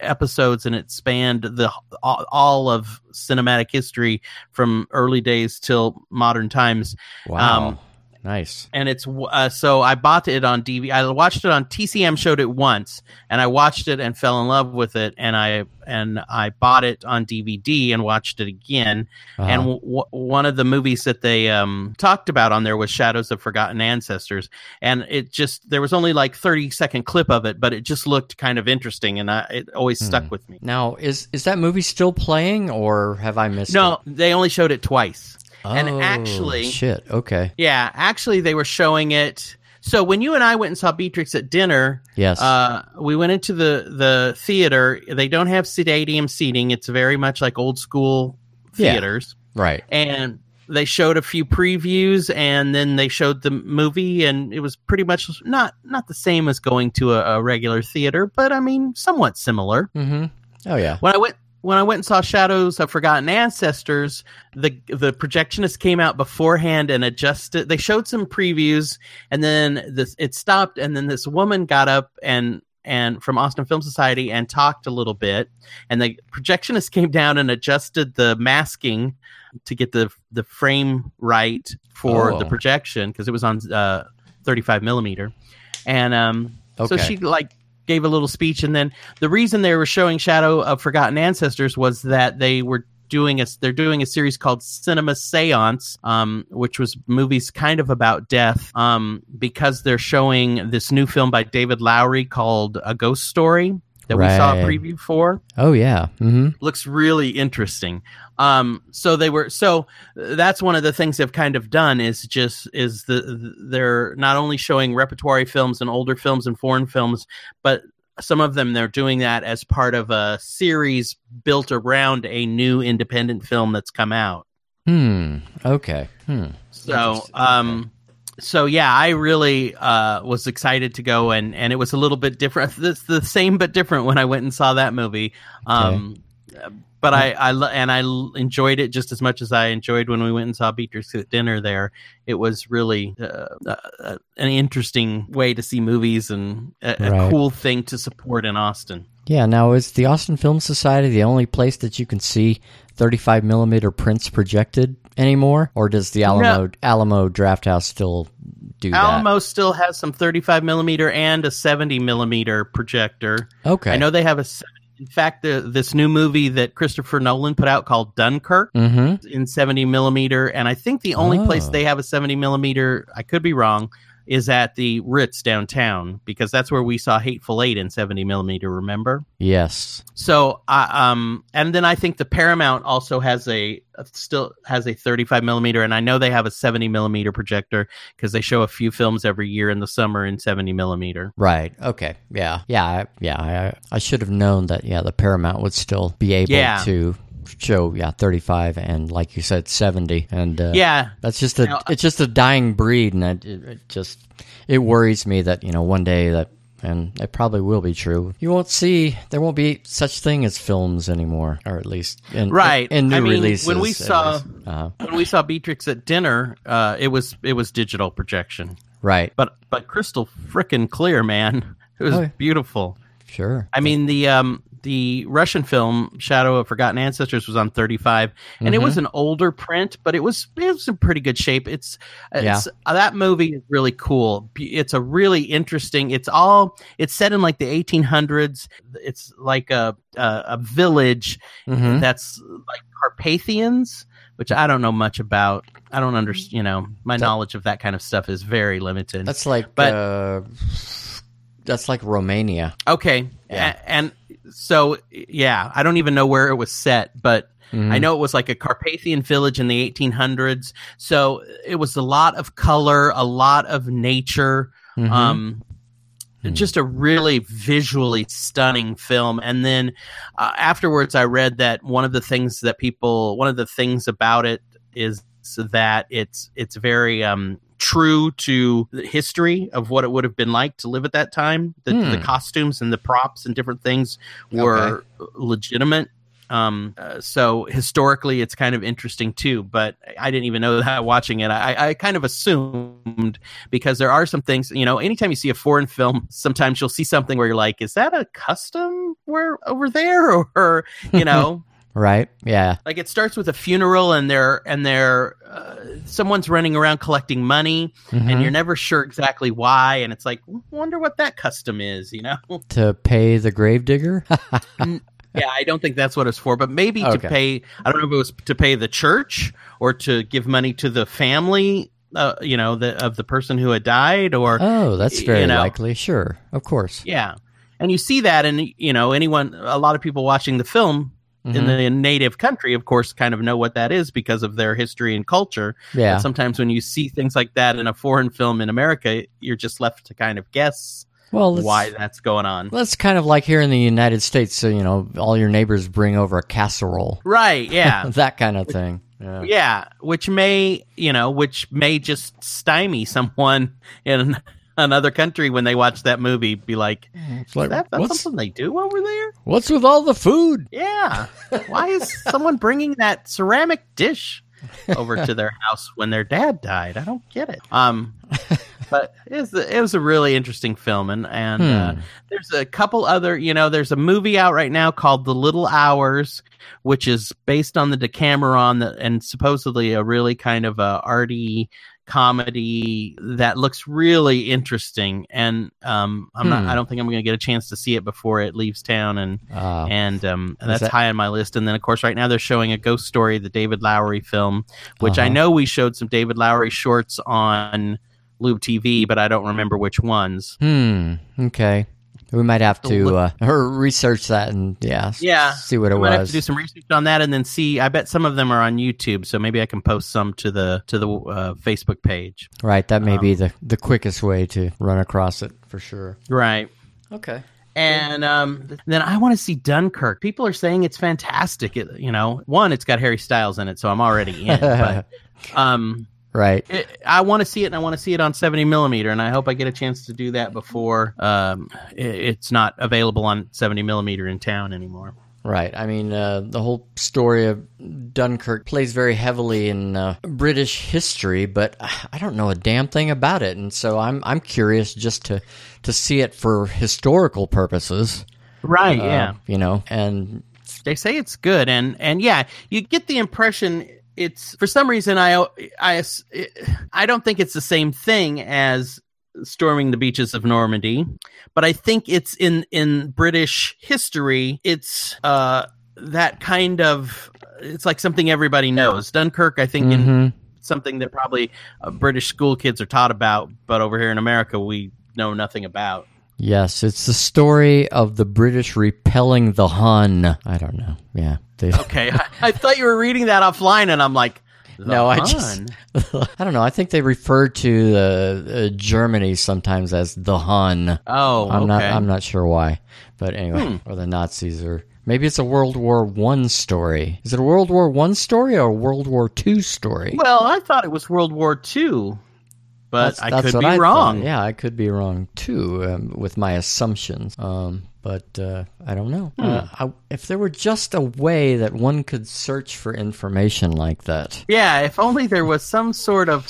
episodes and it spanned the all, all of cinematic history from early days till modern times
Wow,
um,
nice.
and it's uh, so I bought it on DV. I watched it on TCM showed it once, and I watched it and fell in love with it, and I and I bought it on DVD and watched it again. And
Uh-huh.
w- w- one of the movies that they um, talked about on there was Shadows of Forgotten Ancestors, and it just there was only like thirty second clip of it, but it just looked kind of interesting, and I, it always stuck with me.
Now, is is that movie still playing, or have I missed
No,
it?
they only showed it twice. and
Oh,
actually-
shit. Okay.
Yeah, actually, they were showing it. So when you and I went and saw Beatrix at dinner,
Yes.
Uh, we went into the the theater. They don't have stadium seating. It's very much like old school
Yeah.
theaters,
right.
and they showed a few previews, and then they showed the movie, and it was pretty much not not the same as going to a, a regular theater, but I mean, somewhat similar.
Mm-hmm. Oh yeah.
When I went. When I went and saw Shadows of Forgotten Ancestors, the the projectionist came out beforehand and adjusted. They showed some previews, and then this it stopped and then this woman got up and and from austin film society and talked a little bit and the projectionist came down and adjusted the masking to get the the frame right for
Oh.
the projection because it was on uh, 35 millimeter and um so
Okay.
she like gave a little speech and then the reason they were showing shadow of forgotten ancestors was that they were doing a they're doing a series called Cinema Seance, um, which was movies kind of about death. Um, because they're showing this new film by David Lowry called A Ghost Story that we saw a
Right.
preview for
Oh yeah. Mm-hmm.
looks really interesting. Um, so they were so that's one of the things they've kind of done is just is the, the they're not only showing repertory films and older films and foreign films, but some of them they're doing that as part of a series built around a new independent film that's come out.
Hmm. Okay. Hmm.
So,
Interesting.
um, so yeah, I really uh, was excited to go, and and it was a little bit different. It's the same but different when I went and saw that movie. Um, but I, I lo- and I l- enjoyed it just as much as I enjoyed when we went and saw Beatrix at dinner. There, it was really uh, uh, an interesting way to see movies and a, a
Right.
cool thing to support in Austin.
Yeah, now is the Austin Film Society the only place that you can see 35 millimeter prints projected anymore, or does the Alamo Alamo Draft House still do
Alamo still has some 35 millimeter and a 70 millimeter projector.
that? Okay,
I know they have a. se- In fact, the, this new movie that Christopher Nolan put out called Dunkirk
Mm-hmm.
in 70 millimeter, and I think the only place
Oh.
they have a 70 millimeter, I could be wrong, is at the Ritz downtown because that's where we saw Hateful Eight in 70 millimeter. Remember?
Yes.
So, I um, and then I think the Paramount also has a uh, still has a 35 millimeter, and I know they have a 70 millimeter projector because they show a few films every year in the summer in 70 millimeter.
Right. Okay. Yeah. Yeah. I, yeah. I, I should have known that. Yeah, the Paramount would still be able
Yeah.
to show. Yeah, thirty-five and like you said, seventy. And uh,
Yeah,
that's just a.
Now-
it's just a dying breed, and it, it, it just it worries me that you know one day that. And it probably will be true. You won't see there won't be such thing as films anymore, or at least in,
Right.
in, in new
I mean, when
releases.
we
at
saw-
least. Uh-huh.
when we saw Beatrix at dinner, uh, it was it was digital projection,
right,
but but crystal frickin' clear, man. It was
Oh, yeah.
beautiful.
sure,
I mean the um the Russian film Shadow of Forgotten Ancestors was on 35 and it
Mm-hmm.
was an older print but it was it was in pretty good shape it's, it's uh, that movie is really cool B- it's a really interesting it's all it's set in like the 1800s it's like a a, a village
Mhm.
that's like Carpathians, which I don't know much about. I don't understand. You know, my knowledge of that kind of stuff is very limited.
That's like,
But-
uh, that's like Romania.
okay,
Yeah.
A- and so yeah, I don't even know where it was set, but
Mm-hmm.
I
Hmm.
know it was like a Carpathian village in the 1800s. So it was a lot of color, a lot of nature.
Mhm.
Um,
Hmm.
Just a really visually stunning film. And then uh, afterwards, I read that one of the things that people, one of the things about it is that it's it's very um, true to the history of what it would have been like to live at that time. The,
Hmm.
the costumes and the props and different things were legitimate. Um, uh, so historically, it's kind of interesting too. But I didn't even know that watching it. I, I kind of assumed because there are some things. You know, anytime you see a foreign film, sometimes you'll see something where you're like, "Is that a custom where over there?" Or you know,
right? Yeah.
like it starts with a funeral and they're and they're uh, someone's running around collecting money and
Mhm.
you're never sure exactly why and it's like wonder what that custom is you know
to pay the gravedigger.
yeah i don't think that's what it's for but maybe
Okay.
to pay i don't know if it was to pay the church or to give money to the family uh, you know the, of the person who had died or
oh, that's
You
very
know.
likely. Sure, of course.
yeah and you see that and you know anyone a lot of people watching the film in
Mhm.
the native country of course kind of know what that is because of their history and culture
Mm-hmm. yeah,
But sometimes when you see things like that in a foreign film in America, you're just left to kind of guess
well, that's,
why that's going on.
That's kind of like here in the United States. So you know, all your neighbors bring over a casserole,
Right, yeah.
that kind of thing. Yeah.
yeah, which may, you know, which may just stymie someone in another country when they watch that movie be like,
It's like,
that, that's
what's
something they do over there?
what's with all the food?
Yeah. why is someone bringing that ceramic dish over to their house when their dad died? I don't get it. Um, but it was, it was a really interesting film, and and uh,
Hmm.
there's a couple other, you know, there's a movie out right now called The Little Hours, which is based on the Decameron, that, and supposedly a really kind of a arty comedy that looks really interesting. And um, I'm not,
Hmm.
I don't think I'm going to get a chance to see it before it leaves town, and
Uh,
and um, that's
that-
high on my list. And then, of course, right now they're showing a ghost story, the David Lowery film, which I
Uh-huh.
know we showed some David Lowery shorts on Lube TV, but I don't remember which ones.
hmm. Okay. We might have
The
to
li-
uh, research that and yeah, s-
Yeah.
see what it
I might have to do
was.
some research on that, and then see. I bet some of them are on YouTube, so maybe I can post some to the to the uh, Facebook page.
Right, that may
um,
be the the quickest way to run across it for sure.
Right.
Okay.
And um, then I want to see Dunkirk. People are saying it's fantastic. It, you know, one, it's got Harry Styles in it, so I'm already in. but um,
Right.
it, I want to see it, and I want to see it on 70 millimeter, and I hope I get a chance to do that before um, i- it's not available on 70 millimeter in town anymore.
Right. I mean, uh, the whole story of Dunkirk plays very heavily in uh, British history, but uh, I don't know a damn thing about it, and so I'm I'm curious just to to see it for historical purposes.
Right. yeah.
Uh, you know, and
They say it's good, and and yeah, you get the impression it's for some reason I I ass- I don't think it's the same thing as storming the beaches of Normandy, but I think it's in in British history. It's uh that kind of it's like something everybody knows. Dunkirk, I think, in
mhm.
something that probably uh, British school kids are taught about, but over here in America we know nothing about.
yes, it's the story of the British repelling the Hun. I don't know. Yeah. They,
Okay, I, I thought you were reading that offline, and I'm like, the
No, I just-
Hun?
I don't know. I think they refer to uh, uh, Germany sometimes as the Hun.
oh,
I'm
okay. Hmm.
not. I'm not sure why, but anyway, or the Nazis, or maybe it's a World War One story. Is it a World War One story or a World War Two story?
Well, I thought it was World War II, but
That's-
I
that's
could
what
be
I thought.
wrong.
Yeah, I could be wrong too um, with my assumptions. Um, but uh, I don't know.
Hmm.
Uh, I, if there were just a way that one could search for information like that.
Yeah, if only there was some sort of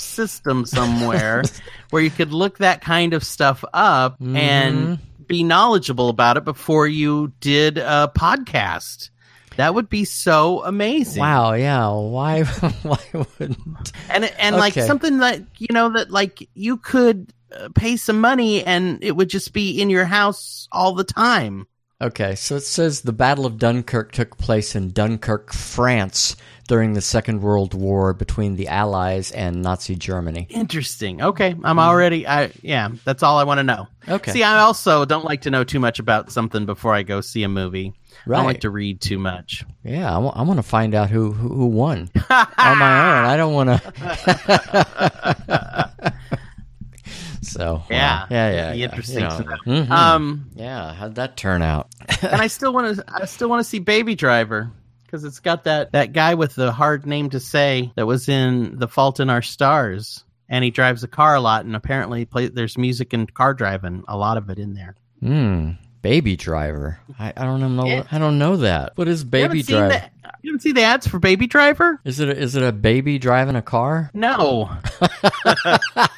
system somewhere where you could look that kind of stuff up and
Mm-hmm.
be knowledgeable about it before you did a podcast. That would be so amazing.
Wow. Yeah. Why? Why wouldn't?
And and like
Okay.
something that you know that like you could uh, pay some money and it would just be in your house all the time.
Okay, so it says the Battle of Dunkirk took place in Dunkirk, France, during the Second World War between the Allies and Nazi Germany.
Interesting. Okay, I'm already. I yeah, that's all I want to know.
Mm. Okay.
See, I also don't like to know too much about something before I go see a movie. I
Right.
don't like to read too much.
Yeah, I want to find out who who, who won on my own. I don't want to. so well,
Yeah,
yeah, yeah,
it'd be
yeah,
interesting
you know.
to know.
Mhm.
Um,
yeah, how'd that turn out?
and I still want to. I still want to see Baby Driver because it's got that that guy with the hard name to say that was in The Fault in Our Stars, and he drives a car a lot, and apparently play, there's music and car driving a lot of it in there.
Mm, baby driver. I, I don't know.
Yeah.
I don't know that. What is
You
baby
haven't seen
driver?
the- you haven't seen the ads for Baby Driver?
Is it a, is it a baby driving a car?
No,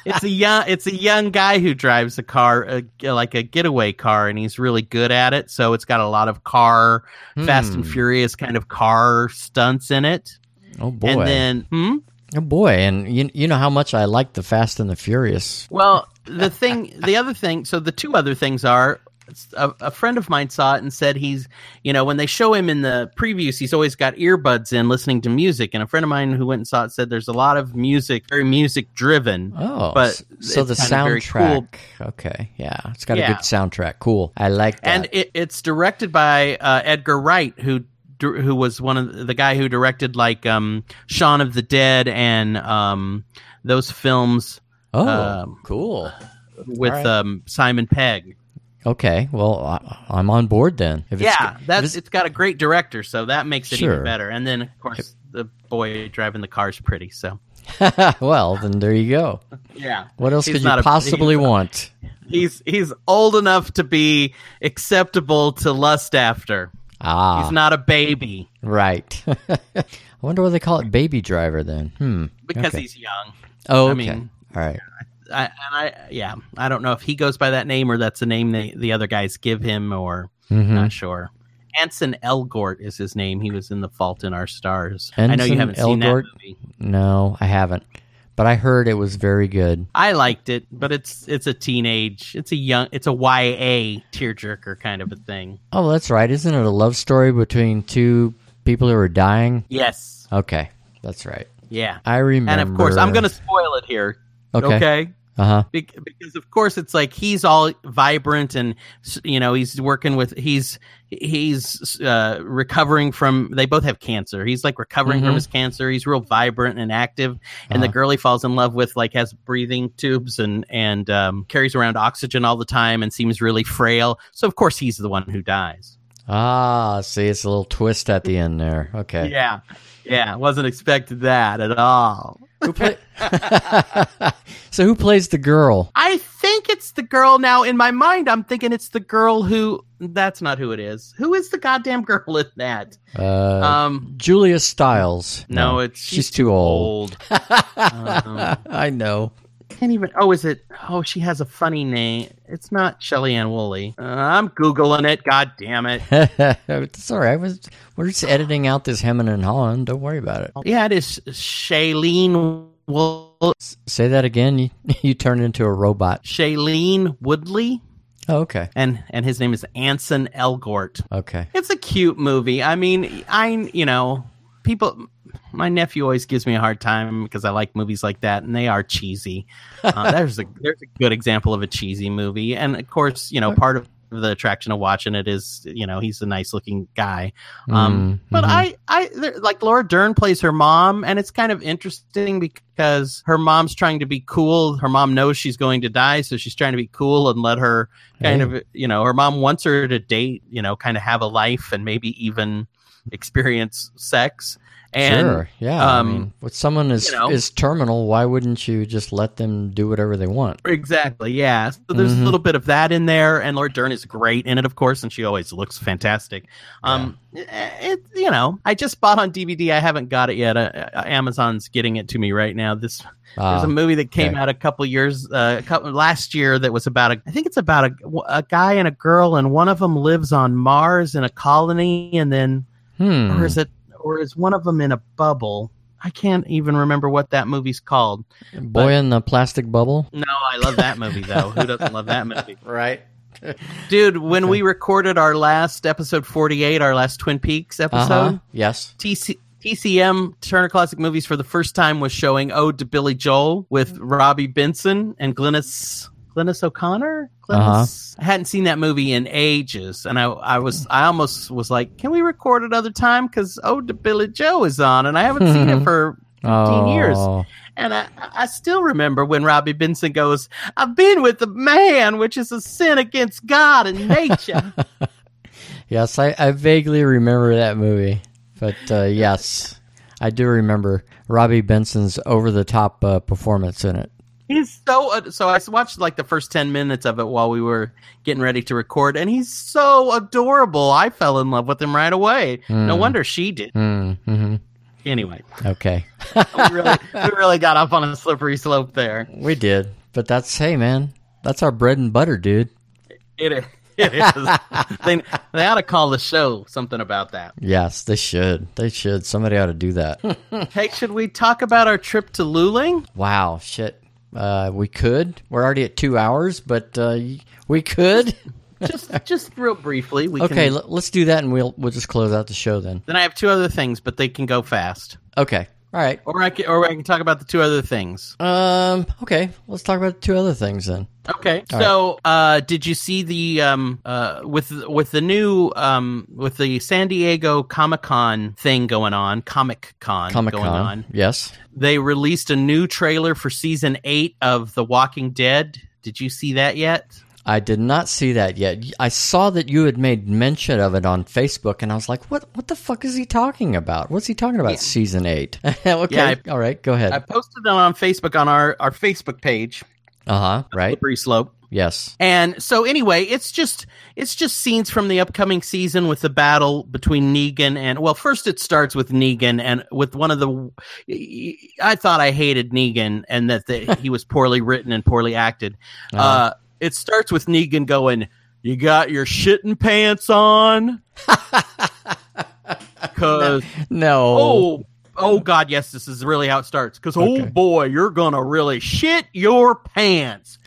it's a young it's a young guy who drives a car, a, like a getaway car, and he's really good at it. So it's got a lot of car, Fast and
Hmm.
Furious kind of car stunts in it.
Oh boy.
And then, hmm?
Oh boy, and you you know how much I like the Fast and the Furious.
well, the thing, the other thing. So the two other things are. it's- A, a friend of mine saw it and said he's, you know, when they show him in the previews, he's always got earbuds in listening to music. And a friend of mine who went and saw it said there's a lot of music, very music driven.
Oh,
But
s- so
it's
the
kind of very
soundtrack. Okay, yeah, it's got a
Yeah.
good soundtrack. Cool, I like that.
and it, it's directed by uh, Edgar Wright, who dir- who was one of the, the guy who directed like um, Shaun of the Dead and um, those films
oh,
um,
cool.
with
All right.
um, Simon Pegg.
Okay, well, I, I'm on board then. If it's
yeah,
g- if
that's
it's-
it's got a great director, so that makes it
Sure.
even better. And then of course the boy driving the car's pretty. So
well, then there you go.
yeah,
What else
He's
could you
not a-
possibly want?
he's he's old enough to be acceptable to lust after.
Ah,
He's not a baby
right. I wonder why they call it Baby Driver then. Hmm.
because
Okay.
he's young.
Oh,
I
okay.
mean-
All right.
I, and I yeah, I don't know if he goes by that name or that's the name they, the other guys give him or
Mhm.
not sure. Anson Elgort is his name. He was in The Fault in Our Stars. I know
Anson
you haven't seen that
Elgort?
movie.
No, I haven't, but I heard it was very good.
I liked it, but it's it's a teenage, it's a young, it's a YA tearjerker kind of a thing.
Oh, that's right. Isn't it a love story between two people who are dying?
Yes,
Okay, that's right.
yeah.
I remember.
And of course, I'm going to spoil it here.
Okay.
okay?
Uh huh.
Bec- because of course it's like he's all vibrant and s- you know he's working with he's he's uh, recovering from they both have cancer he's like recovering
Mhm.
from his cancer he's real vibrant and active and the
Uh-huh.
girl he falls in love with like has breathing tubes and and um, carries around oxygen all the time and seems really frail so of course he's the one who dies
Ah, see, it's a little twist at the end there. Okay.
yeah yeah wasn't expected that at all
Who play- so who plays the girl?
I think it's the girl now in my mind. I'm thinking it's the girl who. That's not who it is. Who is the goddamn girl in that?
Uh,
Um,
Julia Stiles.
no, it's
she's, too old.
Um,
I know.
can't even. Oh, is it? Oh, she has a funny name. It's not Shelly Ann Woolley. Uh, I'm googling it. God damn it.
it's all right. We're- We're just editing out this Hemming and Holland. Don't worry about it.
Yeah, it is Shailene Wool.
S- Say that again. You, you turn into a robot.
Shailene Woodley,
Oh, okay.
and and his name is Anson Elgort.
Okay.
It's a cute movie. I mean, I you know people. My nephew always gives me a hard time because I like movies like that, and they are cheesy. Uh, there's a there's a good example of a cheesy movie, and of course, you know, part of the attraction of watching it is you know he's a nice looking guy. Um,
Mm,
but
mhm.
I, I there- like Laura Dern plays her mom, and it's kind of interesting because her mom's trying to be cool. Her mom knows she's going to die, so she's trying to be cool and let her kind
Hey.
of, you know, her mom wants her to date, you know, kind of have a life and maybe even experience sex. And
sure. Yeah.
um,
I mean, with someone is
you know.
is terminal, why wouldn't you just let them do whatever they want?
Exactly. Yeah. So there's
Mhm.
a little bit of that in there, and Laura Dern is great in it, of course, and she always looks fantastic. Um, it, it- you know, I just bought on DVD. I haven't got it yet. Uh, uh, Amazon's getting it to me right now. This there's
Ah,
a movie that came
okay.
out a couple years, uh, a couple, last year that was about a. I think it's about a a guy and a girl, and one of them lives on Mars in a colony, and then
hmm.
or is it or is one of them in a bubble? I can't even remember what that movie's called.
Boy in the plastic bubble.
No, I love that movie though. Who doesn't love that movie?
Right.
Dude, when we recorded our last episode 48, our last Twin Peaks episode,
Uh huh. Yes.
TC- TCM Turner Classic Movies for the first time was showing Ode to Billy Joel with Robbie Benson and Glennis Glennis O'Connor. Glennis, I hadn't seen that movie in ages, and I I was I almost was like, can we record another time? Because Ode to Billy Joel is on, and I haven't seen it for. 15 years.
Oh.
And I, I still remember when Robbie Benson goes, I've been with a man, which is a sin against God and nature.
Yes, I, I vaguely remember that movie, but uh, yes, I do remember Robbie Benson's over-the-top uh, performance in it.
he's so ad- so i watched like the first 10 minutes of it while we were getting ready to record and he's so adorable i fell in love with him right away no
Hmm.
wonder she did
Mm-hmm.
anyway
Okay,
we really we really got off on a slippery slope there
we did, but that's hey man, that's our bread and butter, dude.
it is it is. they, they ought to call the show something about that.
Yes, they should. They should. Somebody ought to do that.
Hey, should we talk about our trip to Luling?
wow, shit. Uh, we could. We're already at two hours, but uh, y- we could.
Just just real briefly. We
Okay,
Can,
l- let's do that, and we'll we'll just close out the show then.
then I have two other things, but they can go fast.
Okay, all right.
Or I can, or I can talk about the two other things.
Um, okay, let's talk about two other things then.
Okay. so, uh, did you see the um, uh, with with the new um, with the San Diego Comic Con thing going on, Comic Con
Comic
going on?
Con. Yes.
They released a new trailer for season eight of The Walking Dead. Did you see that yet?
I did not see that yet. I saw that you had made mention of it on Facebook, and I was like, "What? What the fuck is he talking about? What's he talking about? Season eight? okay,
Yeah,
all right, go ahead.
I posted it on Facebook on our our Facebook page,
Uh huh. Right?
Slippery Slope.
Yes.
And so anyway, it's just it's just scenes from the upcoming season with the battle between Negan and well, first it starts with Negan and with one of the I thought I hated Negan and that the, he was poorly written and poorly acted. uh it starts with Negan going, "You got your shitting pants on?" Cuz
No.
oh oh god yes this is really how it starts because
Okay.
oh boy you're gonna really shit your pants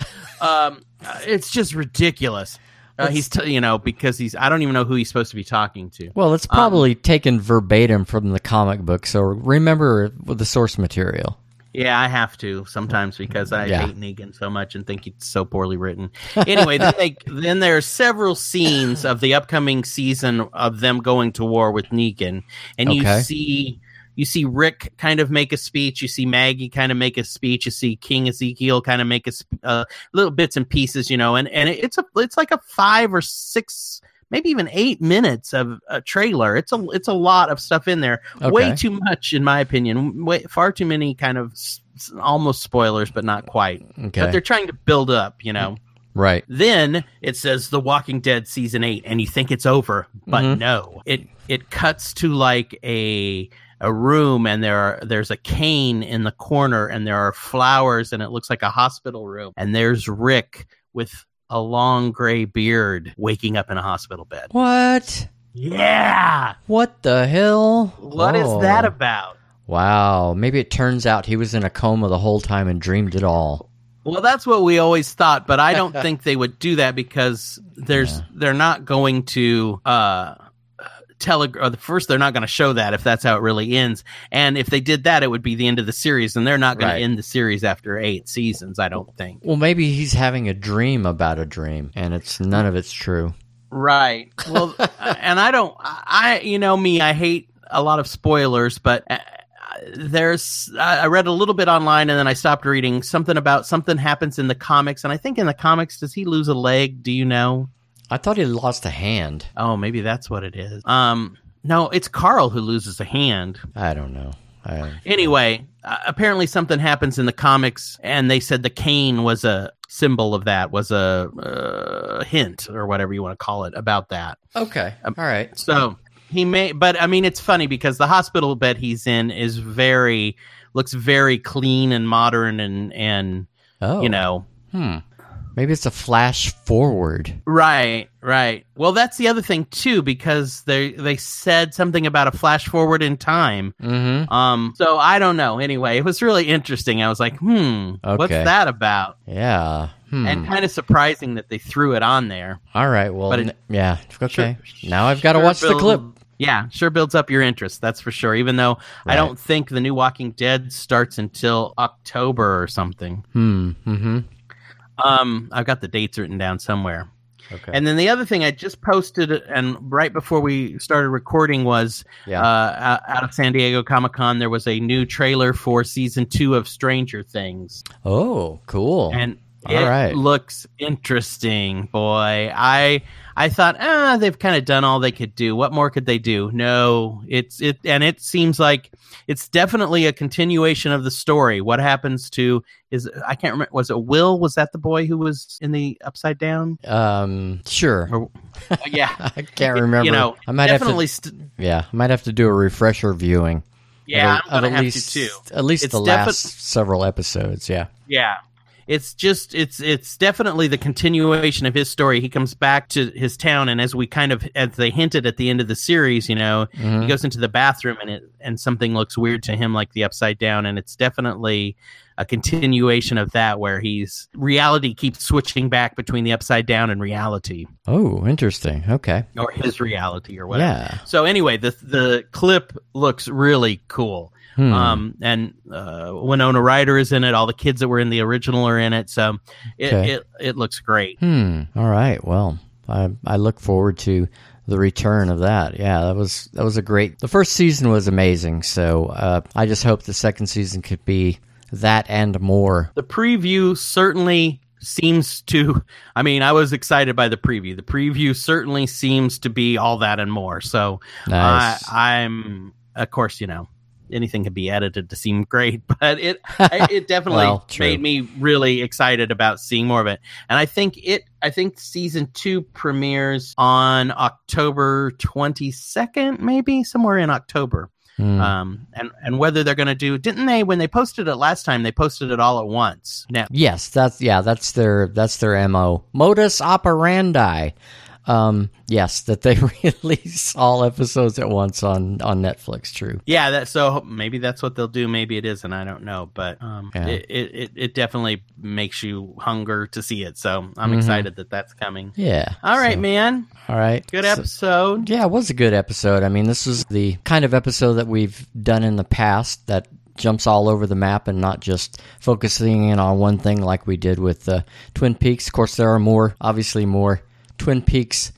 um uh, it's just ridiculous uh, he's t- you know because he's i don't even know who he's supposed to be talking to
Well, it's probably taken verbatim from the comic book, so remember the source material.
yeah i have to sometimes because i
Yeah.
hate negan so much and think it's so poorly written anyway then they then there are several scenes of the upcoming season of them going to war with negan and you
Okay.
see you see Rick kind of make a speech. You see Maggie kind of make a speech. You see King Ezekiel kind of make a sp- uh, little bits and pieces, you know. And and it's a it's like a five or six, maybe even eight minutes of a trailer. It's a it's a lot of stuff in there.
Okay.
Way too much, in my opinion. Way far too many kind of s- s- almost spoilers, but not quite.
Okay.
But they're trying to build up, you know.
Right.
Then it says The Walking Dead season 8 and you think it's over, but
Mhm.
no. It it cuts to like a a room and there are there's a cane in the corner and there are flowers and it looks like a hospital room and there's Rick with a long gray beard waking up in a hospital bed.
What?
Yeah.
What the hell?
What is
Whoa.
that about?
Wow. Maybe it turns out he was in a coma the whole time and dreamed it all.
Well, that's what we always thought, but I don't think they would do that because there's
Yeah.
they're not going to uh telegraph. First, they're not going to show that if that's how it really ends, and if they did that, it would be the end of the series, and they're not going
Right.
to end the series after eight seasons. I don't think.
Well, maybe he's having a dream about a dream, and it's none of it's true.
Right. Well, and I don't. I you know me, I hate a lot of spoilers, but. uh, There's, I I read a little bit online and then I stopped reading something about something happens in the comics. And I think in the comics, does he lose a leg? Do you know?
I thought he lost a hand.
Oh, maybe that's what it is. Um, no, it's Carl who loses a hand.
I don't know. I,
Anyway, uh, apparently something happens in the comics, and they said the cane was a symbol of that, was a uh, hint or whatever you want to call it about that.
okay.
Um,
all right.
So he may, but I mean, it's funny because the hospital bed he's in is very looks very clean and modern and and
Oh.
you know
Hmm. Maybe it's a flash forward.
Right, right. Well, that's the other thing too, because they they said something about a flash forward in time.
Mm-hmm.
Um, so I don't know. Anyway, it was really interesting. I was like, hmm, what's
Okay.
that about?
Yeah. Hmm.
And kind of surprising that they threw it on there.
all right. Well.
but it-
n- yeah. Okay.
Sure-
now I've got to
sure
watch the
build-
clip.
Yeah, sure builds up your interest. That's for sure. Even though
Right.
I don't think the new Walking Dead starts until October or something.
Hmm. Mm-hmm.
Um, I've got the dates written down somewhere.
Okay.
And then the other thing I just posted, and right before we started recording, was
yeah.
uh, o- out of San Diego Comic Con, there was a new trailer for season two of Stranger Things,
oh, cool.
and
All
it
right.
looks interesting, boy. I I thought, ah, they've kind of done all they could do. What more could they do? No, it's it, and it seems like it's definitely a continuation of the story. What happens to is I can't remember. Was it Will? Was that the boy who was in the Upside Down?
um. Sure.
Or, Oh, yeah.
I can't remember.
You know,
I might
definitely.
have
st-
to. Yeah. I might have to do a refresher viewing.
yeah,
of, a- of
I'm gonna
at
have
least,
to too.
At least
It's
the
defi-
last several episodes. Yeah.
Yeah. It's just it's it's definitely the continuation of his story. He comes back to his town and as we kind of as they hinted at the end of the series, you know,
Mhm.
he goes into the bathroom and it and something looks weird to him like the upside down and it's definitely a continuation of that where he's reality keeps switching back between the upside down and reality
Oh, interesting. Okay.
or his reality or whatever.
Yeah.
So anyway, the the clip looks really cool.
Hmm.
Um, and uh, Winona Ryder is in it. All the kids that were in the original are in it. So it,
Okay.
it, it looks great.
Hmm. All right. Well, I I look forward to the return of that. Yeah, that was that was a great. The first season was amazing. So uh, I just hope the second season could be that and more.
The preview certainly seems to, I mean, I was excited by the preview. The preview certainly seems to be all that and more. So
Nice.
I, I'm, of course, you know, anything can be edited to seem great, but it, I, it definitely
Well, true.
made me really excited about seeing more of it. And I think it, I think season two premieres on October 22nd, maybe somewhere in October.
Hmm.
Um, and, and whether they're going to do, didn't they, when they posted it last time, they posted it all at once. Now,
yes, that's yeah, that's their that's their mo modus operandi. Um, yes, that they release all episodes at once on on Netflix. True.
yeah, that, so maybe that's what they'll do. Maybe it isn't. I don't know, but um,
Yeah.
it, it, it, it definitely makes you hunger to see it. So I'm
Mhm.
excited that that's coming.
Yeah.
All right,
So,
man.
All right.
Uh, Good
So-
episode.
Yeah, it was a good episode. I mean, this is the kind of episode that we've done in the past that jumps all over the map and not just focusing in on one thing like we did with uh, Twin Peaks. Of course, there are more, obviously, more Twin Peaks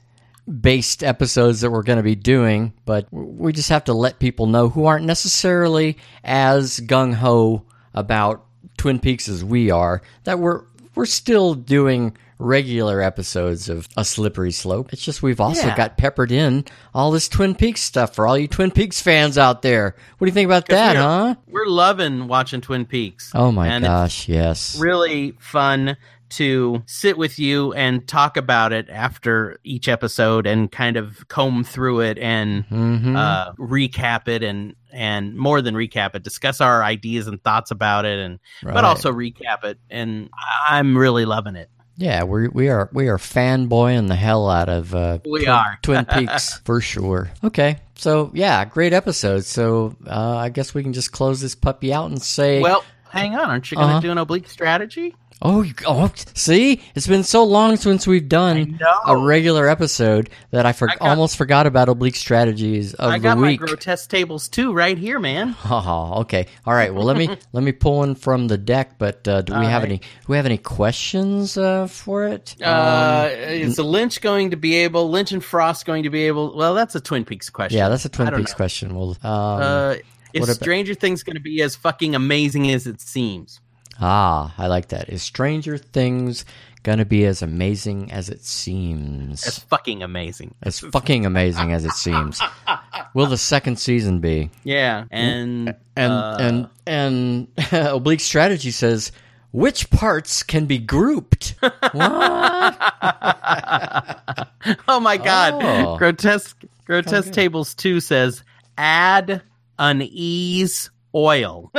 based episodes that we're going to be doing, but we just have to let people know who aren't necessarily as gung ho about Twin Peaks as we are that we're we're still doing regular episodes of A Slippery Slope. It's just we've also
Yeah.
got peppered in all this Twin Peaks stuff for all you Twin Peaks fans out there. What do you think about that,
we're-
huh?
We're loving watching Twin Peaks.
Oh my
and
gosh, yes.
It's really fun to sit with you and talk about it after each episode and kind of comb through it and
Mm-hmm.
uh, recap it and and more than recap it, discuss our ideas and thoughts about it, and but also recap it. And I'm really loving it.
yeah, we we are we are fanboying the hell out of uh,
We are.
Twin Peaks for sure. Okay, so yeah, great episode. So uh, I guess we can just close this puppy out and say,
Well, hang on, aren't you going to
Uh-huh.
do an oblique strategy?
oh, you, oh, see, it's been so long since we've done
know.
a regular episode that I, for-
I got-
almost forgot about oblique strategies of
I got
the
my
week.
grotesque tables too right here, man.
Oh, okay. All right. Well, let me let me pull one from the deck. But uh, do we
All
have
right.
any? Do we have any questions uh, for it?
Uh, is Lynch going to be able? Lynch and Frost going to be able? Well, that's a Twin Peaks question.
yeah, that's a
I
Twin
don't
Peaks
know.
question. Well, um,
Uh, is
What about-
Stranger Things going to be as fucking amazing as it seems?
ah, I like that. Is Stranger Things gonna be as amazing as it seems?
As fucking amazing.
as fucking amazing as it seems. Will the second season be?
Yeah, and
And
uh,
and and oblique strategy says which parts can be grouped? what?
oh my god,
Oh.
grotesque grotesque tables two says add unease oil.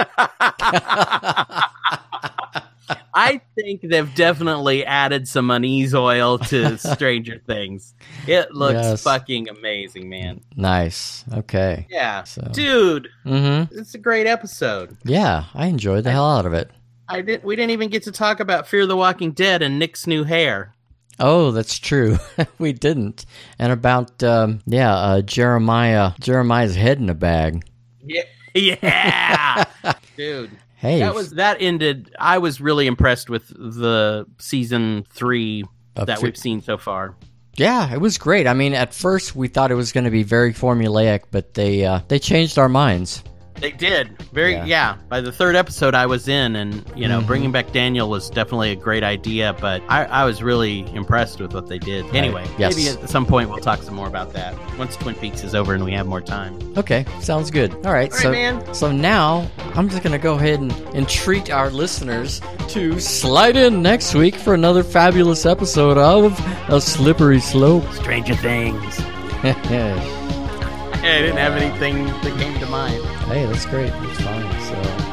I think they've definitely added some unease oil to Stranger Things. It looks
Yes.
fucking amazing, man.
Nice. Okay.
Yeah,
So-
dude,
Mm-hmm.
it's a great episode.
Yeah, I enjoyed the hell out of it.
I didn't. We didn't even get to talk about Fear the Walking Dead and Nick's new hair.
Oh, that's true. we didn't. And about um, yeah, uh, Jeremiah. Jeremiah's head in a bag.
Yeah, yeah, dude.
Hey,
That was that ended. I was really impressed with the season three
Of
that
Fear-
we've seen so far.
yeah, it was great. I mean, at first we thought it was going to be very formulaic, but they uh, they changed our minds.
They did very
Yeah. Mm-hmm.
yeah. By the third episode, I was in, and you know, bringing back Daniel was definitely a great idea. But I, I was really impressed with what they did. Anyway,
Yes.
maybe at some point we'll talk some more about that once Twin Peaks is over and we have more time.
Okay, sounds good. All right,
right,
so
man.
so now I'm just going to go ahead and entreat our listeners to slide in next week for another fabulous episode of A Slippery Slope.
Stranger Things.
hey,
I didn't have anything that came to mind.
that's great. It's fine. So.